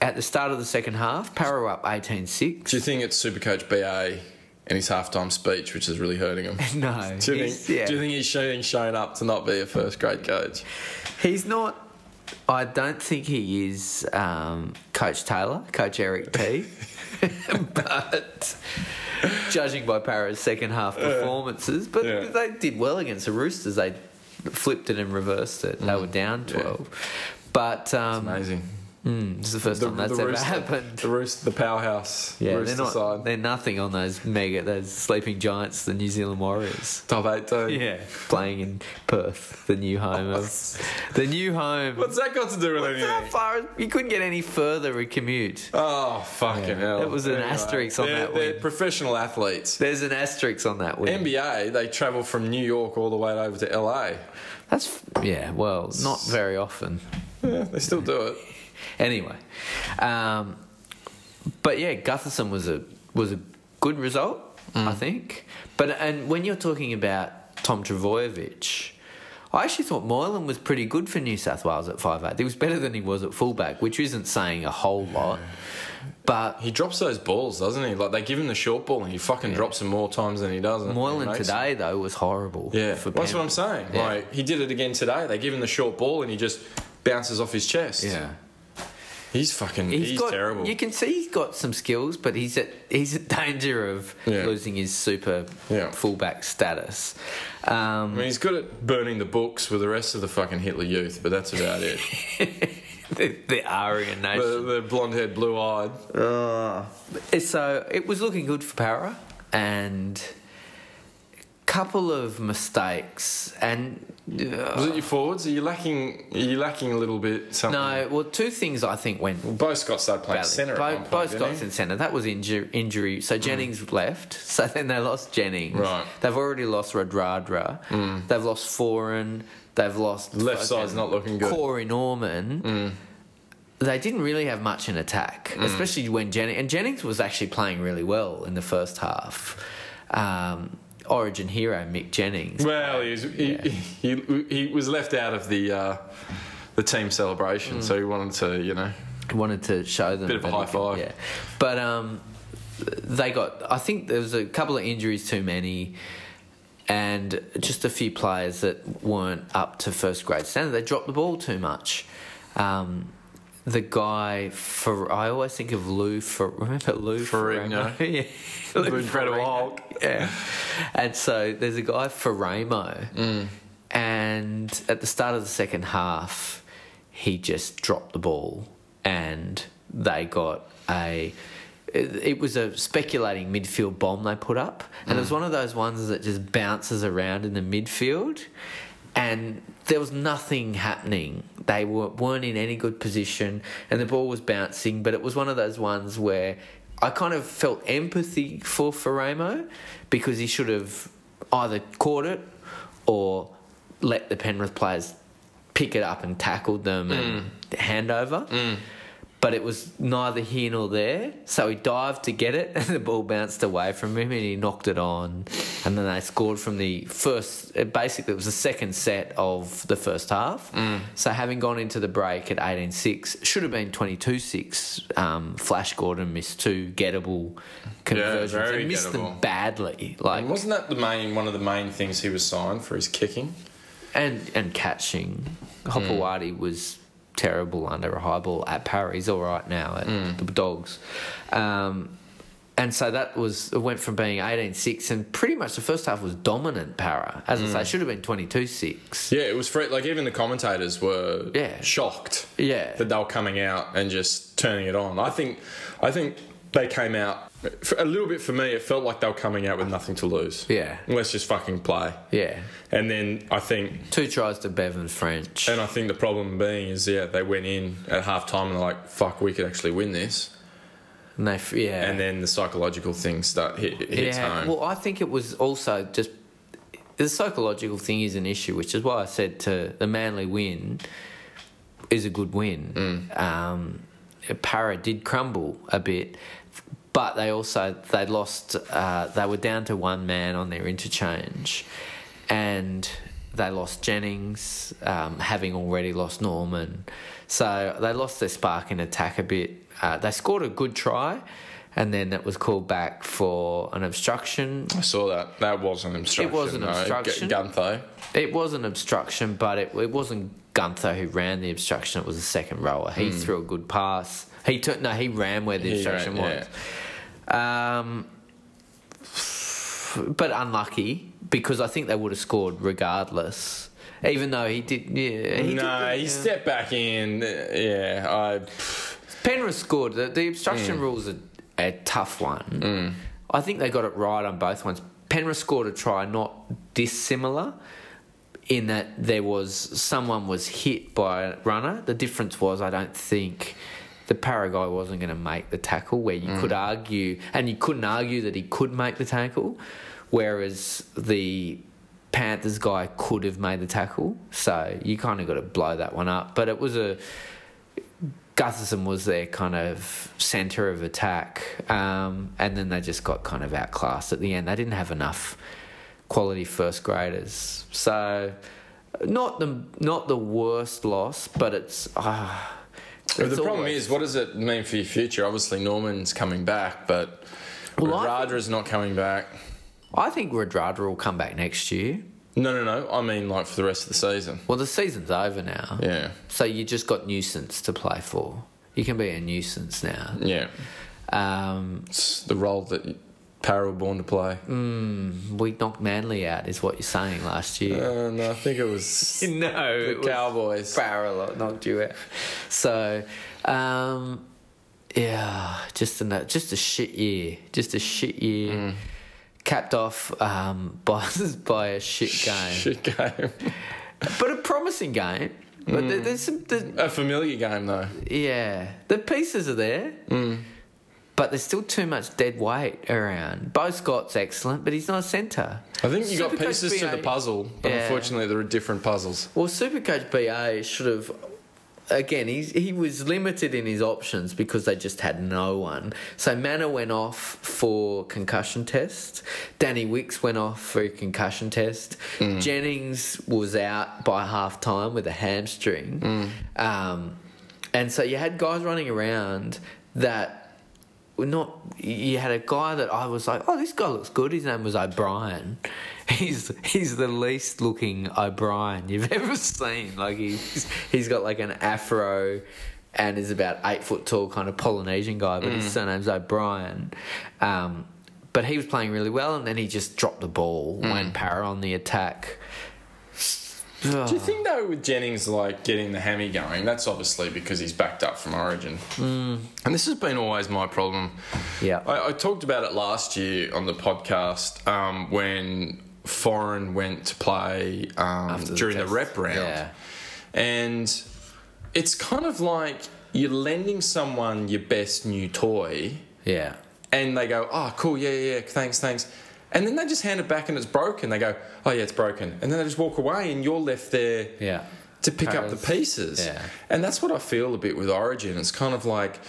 E: at the start of the second half, Para were up 18-6.
D: Do you think it's Supercoach BA and his halftime speech, which is really hurting
E: [LAUGHS]
D: him?
E: No.
D: Do you,
E: he's-
D: think,
E: yeah.
D: do you think he's showing shown up to not be a first grade coach?
E: he's not? I don't think he is um, Coach Taylor, Coach Eric
D: [LAUGHS]
E: T. [LAUGHS] but judging by Para's second half performances, but
D: yeah.
E: they did well against the Roosters. They flipped it and reversed it. They were down 12. But um,
D: Amazing.
E: mm, it's the first time that's ever
D: Rooster-
E: happened.
D: The rooster, the powerhouse.
E: Yeah,
D: rooster
E: they're not.
D: side.
E: They're nothing on those mega, those sleeping giants, the New Zealand Warriors.
D: Top eight too.
E: playing in Perth, the new home
D: [LAUGHS]
E: of the new home.
D: What's that got to do with anything?
E: How far you couldn't get any further a commute.
D: Oh fucking hell!
E: That was an asterisk on
D: they're,
E: that
D: They're
E: win.
D: professional athletes.
E: There's an asterisk on that win.
D: NBA, they travel from New York all the way over to LA.
E: That's yeah. Well, not very often.
D: Yeah, [LAUGHS] they still do it.
E: Anyway, um, but yeah, Gutherson was a was a good result, I
D: Mm.
E: think. But and when you're talking about Tom Travojevic, I actually thought Moylan was pretty good for New South Wales at five eight. He was better than he was at fullback, which isn't saying a whole lot. But
D: he drops those balls, doesn't he? Like they give him the short ball, and he fucking drops them more times than he doesn't.
E: Moylan
D: He makes
E: today though was horrible.
D: Yeah,
E: for
D: well, that's what I'm
E: Penrith.
D: saying.
E: Yeah.
D: Like he did it again today. They give him the short ball, and he just bounces off his chest.
E: Yeah.
D: he's fucking. He's,
E: got,
D: terrible.
E: You can see he's got some skills, but he's at he's at [LAUGHS] danger of losing his super fullback status. Um,
D: I mean, he's good at burning the books with the rest of the fucking Hitler Youth, but that's about [LAUGHS] it.
E: the, the Aryan
D: the,
E: nation.
D: the blonde-haired, blue-eyed.
E: so it was looking good for Para, and a couple of mistakes, and uh,
D: Was it your forwards? Are you lacking? Are you lacking a little bit something?
E: No, well, two things I think went.
D: Well, Bo Scott started playing
E: Valley.
D: centre. at
E: Bo,
D: one point,
E: Bo
D: didn't
E: Scott's
D: he? Mm.
E: in centre. That was injury. injury. So Jennings left. [LAUGHS] So then they lost Jennings. Right. They've already lost Radradra. They've lost Foran. They've lost
D: Mm. Left side's
E: fucking
D: not looking good. Mm.
E: Corey Norman. They didn't really have much in attack, especially when Jennings and Jennings was actually playing really well in the first half. Um, Origin hero Mick Jennings.
D: Well, he was, he, he, he, was left out of the uh, the team celebration, so he
E: Mm.
D: wanted to, you know,
E: wanted to show them
D: Bit of a
E: that he
D: high
E: could-
D: five.
E: yeah. But um, they got. I think there was a couple of injuries too many, and just a few players that weren't up to first grade standard. They dropped the ball too much. Um, the guy for I always think of Lou for [LAUGHS] remember Lou Ferrigno, [LAUGHS] yeah,
D: The Incredible
E: Ferrigno.
D: Hulk.
E: yeah. And so there's a guy for Ramo,
D: Mm.
E: and at the start of the second half, he just dropped the ball, and they got a. It it was a speculating midfield bomb they put up, and it
D: Mm.
E: was one of those ones that just bounces around in the midfield, and there was nothing happening. They were, weren't in any good position, and the ball was bouncing. But it was one of those ones where I kind of felt empathy for Faramo because he should have either caught it or let the Penrith players pick it up and tackled them and hand over. But it was neither here nor there. So he dived to get it, [LAUGHS] and the ball bounced away from him, and he knocked it on. And then they scored from the first. it Basically, it was the second set of the first half.
D: Mm.
E: So having gone into the break at 18-6, should have been 22-6. Um, Flash Gordon missed two gettable conversions
D: very
E: and missed them
D: gettable.
E: badly. Like
D: Wasn't that the main one of the main things he was signed for his kicking?
E: and and catching. Hopewadi was terrible under a high ball at Parry. He's all right now at
D: Hmm.
E: the Dogs. Um, and so that was it went from being 18-6 and pretty much the first half was dominant para. As
D: Hmm.
E: I say, should have been 22-6.
D: Yeah, it was free. Like even the commentators were shocked.
E: Yeah,
D: that they were coming out and just turning it on. I think, I think they came out for, a little bit. For me, it felt like they were coming out with nothing to lose.
E: Yeah.
D: let's just fucking play.
E: Yeah.
D: And then I think
E: two tries to Bevan French.
D: And I think the problem being is yeah they went in at half time and they're like fuck we could actually win this.
E: And they f- yeah.
D: And then the psychological thing start hit, hits home.
E: Well, I think it was also just the psychological thing is an issue, which is why I said to the Manly win is a good win. Um, Para did crumble a bit, but they also they lost. Uh, they were down to one man on their interchange, and they lost Jennings, um, having already lost Norman. So they lost their spark in attack a bit. Uh, they scored a good try, and then it was called back for an obstruction.
D: I saw that. That was an obstruction.
E: It was an
D: though. G-
E: obstruction.
D: Guntho.
E: It was an obstruction, but it, it wasn't Gunther who ran the obstruction. It was the second rower. He
D: Mm.
E: threw a good pass. He took no. He ran where the
D: He
E: obstruction
D: ran,
E: was. Um, but unlucky because I think they would have scored regardless. Even though he did, yeah, he
D: no,
E: did,
D: he
E: yeah.
D: stepped back in. uh, Yeah, I.
E: Penrith scored. The, the obstruction
D: Mm.
E: rule's a, a tough one. I think they got it right on both ones. Penrith scored a try not dissimilar in that there was someone was hit by a runner. The difference was I don't think the para guy wasn't going to make the tackle where you could argue and you couldn't argue that he could make the tackle whereas the Panthers guy could have made the tackle. So you kind of got to blow that one up, but it was a Gutherson was their kind of centre of attack, um, and then they just got kind of outclassed at the end. They didn't have enough quality first graders, so not the not the worst loss, but it's ah
D: But
E: It's
D: the problem
E: always-
D: is, what does it mean for your future? Obviously, Norman's coming back, but Radra's not coming back.
E: I think Radradra will come back next year.
D: No, no, no. I mean, like for the rest of the season.
E: Well, the season's over now.
D: Yeah.
E: So you just got nuisance to play for. You can be a nuisance now.
D: Yeah.
E: Um,
D: it's the role that Parra were born to play.
E: Mm, we knocked Manly out, is what you're saying last year.
D: Uh, no, I think it was
E: [LAUGHS] no,
D: the Cowboys.
E: Parallel knocked you out. So, um, yeah, just a just a shit year, just a shit year,
D: Mm.
E: capped off um, [LAUGHS] by by a shit game,
D: shit game, [LAUGHS]
E: but a promising game. But there,
D: Mm.
E: there's some, there's,
D: A familiar game though.
E: yeah, the pieces are there.
D: Mm.
E: But there's still too much dead weight around. Bo Scott's excellent, but he's not a centre.
D: I think you got
E: Supercoach
D: pieces to the
E: BA
D: puzzle, but
E: Yeah.
D: unfortunately, there are different puzzles.
E: Well, Supercoach BA should have. Again, he's, he was limited in his options because they just had no one. So Manor went off for concussion test. Danny Wicks went off for a concussion test. Jennings was out by half time with a hamstring. Um, and so you had guys running around that were not. You had a guy that I was like, oh, this guy looks good. His name was O'Brien. [LAUGHS] He's he's the least looking O'Brien you've [LAUGHS] ever seen. Like he's he's got like an afro. And is about eight foot tall, kind of Polynesian guy, but his
O: Mm.
E: surname's O'Brien. Um, but he was playing really well, and then he just dropped the ball when Para on the attack.
D: Do you think though with Jennings like getting the hammy going? That's obviously because he's backed up from Origin.
E: Hmm.
D: And this has been always my problem.
E: Yeah.
D: I, I talked about it last year on the podcast um, when Foreign went to play um,
E: After the
D: during
E: test.
D: the rep round.
E: Yeah.
D: And it's kind of like you're lending someone your best new toy.
E: Yeah.
D: And they go, oh, cool, yeah, yeah, yeah, thanks, thanks. And then they just hand it back and it's broken. They go, oh, yeah, it's broken. And then they just walk away and you're left there
E: Yeah.
D: to pick up the
E: Parents.
D: pieces.
E: Yeah.
D: And that's what I feel a bit with Origin. It's kind of like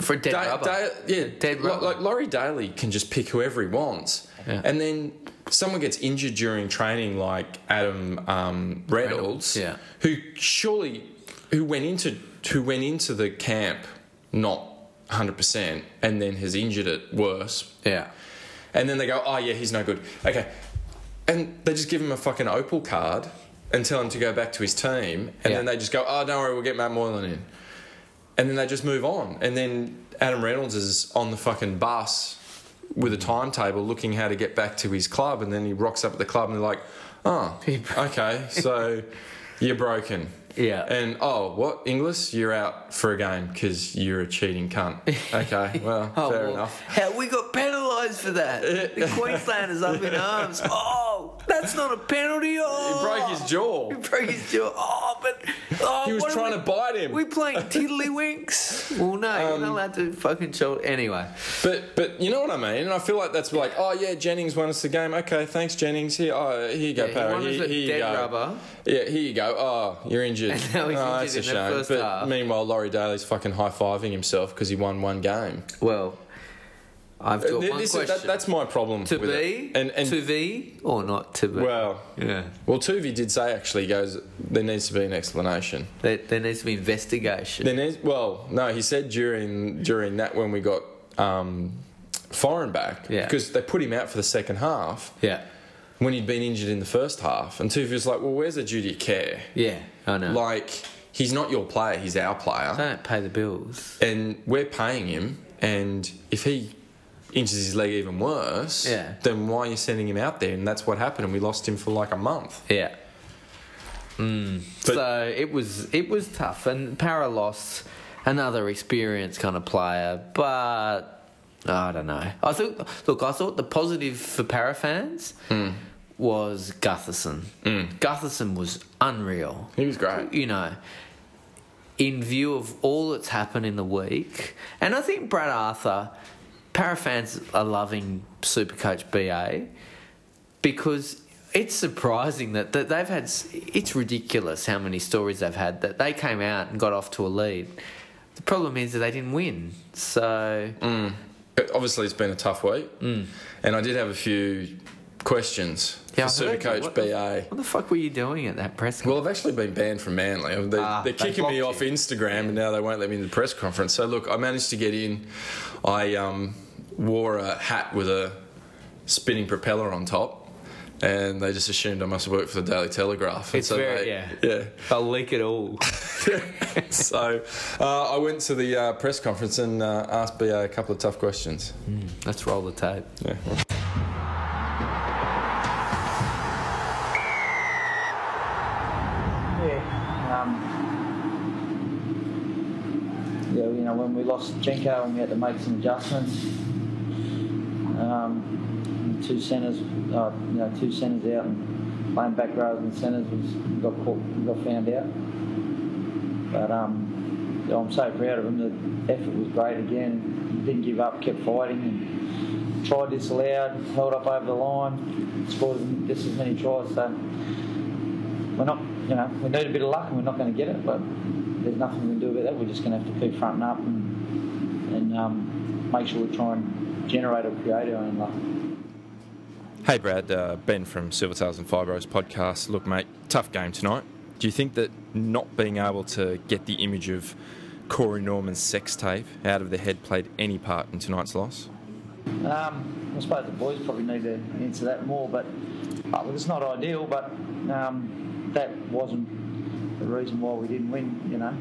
E: for dead rubber.
D: yeah, dead like, like Laurie Daly can just pick whoever he wants,
E: Yeah.
D: and then someone gets injured during training, like Adam um, Reynolds,
E: yeah.
D: who surely who went into who went into the camp not hundred percent, and then has injured it worse.
E: Yeah,
D: and then they go, oh yeah, he's no good. Okay, and they just give him a fucking opal card and tell him to go back to his team, and then they just go, oh, don't worry, we'll get Matt Moylan in, and then they just move on, and then Adam Reynolds is on the fucking bus with a timetable looking how to get back to his club, and then he rocks up at the club and they're like, oh, okay, so you're broken.
E: Yeah.
D: And oh, what Inglis? You're out for a game because you're a
E: [LAUGHS]
D: cheating cunt. Okay, well, fair
E: Oh, well,
D: enough.
E: How we got penalised for that? The
D: [LAUGHS]
E: Queenslanders up in arms. Oh, that's not a penalty. Oh,
D: He broke his jaw.
E: He broke his jaw. Oh, but oh,
D: He was
E: what are
D: trying
E: we-
D: to bite him. Um,
E: We playing tiddlywinks. well, no, you're not allowed to fucking show. Anyway,
D: But but you know what I mean, and I feel like that's like, oh yeah, Jennings won us the game. Okay, thanks Jennings. Here, oh, here you go,
E: Yeah, he
D: Parra.
E: won us
D: Here,
E: at
D: here
E: dead
D: you go.
E: rubber.
D: Yeah, here you go. Oh, you're injured.
E: [LAUGHS] And now he's
D: oh,
E: injured in the first
D: but
E: half.
D: meanwhile, Laurie Daly's fucking high fiving himself because he won one game.
E: Well,
D: Uh,
E: I've got one question.
D: that's my problem.
E: To
D: with
E: be?
D: it. and and
E: to V or not to be?
D: Well,
E: yeah.
D: Well, Tuvi did say actually he goes there needs to be an explanation.
E: There, there needs to be investigation.
D: There needs well, no, he said during during that when we got um, foreign back
E: Yeah.
D: because they put him out for the second half.
E: Yeah.
D: When he'd been injured in the first half, and Tuvi was like, "Well, where's the duty of care?
E: Yeah, I know.
D: Like he's not your player; he's our player.
E: They don't pay the bills,
D: and we're paying him. And if he injures his leg even worse,
E: Yeah.
D: then why are you sending him out there? And that's what happened. And we lost him for like a month.
E: Yeah. Mm. so it was it was tough, and Para lost another experienced kind of player, but I don't know. I thought, look, I thought the positive for Para fans
D: Hmm.
E: was Gutherson. Gutherson was unreal.
D: He was great.
E: You know, in view of all that's happened in the week, and I think Brad Arthur, Para fans are loving Supercoach BA because it's surprising that, that they've had s- it's ridiculous how many stories they've had that they came out and got off to a lead the problem is that they didn't win so
L: Mm.
D: But obviously, it's been a tough week. And I did have a few Questions.
E: Mm. Yeah,
D: for
E: I heard you.
D: Supercoach
E: What the-
D: BA.
E: What the fuck were you doing at that press?
D: Well, I've actually been banned from Manly. They,
E: Ah,
D: they're
E: they
D: kicking me off Instagram, and now they won't let me into the press conference. So look, I managed to get in. I um, wore a hat with a spinning propeller on top, and they just assumed I must have worked for the Daily Telegraph. And
E: It's very-
D: they-
E: yeah.
D: yeah.
E: They'll leak it all.
D: so uh, I went to the uh, press conference and uh, asked BA a couple of tough questions.
E: Let's roll the tape.
D: Yeah.
O: Yeah. Um, yeah, you know, when we lost Jenko and we had to make some adjustments, um, and two centres, uh, you know, two centres out and playing back rows and centres was got caught, got found out. But um, yeah, I'm so proud of him. The effort was great again. He didn't give up, kept fighting. And tried disallowed, held up over the line, scored just as many tries. So we're not, you know, we need a bit of luck and we're not going to get it, but there's nothing we can do about that. We're just going to have to keep fronting up and, and um, make sure we try and generate or create our own luck.
D: Hey, Brad. Uh, ben from Silvertails and Fibros podcast. Look, mate, tough game tonight. Do you think that not being able to get the image of Corey Norman's sex tape out of the head played any part in tonight's loss?
O: Um, I suppose the boys probably need to answer that more, but uh, look, it's not ideal, but um, that wasn't the reason why we didn't win, you know.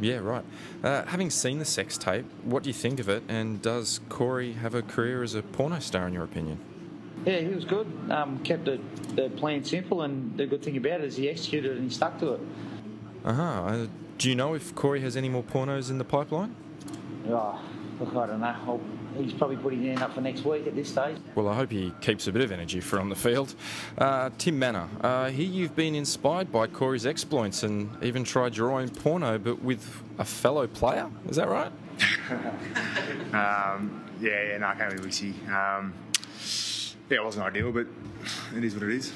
D: Yeah, right. Uh, having seen the sex tape, what do you think of it? And does Corey have a career as a porno star, in your opinion?
O: Yeah, he was good. Um, kept the, the plan simple, and the good thing about it is he executed it and he stuck to it.
D: Uh huh. Uh, do you know if Corey has any more pornos in the pipeline?
O: Oh, look, I don't know. I'll, he's probably putting his hand up for next week at this stage.
D: Well, I hope he keeps a bit of energy for on the field. Uh, Tim Manor, uh, here you've been inspired by Corey's exploits and even tried drawing porno, but with a fellow player. Is that right?
P: um, yeah, yeah, no, I can't really see. Um, yeah, it wasn't ideal, but it is what it is.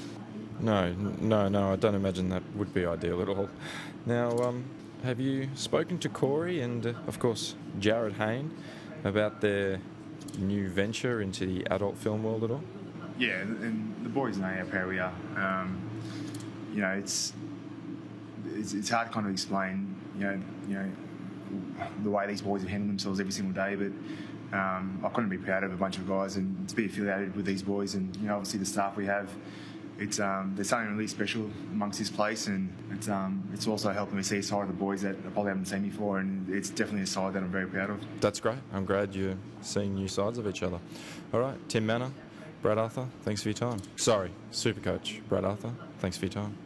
D: No, n- no, no. I don't imagine that would be ideal at all. Now, um, have you spoken to Corey and, uh, of course, Jared Hain about their new venture into the adult film world at all?
P: Yeah, and- and the boys know how proud we are. Um, you know, it's, it's it's hard to kind of explain. You know, you know the way these boys have handled themselves every single day, but. Um, I couldn't be proud of a bunch of guys and to be affiliated with these boys, and you know, obviously the staff we have. It's um, there's something really special amongst this place, and it's um, it's also helping me see a side of the boys that I probably haven't seen before, and it's definitely a side that I'm very proud of.
D: That's great. I'm glad you're seeing new sides of each other. All right, Tim Manor, Brad Arthur, thanks for your time. Sorry, Super Coach Brad Arthur, thanks for your time.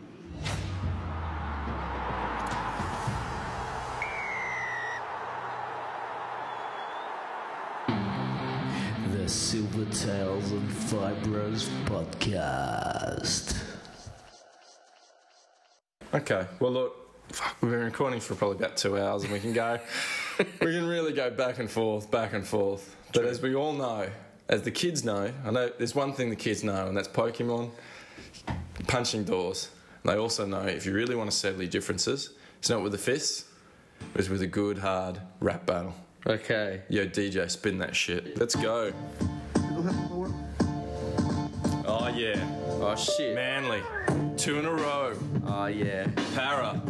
C: The Silver Tails and Fibros podcast.
D: Okay, well, look, fuck, we've been recording for probably about two hours and we can go, we can really go back and forth, back and forth. But as we all know, as the kids know, I know there's one thing the kids know, and that's Pokemon punching doors. And they also know if you really want to settle your differences, it's not with the fists, it's with a good, hard rap battle.
E: Okay.
D: Yo, DJ, spin that shit. Let's go. Oh yeah.
E: Oh shit.
D: Manly, two in a row.
E: Oh yeah.
D: Para,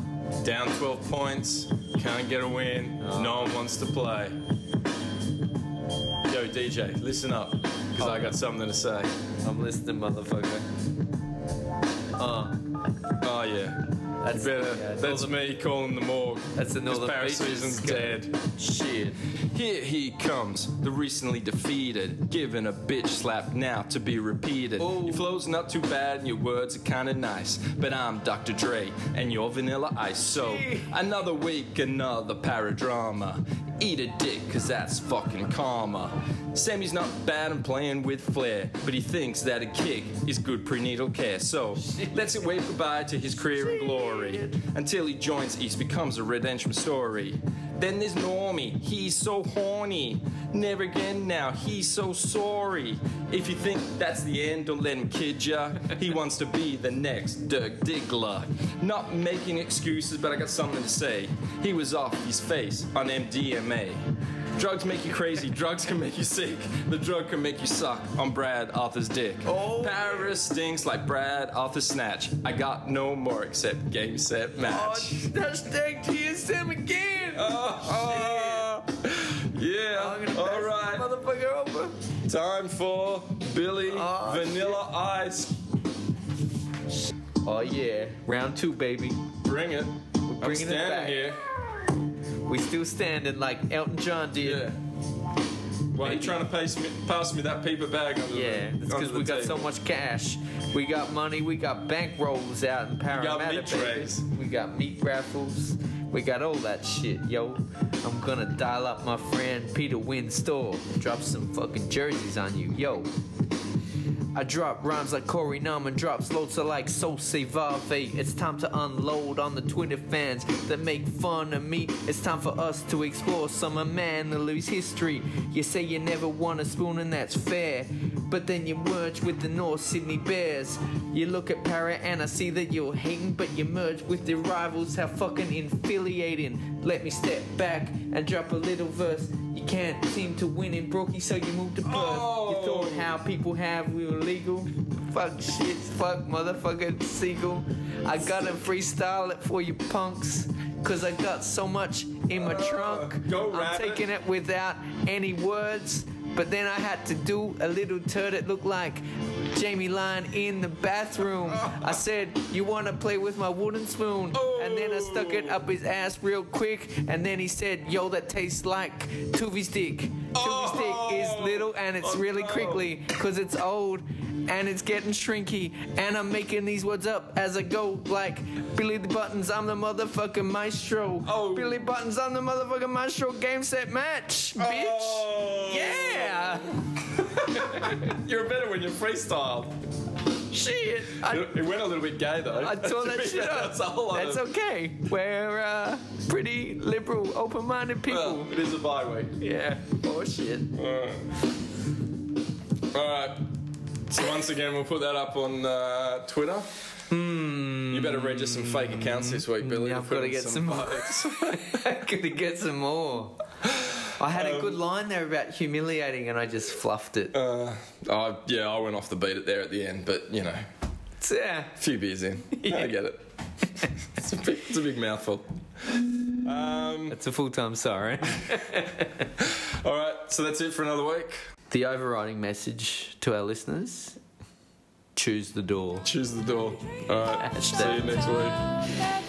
D: down 12 points, can't get a win.
E: Oh.
D: No one wants to play. Yo, DJ, listen up,
E: Oh.
D: because I got something to say.
E: I'm listening, motherfucker.
D: Oh. Oh yeah. That's better. that's me calling the morgue. That's the
E: Northern Beaches
D: Paraseason's
E: guy.
D: dead. Shit. Here he comes, the recently defeated, given a bitch slap now to be repeated. Your flow's not too bad and your words are kinda nice, but I'm Dr. Dre and you're Vanilla Ice. So another week, another paradrama. Eat a dick, cause that's fucking karma. Sammy's not bad and playing with flair, but he thinks that a kick is good prenatal care. So lets it wave goodbye to his career in glory until he joins East, becomes a redemption story. Then there's Normie, he's so horny. Never again now, he's so sorry. If you think that's the end, don't let him kid ya. He wants to be the next Dirk Diggler. Not making excuses, but I got something to say. He was off his face on MDMA. Drugs make you crazy. Drugs can make you sick. The drug can make you suck. I'm Brad Arthur's dick. Oh. Paris stinks like Brad Arthur's snatch. I got no more except game set match.
Q: Hashtag TSM again.
D: Oh, Yeah. All right.
Q: Motherfucker over.
D: Time for Billy Vanilla Ice.
L: Oh yeah, round two, baby.
D: Bring it.
L: We're
D: I'm
L: bringing it
D: standing
L: back.
D: here.
L: We still standing like Elton John did. Yeah.
D: Why are you trying to pass me, pass me that paper bag under
L: Yeah,
D: the
L: that's because we got so much cash. We got money. We got bank rolls out in Parramatta.
D: meat
L: baby.
D: trays.
L: We got meat raffles. We got all that shit, yo. I'm gonna dial up my friend Peter Winstall. Drop some fucking jerseys on you, yo. I drop rhymes like Corey Norman drops loads of like so Vave. It's time to unload on the Twitter fans that make fun of me. It's time for us to explore some of man and lose history. You say you never want a spoon and that's fair, but then you merge with the North Sydney Bears. You look at Para and I see that you're hating, but you merge with the rivals. How fucking infiliating. Let me step back and drop a little verse. You can't seem to win in Brookie, so you move to Perth. You thought how people have we were legal. Fuck shit, fuck motherfucker Seagull. I gotta freestyle it for you punks. Cause I got so much in my trunk. I'm
Q: rabbit.
L: taking it without any words. But then I had to do a little turd that looked like Jamie Lyon in the bathroom. I said, You wanna play with my wooden spoon? And then I stuck it up his ass real quick. And then he said, Yo, that tastes like Tuvi's dick. Tuvi's dick is little and it's really crinkly because it's old and it's getting shrinky. And I'm making these words up as I go, like Billy the Buttons, I'm the motherfucking maestro. Oh. Billy Buttons, I'm the motherfucking maestro. Game set match, bitch. Yeah.
D: You're better when you're freestyled.
L: Shit.
D: it it went a little bit gay though. [LAUGHS]
L: I tore that shit up.
D: That's a whole lot
L: That's
D: of-
L: okay. We're uh, pretty liberal, open-minded people.
D: Well, it is a bye week.
L: Yeah. Oh shit.
D: All right. So once again, we'll put that up on uh, Twitter. You better register some fake accounts this week, Billy.
L: Hmm. Yeah, I've got to get some more. [LAUGHS] I've got to get some more. I had
D: Um,
L: a good line there about humiliating, and I just fluffed it.
D: Uh, I, yeah, I went off the beat there at the end, but you know,
L: yeah,
D: a few beers
L: [LAUGHS]
D: in, I get it. [LAUGHS] it's, a big, it's a big mouthful. Um,
L: it's a full time sorry.
D: All right, so that's it for another week.
L: The overriding message to our listeners: choose the door.
D: Choose the door. All right.
L: See
D: you next week.
Q: That